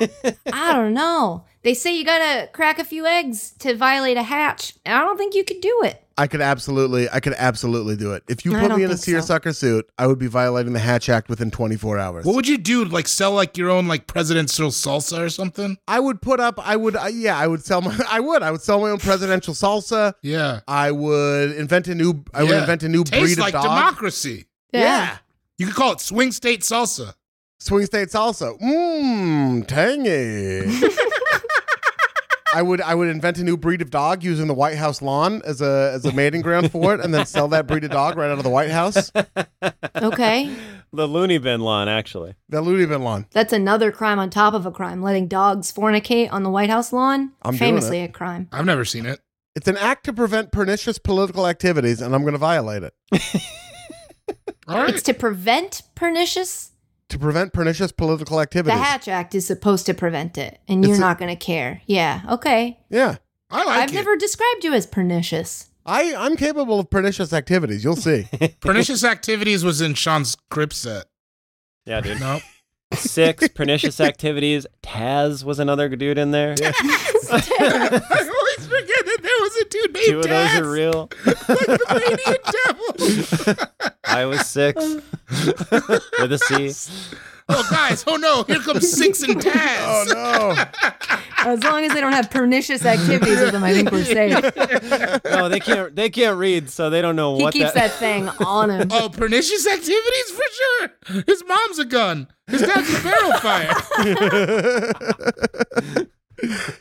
D: don't know. They say you gotta crack a few eggs to violate a hatch, and I don't think you could do it.
B: I could absolutely, I could absolutely do it. If you
D: I
B: put
D: don't
B: me in a
D: think so.
B: seersucker suit, I would be violating the Hatch Act within 24 hours.
C: What would you do? Like sell like your own like presidential salsa or something?
B: I would put up. I would. I yeah. I would sell my. [LAUGHS] I would. I would sell my own presidential salsa.
C: Yeah.
B: I would invent a new. I would
C: Yeah.
B: invent a new
C: Tastes
B: breed
C: like
B: of dog.
C: democracy.
B: Yeah.
C: You could call it swing state salsa.
B: Swing state salsa. Mmm, tangy. I would I would invent a new breed of dog using the White House lawn as a as a mating ground for it, and then sell that breed of dog right out of the White House.
D: [LAUGHS] Okay.
E: The loony bin lawn, actually.
B: The Louis Vuitton lawn.
D: That's another crime on top of a crime. Letting dogs fornicate on the White House lawn.
B: I'm doing
D: famously a crime.
C: I've never seen it.
B: It's an act to prevent pernicious political activities, and I'm going to violate it.
C: All right.
D: It's to prevent pernicious.
B: To prevent pernicious political
D: The
B: activities.
D: Hatch Act is supposed to prevent it, and you're
B: It's a-
D: not going to care. Yeah. Okay.
B: Yeah.
C: I like
D: I've
C: it.
D: never described you as pernicious.
B: I, I'm capable of pernicious activities.
D: [LAUGHS]
B: You'll see.
C: Pernicious activities was in Sean's grip set.
E: Yeah, dude.
C: No.
E: Six pernicious activities. Taz was another dude in there.
C: [LAUGHS] I always forget that there was a dude named
E: Two of those
C: Taz,
E: are real.
C: like the Radiant Devil. [LAUGHS]
E: I
D: [LAUGHS]
E: was six with a C.
C: Oh, guys! Oh no! Here comes Six [LAUGHS] and Taz.
B: Oh, no.
D: as long as they don't have pernicious activities with them, I think we're safe.
B: [LAUGHS]
E: No, they can't. They can't read, so they don't know
D: He
E: what
D: keeps that thing on him.
C: Oh, pernicious activities for sure. His mom's a gun. His dad's a barrel [LAUGHS] fire.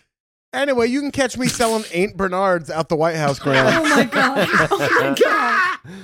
B: Anyway, you can catch me selling Ain't Bernards out the White House ground.
D: Oh my god. [LAUGHS] Oh my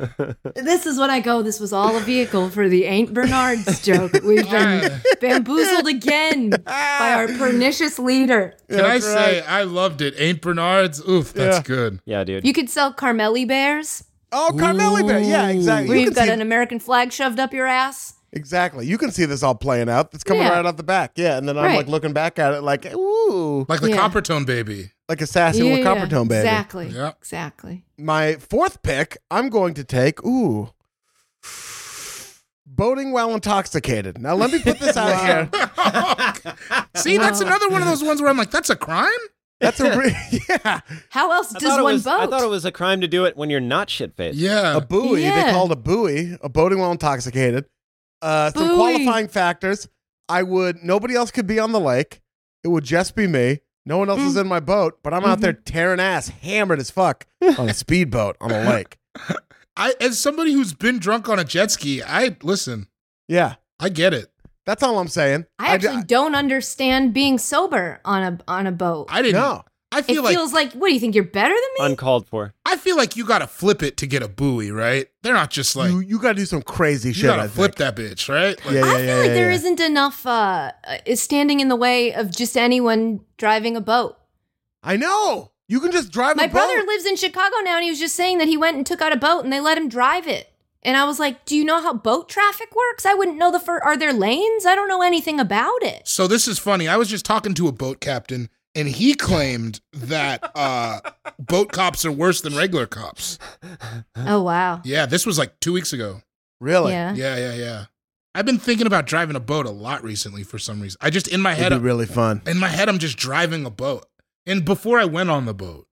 D: god. this is when I go, this was all a vehicle for the Ain't Bernard's joke. We've been bamboozled again by [LAUGHS] our pernicious leader.
C: Can I say I loved it? Ain't Bernard's? Oof, that's
B: Yeah.
C: good.
E: [LAUGHS] Yeah, dude.
D: You could sell Carmeli bears
B: Oh, Carmeli Bear. Yeah, exactly.
D: where
B: You
D: you've
B: can
D: got
B: see,
D: an American flag shoved up your ass.
B: exactly. You can see this all playing out. It's coming
D: Yeah.
B: right out the back. Yeah, and then I'm
D: Right.
B: like looking back at it like, ooh,
C: Like the
D: Yeah.
C: Coppertone baby. [LAUGHS]
B: like a sassy little Coppertone baby.
D: Exactly.
C: Yeah.
D: Exactly.
B: My fourth pick, I'm going to take, ooh, boating while intoxicated. Now, let me put
D: [LAUGHS]
B: this out here.
C: Oh, [LAUGHS] See, that's another one of those ones where I'm like, that's a crime.
B: That's a re- [LAUGHS] yeah,
D: How else
E: I
D: does
E: thought, it
D: one
E: was,
D: boat?
E: I thought it was a crime to do it when you're not shit faced.
C: Yeah.
B: a buoy. They
D: Uh, Yeah.
B: called a buoy, a boating while intoxicated. Uh, some
D: Buoy.
B: qualifying factors. I would. Nobody else could be on the lake. It would just be me. No one else
D: Mm.
B: is in my boat, but I'm out there
D: Mm-hmm.
B: tearing ass, hammered as fuck
D: [LAUGHS]
B: on a speedboat on a lake.
C: I, as somebody who's been drunk on a jet ski, I listen.
B: Yeah,
C: I get it.
B: that's all I'm saying.
D: I
B: d-
D: actually don't understand being sober on a on a boat.
C: I didn't.
B: no.
C: I
D: it
C: feel like
D: feels like what do you think? You're better than me?
E: Uncalled for.
C: I feel like you got to flip it to get a buoy, right? They're not just like
B: you
C: you,
B: you got to do some crazy shit.
C: got
B: I
C: to flip
B: think.
C: that bitch, right? Like,
B: Yeah, yeah,
D: I feel
B: yeah,
D: like
B: yeah,
D: there
B: yeah.
D: not enough uh, uh, standing in the way of just anyone driving a boat.
B: I know. You can just drive.
D: My
B: a
D: brother
B: boat.
D: lives in Chicago now, and he was just saying that he went and took out a boat, and they let him drive it. And I was like, "Do you know how boat traffic works? I wouldn't know the fir- are there lanes? I don't know anything about
B: [GASPS]
D: it."
C: So this is funny. I was just talking to a boat captain, and he claimed that
D: [LAUGHS]
C: uh, boat cops are worse than regular cops.
D: Oh wow,
C: Yeah, this was like two weeks ago.
B: Really?
D: yeah.
C: Yeah, yeah, yeah. I've been thinking about driving a boat a lot recently for some reason. I just in my
B: It'd
C: head,
B: be really fun.
C: in my head, I'm just driving a boat. And before I went on the boat,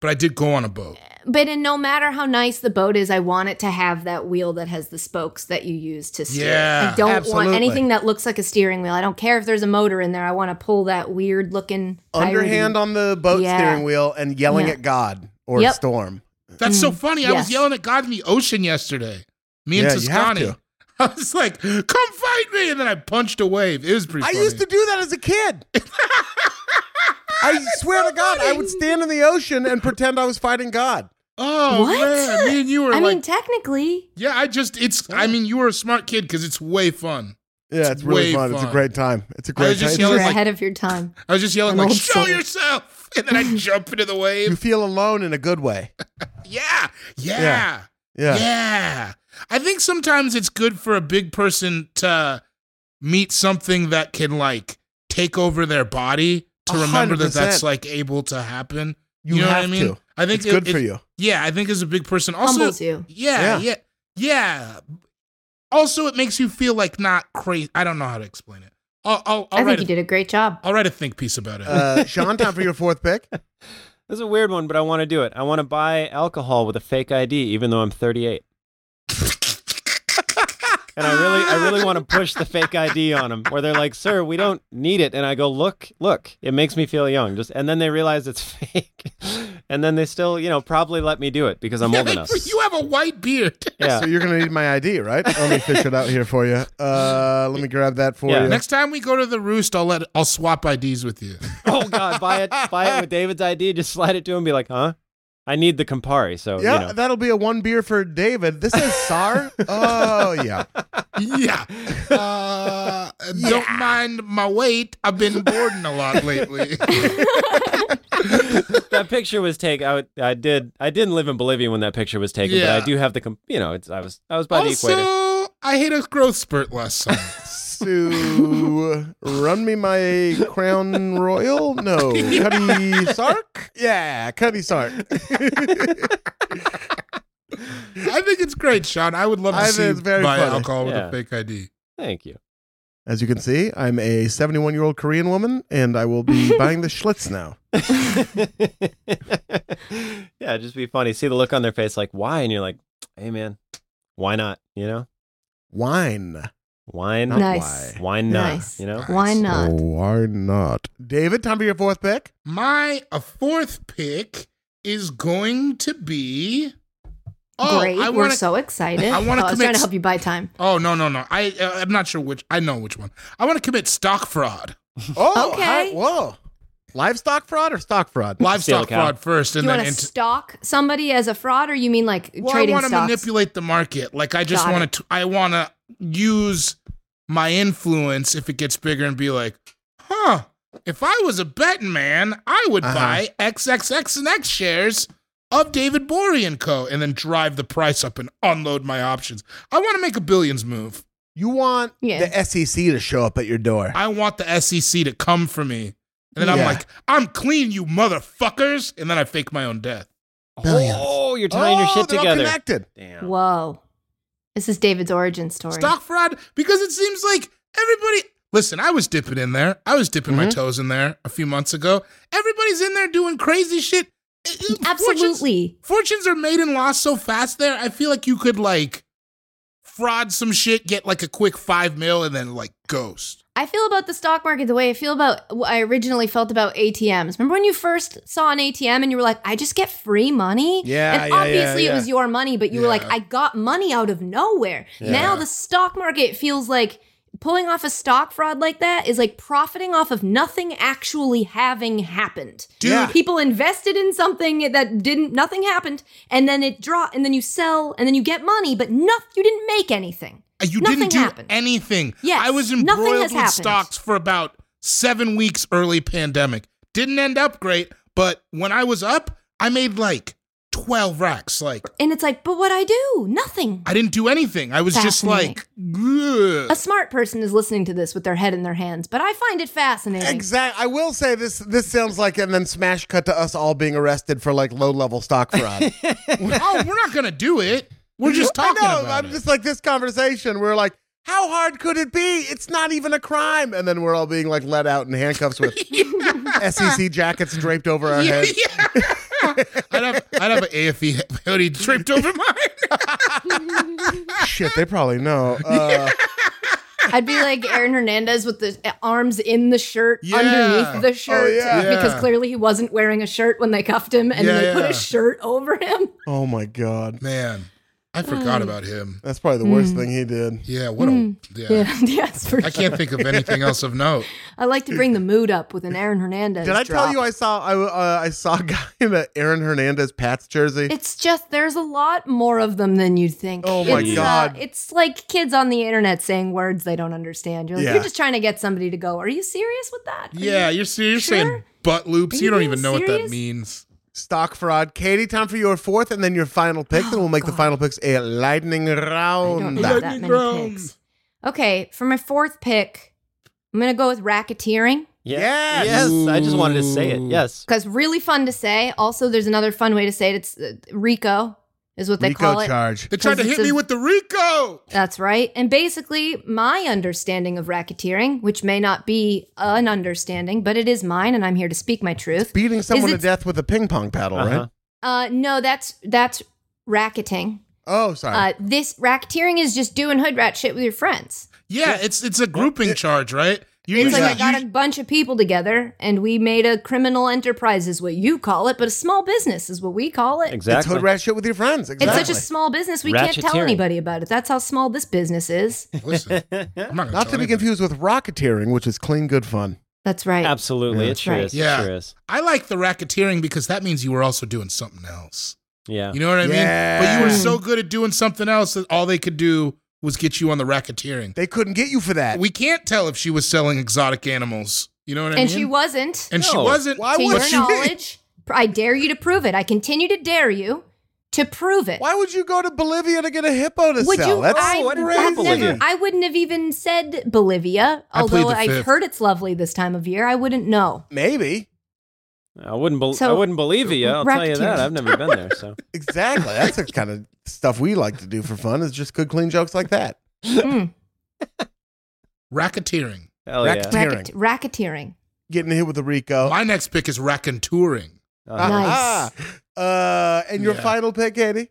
C: but I did go on a boat.
D: But and no matter how nice the boat is, I want it to have that wheel that has the spokes that you use to steer.
C: Yeah,
D: I don't
B: absolutely.
D: want anything that looks like a steering wheel. I don't care if there's a motor in there. I want to pull that weird looking
B: Underhand on the boat
D: Yeah.
B: steering wheel and yelling
D: Yeah.
B: at God or a
D: Yep.
B: storm.
C: That's so
D: Mm,
C: funny. I was
D: yes.
C: yelling at God in the ocean yesterday. Me and
B: Yeah, you have
C: Toscani.
B: to.
C: [LAUGHS] I was like, "Come fight me!" And then I punched a wave. It was pretty.
B: I
C: funny.
B: used to do that as a
C: [LAUGHS]
B: kid. I swear to God, I would stand in the ocean and pretend I was fighting God.
C: Oh
D: What?
C: man, me and you were
D: I
C: like,
D: mean, technically,
C: yeah. I just, it's. I mean, you were a smart kid because it's way fun.
B: Yeah, it's, really
C: way
B: fun. It's a
C: fun.
B: great time. It's a
C: I
B: great
C: was just
B: time.
C: yelling-
D: you're
C: like-
D: ahead of your time.
C: I was just yelling
D: An
C: like,
D: old
C: "Show
D: soul.
C: yourself!" [LAUGHS] And then I jump into the
B: you
C: wave.
B: feel alone in a good way.
C: Yeah, yeah, yeah,
B: Yeah. Yeah.
C: I think sometimes it's good for a big person to meet something that can like take over their body to
B: A
C: remember that
B: hundred
C: that's
B: percent.
C: like able to happen.
B: You,
C: know
B: have
C: what I mean?
B: to.
C: I think
B: It's
C: it-
B: good for
C: it- [LAUGHS]
B: you.
C: Yeah, I think as a big person, [LAUGHS] also
D: Humbles you.
B: Yeah.
C: Yeah, yeah, yeah. Also, it makes you feel like not crazy. I don't know how to explain it. I'll, I'll, I'll
D: I
C: write.
D: think
C: A,
D: you did a great job.
C: [LAUGHS] I'll write a think piece about it.
B: Uh, Sean, time for your fourth pick.
E: This is a weird one, but I want to do it. I want to buy alcohol with a fake ID, even though I'm 38. and I really, I really want to push the fake ID on them, where they're like, "Sir, we don't need it." And I go, "Look, look, it makes me feel young." Just, and then they realize it's [LAUGHS] fake, and then they still, you know, probably let me do it because I'm
C: Yeah,
E: old
C: they-
E: enough.
C: You have a white beard.
E: yeah.
B: So you're gonna need my ID, right? Let me fish it out here for you. Uh, let me grab that for
E: Yeah.
B: you.
C: Next time we go to the roost, I'll let I'll swap IDs with you.
E: [LAUGHS] oh God, buy it, buy it with David's ID. Just slide it to him. and Be like, "Huh? I need the Campari." So
B: yeah,
E: you know.
B: that'll be a one beer for David. This is
C: [LAUGHS]
B: Sar. oh yeah.
C: yeah. [LAUGHS] Uh, Don't mind my weight. I've been boarding a lot
B: [LAUGHS]
C: lately.
E: that picture was taken. I, would- I did. I didn't live in Bolivia when that picture was taken,
C: Yeah.
E: but I do have the. com- You know, it's. I was. I was by
C: also,
E: the equator.
C: I hate a growth spurt last summer.
B: So run me my crown royal. No,
E: [LAUGHS]
B: Cuddy Sark. Yeah, Cuddy Sark.
C: I think it's great, Sean. I would love to
B: I think
C: see
B: it's very
C: buy
B: funny.
C: alcohol with
E: Yeah.
C: a fake ID.
E: Thank you. [LAUGHS]
B: As you can see, I'm a 71 year old Korean woman, and I will
E: [LAUGHS]
B: be buying the Schlitz now.
E: yeah, just be funny. See the look on their face, like why, and you're like, hey man, why not? You know,
B: Wine.
E: why
B: Not
E: not?
D: Nice.
E: Why not?
D: Nice.
E: You know.
D: Why not?
B: Why not? David, time for your fourth pick.
C: My a fourth pick is going to be. Oh,
D: Great.
C: I
D: We're
C: wanna,
D: so excited.
C: [LAUGHS] I wanna
D: oh, I was trying
C: commit-
D: to help you buy time.
C: Oh no no no! I uh, I'm not sure which. I know which one. I want to commit stock fraud,
B: Oh,
D: Okay.
B: hi- whoa. Livestock fraud or stock fraud?
C: livestock
E: cow.
C: fraud first,
D: Do
C: and
D: you want
C: then
D: to
C: into.
D: stalk somebody as a fraud, or you mean like
C: Well, I
D: trading
C: want to
D: stocks?
C: manipulate the market. Like I just
D: Got
C: want to. I want to use my influence if it gets bigger and be like, huh? If I was a betting man, I would
B: Uh-huh.
C: buy XXX and X shares of David Bory and Co. and then drive the price up and unload my options. I want to make a billions move.
B: You want
D: Yeah.
B: the SEC to show up at your door.
C: I want the SEC to come for me. And then I'm
B: Yeah.
C: like, I'm clean, you motherfuckers. And then I fake my own death.
B: Billions.
E: Oh, you're tying your
B: Oh,
E: shit
B: they're all
E: together.
B: connected.
E: Damn.
D: Whoa. This is David's origin story.
C: Stock fraud because it seems like everybody. Listen, I was dipping in there. I was dipping my
D: Mm-hmm.
B: Mhm.
C: toes in there a few months ago. Everybody's in there doing crazy shit. Fortunes,
D: Absolutely.
C: fortunes are made and lost so fast there. I feel like you could like fraud some shit, get like a quick five mil, and then like ghost.
D: I feel about the stock market the way I feel about what I originally felt about ATMs. Remember when you first saw an ATM and you were like, I just get free money?
B: Yeah,
D: And
B: yeah, yeah,
D: obviously
B: yeah.
D: it was your money, but you were
C: Yeah.
D: like, I got money out of nowhere. Now the stock market feels like pulling off a stock fraud like that is like profiting off of nothing actually having happened.
C: Dude.
B: Yeah.
D: People invested in something that didn't nothing happened and then it dropped and then you sell and then you get money, but nothing you didn't make anything.
C: Uh, You
D: Nothing
C: didn't do
D: happened.
C: anything.
D: Yes,
C: I was
D: nothing has
C: embroiled with
D: happened.
C: stocks for about seven weeks early pandemic. Didn't end up great, but when I was up, I made like 12 racks. Like,
D: And it's like, but what I do? Nothing.
C: I didn't do anything. I was just like, "Ugh."
D: [LAUGHS] A smart person is listening to this with their head in their hands, but I find it fascinating.
B: Exact. I will say this. This sounds like, and then smash cut to us all being arrested for like low level
C: [LAUGHS]
B: stock fraud.
C: oh, we're not going to do it.
D: [LAUGHS]
C: We're just talking
B: I know.
C: about
B: I'm
C: it.
B: just like this conversation. We're like, how hard could it be? It's not even a crime. And then we're all being like let out in handcuffs
C: [LAUGHS]
B: with SEC jackets draped over our
C: [LAUGHS] yeah,
B: heads.
C: [LAUGHS] yeah. [LAUGHS] I'd, have, I'd have an AFE E hoodie draped over [LAUGHS] mine.
B: Shit, they probably know. Uh,
D: I'd be
B: [LAUGHS]
D: like Aaron Hernandez with the uh, arms in the shirt
C: Yeah.
D: underneath the shirt
B: Oh, yeah.
D: because
C: Yeah.
D: clearly he wasn't wearing a shirt when they cuffed him and
C: Yeah,
D: they put
C: yeah.
D: a shirt over him.
B: Oh my god,
C: Man, I forgot about him.
B: that's probably the
C: Hmm.
B: worst thing he did.
C: Yeah, what a. Yeah.
D: Mm. Yeah, [LAUGHS] yes, for sure.
C: I can't think of anything else of note.
D: I like to bring the mood up with an Aaron Hernandez.
B: Did I tell
D: drop.
B: you I saw I uh, I saw a guy in a Aaron Hernandez Pats jersey?
D: It's just there's a lot more of them than you'd think.
B: Oh my
D: It's, uh,
B: God.
D: it's like kids on the internet saying words they don't understand. You're like,
B: Yeah.
D: you're just trying to get somebody to go. Are you serious with that? Are you
C: [LAUGHS] Yeah, you're, se- you're
D: Sure?
C: saying butt loops.
D: Are
C: You,
D: you
C: don't
D: being
C: even know what that
D: serious?
C: means.
B: Stock fraud. Katie, time for your fourth and then your final pick. then we'll make the final picks a lightning
D: Oh, I don't
B: round.
D: have
C: Lightning
D: that many
C: round.
D: picks. Okay, for my fourth pick, I'm gonna go with racketeering
E: Yeah.
B: Yes.
E: Yes. I just wanted to say it. Yes.
D: because really fun to say. Also, there's another fun way to say it. It's uh, RICO, is what they call it.
B: charge.
C: They tried to
D: 'Cause
C: hit
D: it's a-
C: me with the Rico.
D: That's right. And basically, my understanding of racketeering, which may not be an understanding, but it is mine, and I'm here to speak my truth.
B: Beating someone to
D: it-
B: death with a ping pong paddle, right?
E: Uh-huh.
D: Uh, no, that's that's racketing.
B: Oh,
D: Uh,
B: sorry.
D: this racketeering is just doing hood rat shit with your friends.
C: Yeah, it's it's a grouping charge, right? You
D: It's like I
C: you-
D: got a bunch of people together, and we made a criminal enterprise, is what you call it, but a small business is what we call it.
B: it's
E: Exactly.
B: hood rat shit with your friends. Exactly.
D: It's such a small business, we can't tell
E: Ratcheteering.
D: anybody about it. That's how small this business is.
C: Listen, I'm not, gonna
B: Not to
C: tell
B: be
C: anybody.
B: confused with rocketeering, which is clean, good fun.
D: That's right.
E: Absolutely. It
D: That's
E: sure
D: right.
E: is.
C: Yeah.
E: It sure is.
C: I like the racketeering because that means you were also doing something else.
E: Yeah.
C: You know what I mean? But you
B: Yeah.
C: were so good at doing something else that all they could do was get you on the racketeering.
B: They couldn't get you for that.
C: We can't tell if she was selling exotic animals. You know what I
D: and
C: mean?
D: she wasn't.
C: And she
E: No.
C: wasn't. [LAUGHS]
B: Why
D: to
B: would
D: your
B: she?
D: knowledge, I dare you to prove it. I continue to dare you to prove it.
B: Why would you go to Bolivia to get a hippo to
D: Would
B: sell?
D: you?
B: That's
D: I,
E: what
D: I've
B: crazy.
D: never, I wouldn't have even said Bolivia,
C: I plead
D: although
C: the
D: I've
C: fifth.
D: heard it's lovely this time of year. I wouldn't know.
B: Maybe.
E: I wouldn't. Be- I
D: So-
E: wouldn't believe you. I'll tell you that.
D: Racketeering.
E: I've never been there. So
B: Exactly. That's the kind of stuff we like to do for fun is just good, clean jokes like that.
D: Mm.
C: Racketeering.
E: hell yeah.
D: Racket, racketeering.
B: Getting hit with a Rico.
C: My next pick is racontouring.
E: Uh-huh.
D: Nice.
B: Uh, and your
C: Yeah.
B: final pick, Katie?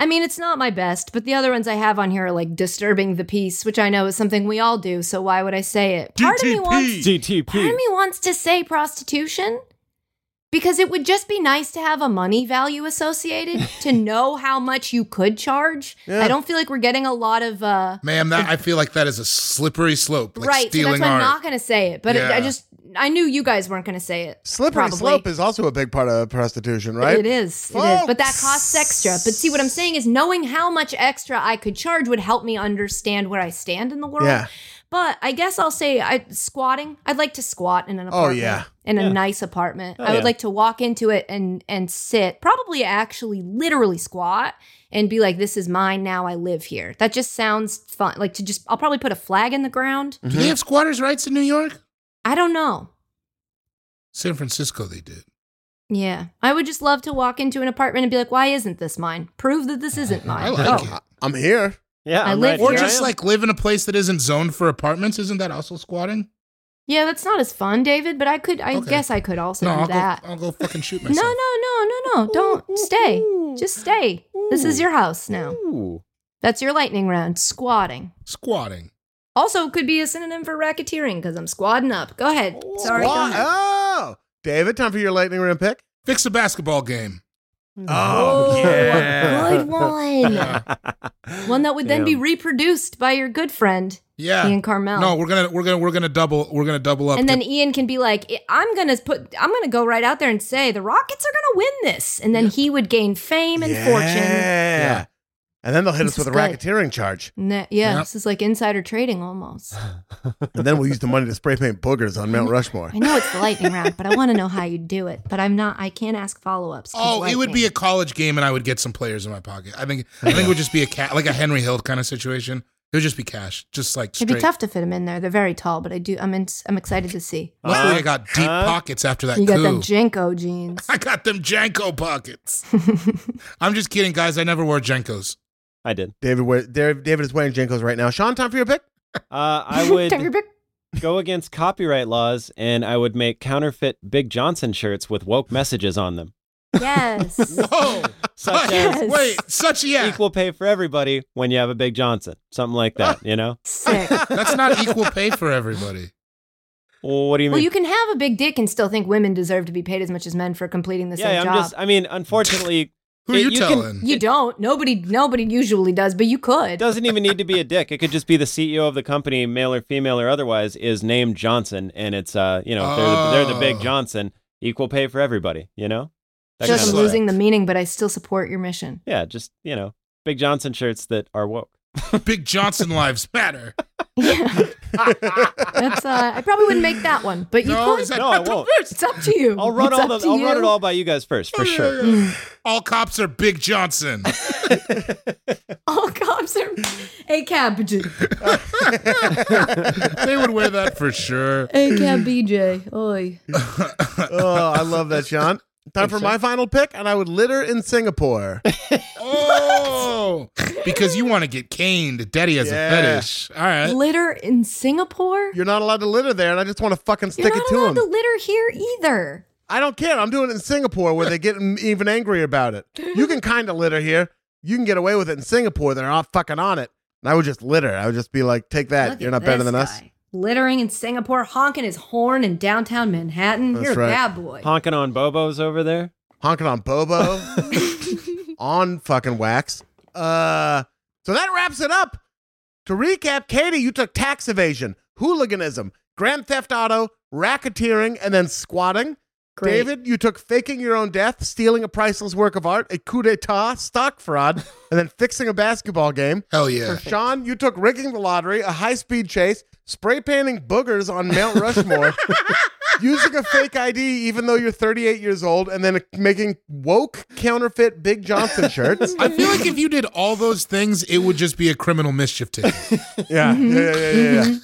D: I mean, it's not my best, but the other ones I have on here are like disturbing the peace, which I know is something we all do. So why would I say it? Part of me wants Part
E: DTP.
D: of me wants to say prostitution because it would just be nice to have a money value
C: [LAUGHS]
D: associated to know how much you could charge.
B: Yeah.
D: I don't feel like we're getting a lot of uh
C: Ma'am, that I feel like that is a slippery slope. Like
D: right. So
C: stealing
D: that's why I'm
C: art.
D: not going to say it. But it-
C: Yeah.
D: I just I knew you guys weren't going to say it.
B: Slippery
D: Probably.
B: slope is also a big part of prostitution, right?
D: It is. It is. But that
B: Folks.
D: costs extra. But see what I'm saying is knowing how much extra I could charge would help me understand where I stand in the world.
B: Yeah.
D: But I guess I'll say I squatting. I'd like to squat in an
B: Oh,
D: apartment.
B: yeah.
D: In a
E: Yeah.
D: nice apartment.
E: Oh,
D: I would
E: yeah.
D: like to walk into it and and sit, probably actually literally squat and be like, this is mine now. I live here. That just sounds fun. Like to just I'll probably put a flag in the ground.
C: Do they have squatters' rights in New York?
D: I don't know.
C: San Francisco, they did.
D: Yeah. I would just love to walk into an apartment and be like, why isn't this mine? Prove that this
B: [LAUGHS]
D: isn't mine.
C: I like
D: Oh.
C: it.
B: I'm here.
E: Yeah.
D: I
E: I'm
D: live
E: right
C: Or
D: Here
E: here.
C: just
E: I am.
C: like live in a place that isn't zoned for apartments. Isn't that also squatting?
D: Yeah, that's not as fun, David, but I could I
C: Okay.
D: guess I could also
C: no,
D: do
C: I'll
D: that.
C: go. I'll go fucking shoot
D: No,
C: myself.
D: no, no, no, no. Don't stay. Just stay. This is your house now.
E: Ooh.
D: That's your lightning round. Squatting.
C: Squatting.
D: Also, could be a synonym for racketeering because I'm squadding up. Go ahead. Sorry. go
B: Squat-
D: ahead.
B: Oh, David, time for your lightning round pick.
C: Fix a basketball game.
D: Oh,
E: yeah.
D: Good
E: [LAUGHS]
D: one. one that would then
E: Yeah.
D: be reproduced by your good friend
C: Yeah.
D: Ian Carmel.
C: No, we're gonna we're gonna we're gonna double we're gonna double up.
D: and then
C: to-
D: Ian can be like, "I- "I'm gonna put, I'm gonna go right out there and say the Rockets are gonna win this," and then he would gain fame and
B: yeah.
D: fortune.
C: Yeah.
B: And then they'll hit
D: This
B: us with a
D: is good.
B: racketeering charge.
D: Ne- yeah,
C: Yep.
D: this is like insider trading
C: [SIGHS]
D: almost.
B: And then we'll use the money to spray paint boogers on Mount Rushmore.
D: [LAUGHS] I know it's the lightning round, but I want to know how you do it. But I'm not. I can't ask follow ups.
C: oh, it would be a college game, and I would get some players in my pocket. I think I think it would just be a cat like a Henry Hill kind of situation. It would just be cash, just like
D: It'd
C: straight.
D: be tough to fit them in there. They're very tall, but I do. I'm. In, I'm excited to see.
C: Luckily,
E: Huh?
C: I got deep
E: Huh?
C: pockets after that
D: You got
C: coup.
D: them Jenko jeans.
C: [LAUGHS] I got them
D: [LAUGHS]
C: Janko pockets. I'm just kidding, guys. I never
E: [LAUGHS]
C: wore Jankos.
E: I did.
B: David, wear, Dave- David is wearing Jenkos right now. Sean, time for your pick.
E: Uh,
C: [LAUGHS]
E: I
D: Take your
E: would
D: pick.
E: go against copyright laws, and I would make counterfeit Big Johnson shirts with woke messages on them, [LAUGHS]
D: Yes.
C: Whoa! [LAUGHS]
E: such
D: Yes.
E: as
C: Oh, Wait, such yeah.
E: equal pay for everybody when you have a Big Johnson, something like
C: [LAUGHS]
E: that. You know? [LAUGHS]
D: Sick.
C: [LAUGHS] That's not equal pay for everybody.
E: Well, what do you
D: Well,
E: mean?
D: you can have a big dick and still think women deserve to be paid as much as men for completing the
E: yeah,
D: same
E: I'm
D: job.
E: just. I mean, unfortunately,
C: Who are you,
E: You can-
C: telling?
E: [LAUGHS]
D: you don't. Nobody. Nobody usually does, but you
E: It
D: could.
E: doesn't even need to be a dick. It could just be the CEO of the company, male or female or otherwise, is named Johnson, and it's uh, you know, they're the, they're the
C: Oh.
E: big Johnson, equal pay for everybody. You know, that
D: Just
E: kind of
D: I'm
C: sucks.
D: losing the meaning, but I still support your mission. [LAUGHS]
E: yeah, just you know, big Johnson shirts that are woke.
C: Big Johnson lives matter.
E: [LAUGHS]
D: Yeah. That's uh I probably wouldn't make that one, but you
C: No,
D: could.
C: is that
E: No, I
C: not the
E: won't.
C: first?
D: it's up to you.
E: I'll
D: Mm,
E: run
D: It's
E: all
D: up
E: the,
D: to
E: I'll
D: you.
E: run it all by you guys first for sure.
C: All cops are Big Johnson.
D: All cops are a cabbage.
C: they would wear that for sure.
D: A cab BJ. Oi.
B: Oh, I love that, Sean. Time for my final pick, and I would litter
D: [LAUGHS]
B: in Singapore.
C: Oh, because you want to get caned. Daddy has
B: Yeah.
C: a fetish. All right.
D: Litter in Singapore?
B: You're not allowed to litter there, and I just want to fucking
D: You're
B: stick
D: not
B: it to
D: allowed
B: them.
D: to litter here either.
B: I don't care. I'm doing it in Singapore where they get m- [LAUGHS] even angrier about it. You can kind of litter here. You can get away with it in Singapore. They're not fucking on it. And I would just litter. I would just be like, take that.
D: Look
B: You're
D: at
B: not better
D: this
B: than us.
D: guy. Littering in Singapore, honking his horn in downtown Manhattan.
B: That's
D: You're
B: right.
D: a bad boy.
E: honking on Bobos over there.
B: Honking
D: [LAUGHS]
B: on Bobo, [LAUGHS] on fucking wax. Uh, so that wraps it up. To recap, Katie, you took tax evasion, hooliganism, grand theft auto, racketeering, and then squatting.
D: Great.
B: David, you took faking your own death, stealing a priceless work of art, a coup d'etat, stock fraud, [LAUGHS] and then fixing a basketball game.
C: Hell yeah.
D: Perfect.
B: Sean, you took rigging the lottery, a high speed chase, spray painting boogers
D: [LAUGHS]
B: on Mount Rushmore, using a fake ID even though you're 38 years old, and then making woke counterfeit Big
D: [LAUGHS]
B: Johnson shirts.
C: I feel like if you did all those things, it would just be a criminal mischief ticket.
B: yeah, yeah, yeah, yeah, yeah, yeah.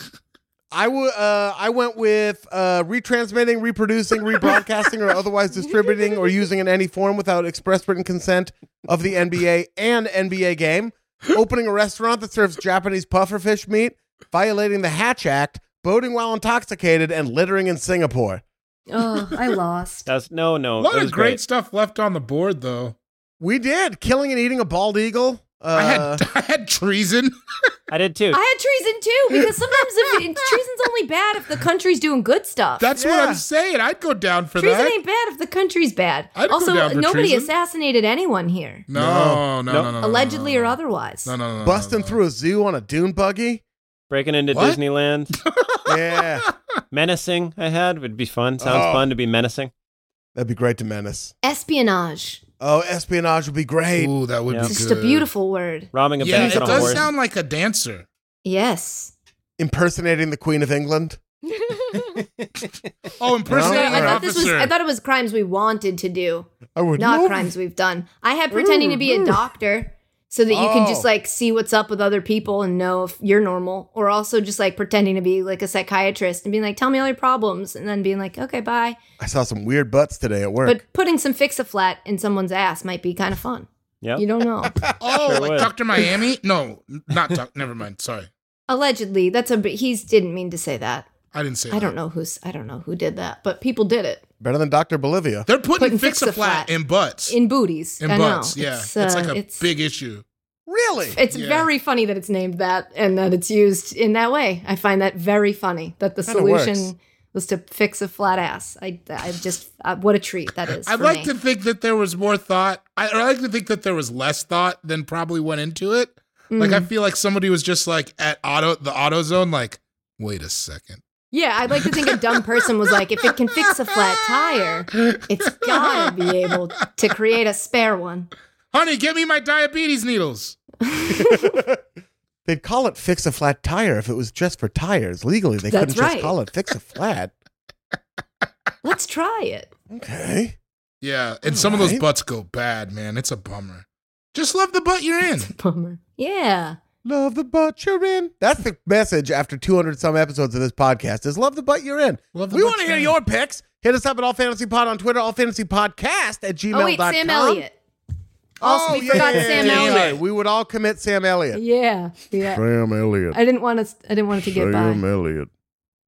B: I would. Uh, I went with uh, retransmitting, reproducing, rebroadcasting, or otherwise distributing or using in any form without express written consent of the NBA and NBA game. Opening a restaurant that serves Japanese pufferfish meat, violating the Hatch Act, boating while intoxicated, and littering in Singapore.
D: [LAUGHS] oh, I
E: [LAUGHS]
D: lost.
E: That's no, no.
C: A
E: it
C: lot
E: was
C: of great stuff left on the board, though.
B: We did killing and eating a bald eagle. Uh,
C: I had [LAUGHS] I had treason.
E: I did too.
D: I had treason too, because sometimes if, it- [LAUGHS] treason's only bad if the country's doing good stuff.
C: That's
B: Yeah.
C: what I'm saying. I'd go down for
D: treason
C: that.
D: ain't bad if the country's bad.
C: I'd go
D: also,
C: down for
D: nobody
C: treason.
D: assassinated anyone here,
C: No, no, no,
E: Nope.
C: no, no, no.
D: allegedly
C: no,
D: or
C: no.
D: otherwise.
C: No, no, no. no,
B: busting
C: no, no.
B: through a zoo on a dune buggy.
E: Breaking into
C: What?
E: Disneyland,
C: [LAUGHS]
B: Yeah,
E: menacing. I had would be fun. Sounds
B: Oh.
E: fun to be menacing.
B: that'd be great to menace.
D: Espionage.
B: Oh, espionage would be great.
C: Ooh, that would
E: Yeah.
C: be
D: It's just
C: Oh, good.
D: a beautiful word.
E: Robbing a
C: Yeah,
E: bank
C: it
E: on a
C: does
E: horse.
C: sound like a dancer.
D: Yes.
B: impersonating the Queen of England.
C: Oh,
B: No?
C: impersonating
D: I
C: an
D: thought this was
C: officer.
D: I thought it was crimes we wanted to do,
B: I would
D: not
B: love-
D: crimes we've done. I had pretending to be a doctor so that you can just
B: Oh.
D: like see what's up with other people and know if you're normal or also just like pretending to be like a psychiatrist and being like tell me all your problems and then being like okay bye.
B: I saw some weird butts today at work.
D: But putting some fix-a-flat in someone's ass might be kind of fun.
E: Yep.
D: You don't
C: [LAUGHS]
D: know.
C: oh,
E: Sure
C: like
E: would.
C: Dr. Miami? No, not Dr. Never mind. Sorry.
D: Allegedly, that's a but he's didn't mean to say that.
C: I didn't say
D: I
C: that.
D: don't know who's I don't know who did that, but people did it
B: Better than Dr. Bolivia.
C: They're putting,
D: Putting
C: fix-a-flat
D: Fix-a-Flat
C: in butts.
D: in booties.
C: in
D: I know.
C: butts, yeah. It's,
D: uh,
C: like a big issue.
B: Really?
D: It's
C: Yeah.
D: very funny that it's named that and that it's used in that way. I find that very funny that the
B: Kinda works.
D: solution was to fix a flat ass. I, I just, uh, what a treat that is.
C: I'd
D: for
C: like
D: me.
C: to think that there was more thought. I, I like to think that there was less thought than probably went into it. Like
D: Mm.
C: I feel like somebody was just like at auto the auto zone, like, wait a second.
D: Yeah, I'd like to think a dumb person was like, if it can fix a flat tire, it's gotta be able to create a spare one.
C: Honey, get me my diabetes needles.
B: They'd call it fix a flat tire if it was just for tires. Legally, they
D: That's
B: couldn't just
D: right.
B: call it fix a flat.
D: Let's try it.
B: Okay.
C: Yeah. And some of those
B: Alright.
C: butts go bad, man. It's a bummer. Just love the butt you're in.
D: It's a bummer. Yeah.
B: Love the butt you're in. That's the message after 200 some episodes of this podcast is love the butt you're in.
C: Love the
B: we
C: butt
B: want to
C: you're
B: hear
C: in.
B: your picks. Hit us up at All Fantasy Pod on Twitter, All Fantasy Podcast at gmail.com.
D: Oh, wait, Sam Elliott. Also, we forgot Sam
C: yeah, yeah.
D: Elliott.
B: We would all commit Sam Elliott.
D: Yeah. Yeah.
B: Sam Elliott.
D: I didn't want to, I didn't want it to get by.
B: Elliott.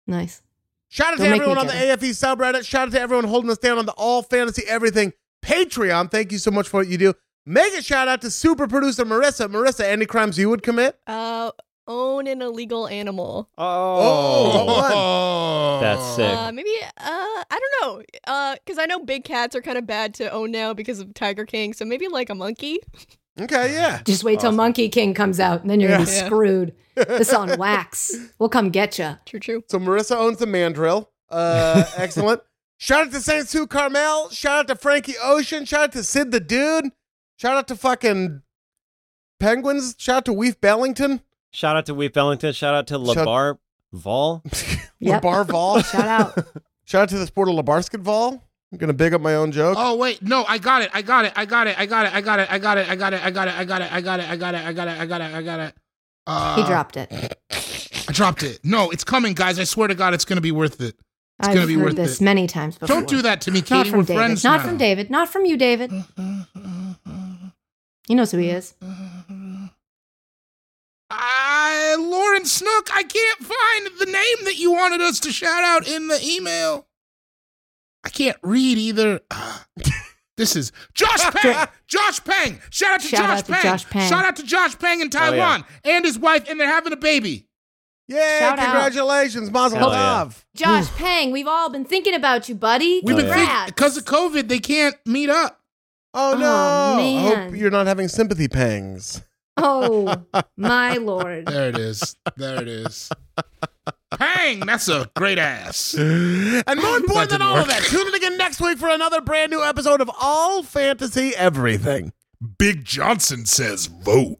D: Nice.
B: Shout out
D: Don't
B: to
D: make me
B: everyone on the AFE subreddit. Shout out to everyone holding us down on the All Fantasy Everything Patreon. Thank you so much for what you do. Mega shout out to super producer Marissa. Marissa, any crimes you would commit?
F: Uh, own an illegal animal.
E: Oh,
C: Oh.
E: That's sick.
F: Uh, maybe uh, I don't know. Uh, because I know big cats are kind of bad to own now because of Tiger King. So maybe like a monkey.
B: Okay, yeah.
D: Just wait till Monkey King comes out, and then you're gonna be
F: Yeah.
D: screwed.
B: [LAUGHS]
D: This on wax. We'll come get you.
F: True, true.
B: So Marissa owns the mandrill. Uh,
D: [LAUGHS]
B: excellent. Shout out to Saint Sue Carmel. Shout out to Frankie Ocean. Shout out to Sid the Dude. Shout out to fucking Penguins. Shout out to Weef Bellington.
E: shout out to Weep Ellington. Shout out to
B: Shout-
E: Labar Vol.
D: Yep.
B: LeBar
D: [LAUGHS]
B: Vol.
D: Shout out.
B: Shout out to the sport of LeBasketball. I'm going to big up my own joke.
C: Oh wait, no, I got it. I got it. I got it. I got it. I got it. I got it. I got it. I got it. I got it. I got it. I got it. I got it. I got it. I got it. Uh,
D: He dropped it.
C: I dropped it. No, it's coming, guys. I swear to God, it's gonna be worth it. It's
D: I've
C: gonna be
D: heard
C: worth
D: this
C: it.
D: many times before.
C: Don't do that to me, Katie.
D: Not from
C: We're
D: David.
C: friends
D: not
C: now.
D: from David. Not from you, David. He knows who he is.
C: I, Lauren Snook, I can't find the name that you wanted us to shout out in the email. I can't read either. [SIGHS] Ah. this is [LAUGHS] Josh Pang. Josh Pang. Shout out to,
D: Shout
C: Josh,
D: out to
C: Pang.
D: Josh Pang.
C: Shout out to Josh Pang in
E: yeah.
C: Taiwan and his wife, and they're having a baby.
B: Yeah,
D: Shout out.
B: congratulations, Mazel
E: Hell yeah.
B: Tov.
D: Josh Pang, we've all been thinking about you, buddy.
C: We've been
E: yeah.
C: thinking
D: Congrats.
C: because of COVID, they can't meet up.
B: Oh,
D: Oh,
B: no. I hope
D: man.
B: you're not having sympathy pangs.
D: [LAUGHS] Oh my lord.
C: There it is. There it [LAUGHS] is. Pang, that's a great ass.
B: And more important than
C: didn't
B: all of
C: work.
B: that, tune in again next week for another brand new episode of All Fantasy Everything.
C: Big Johnson says vote.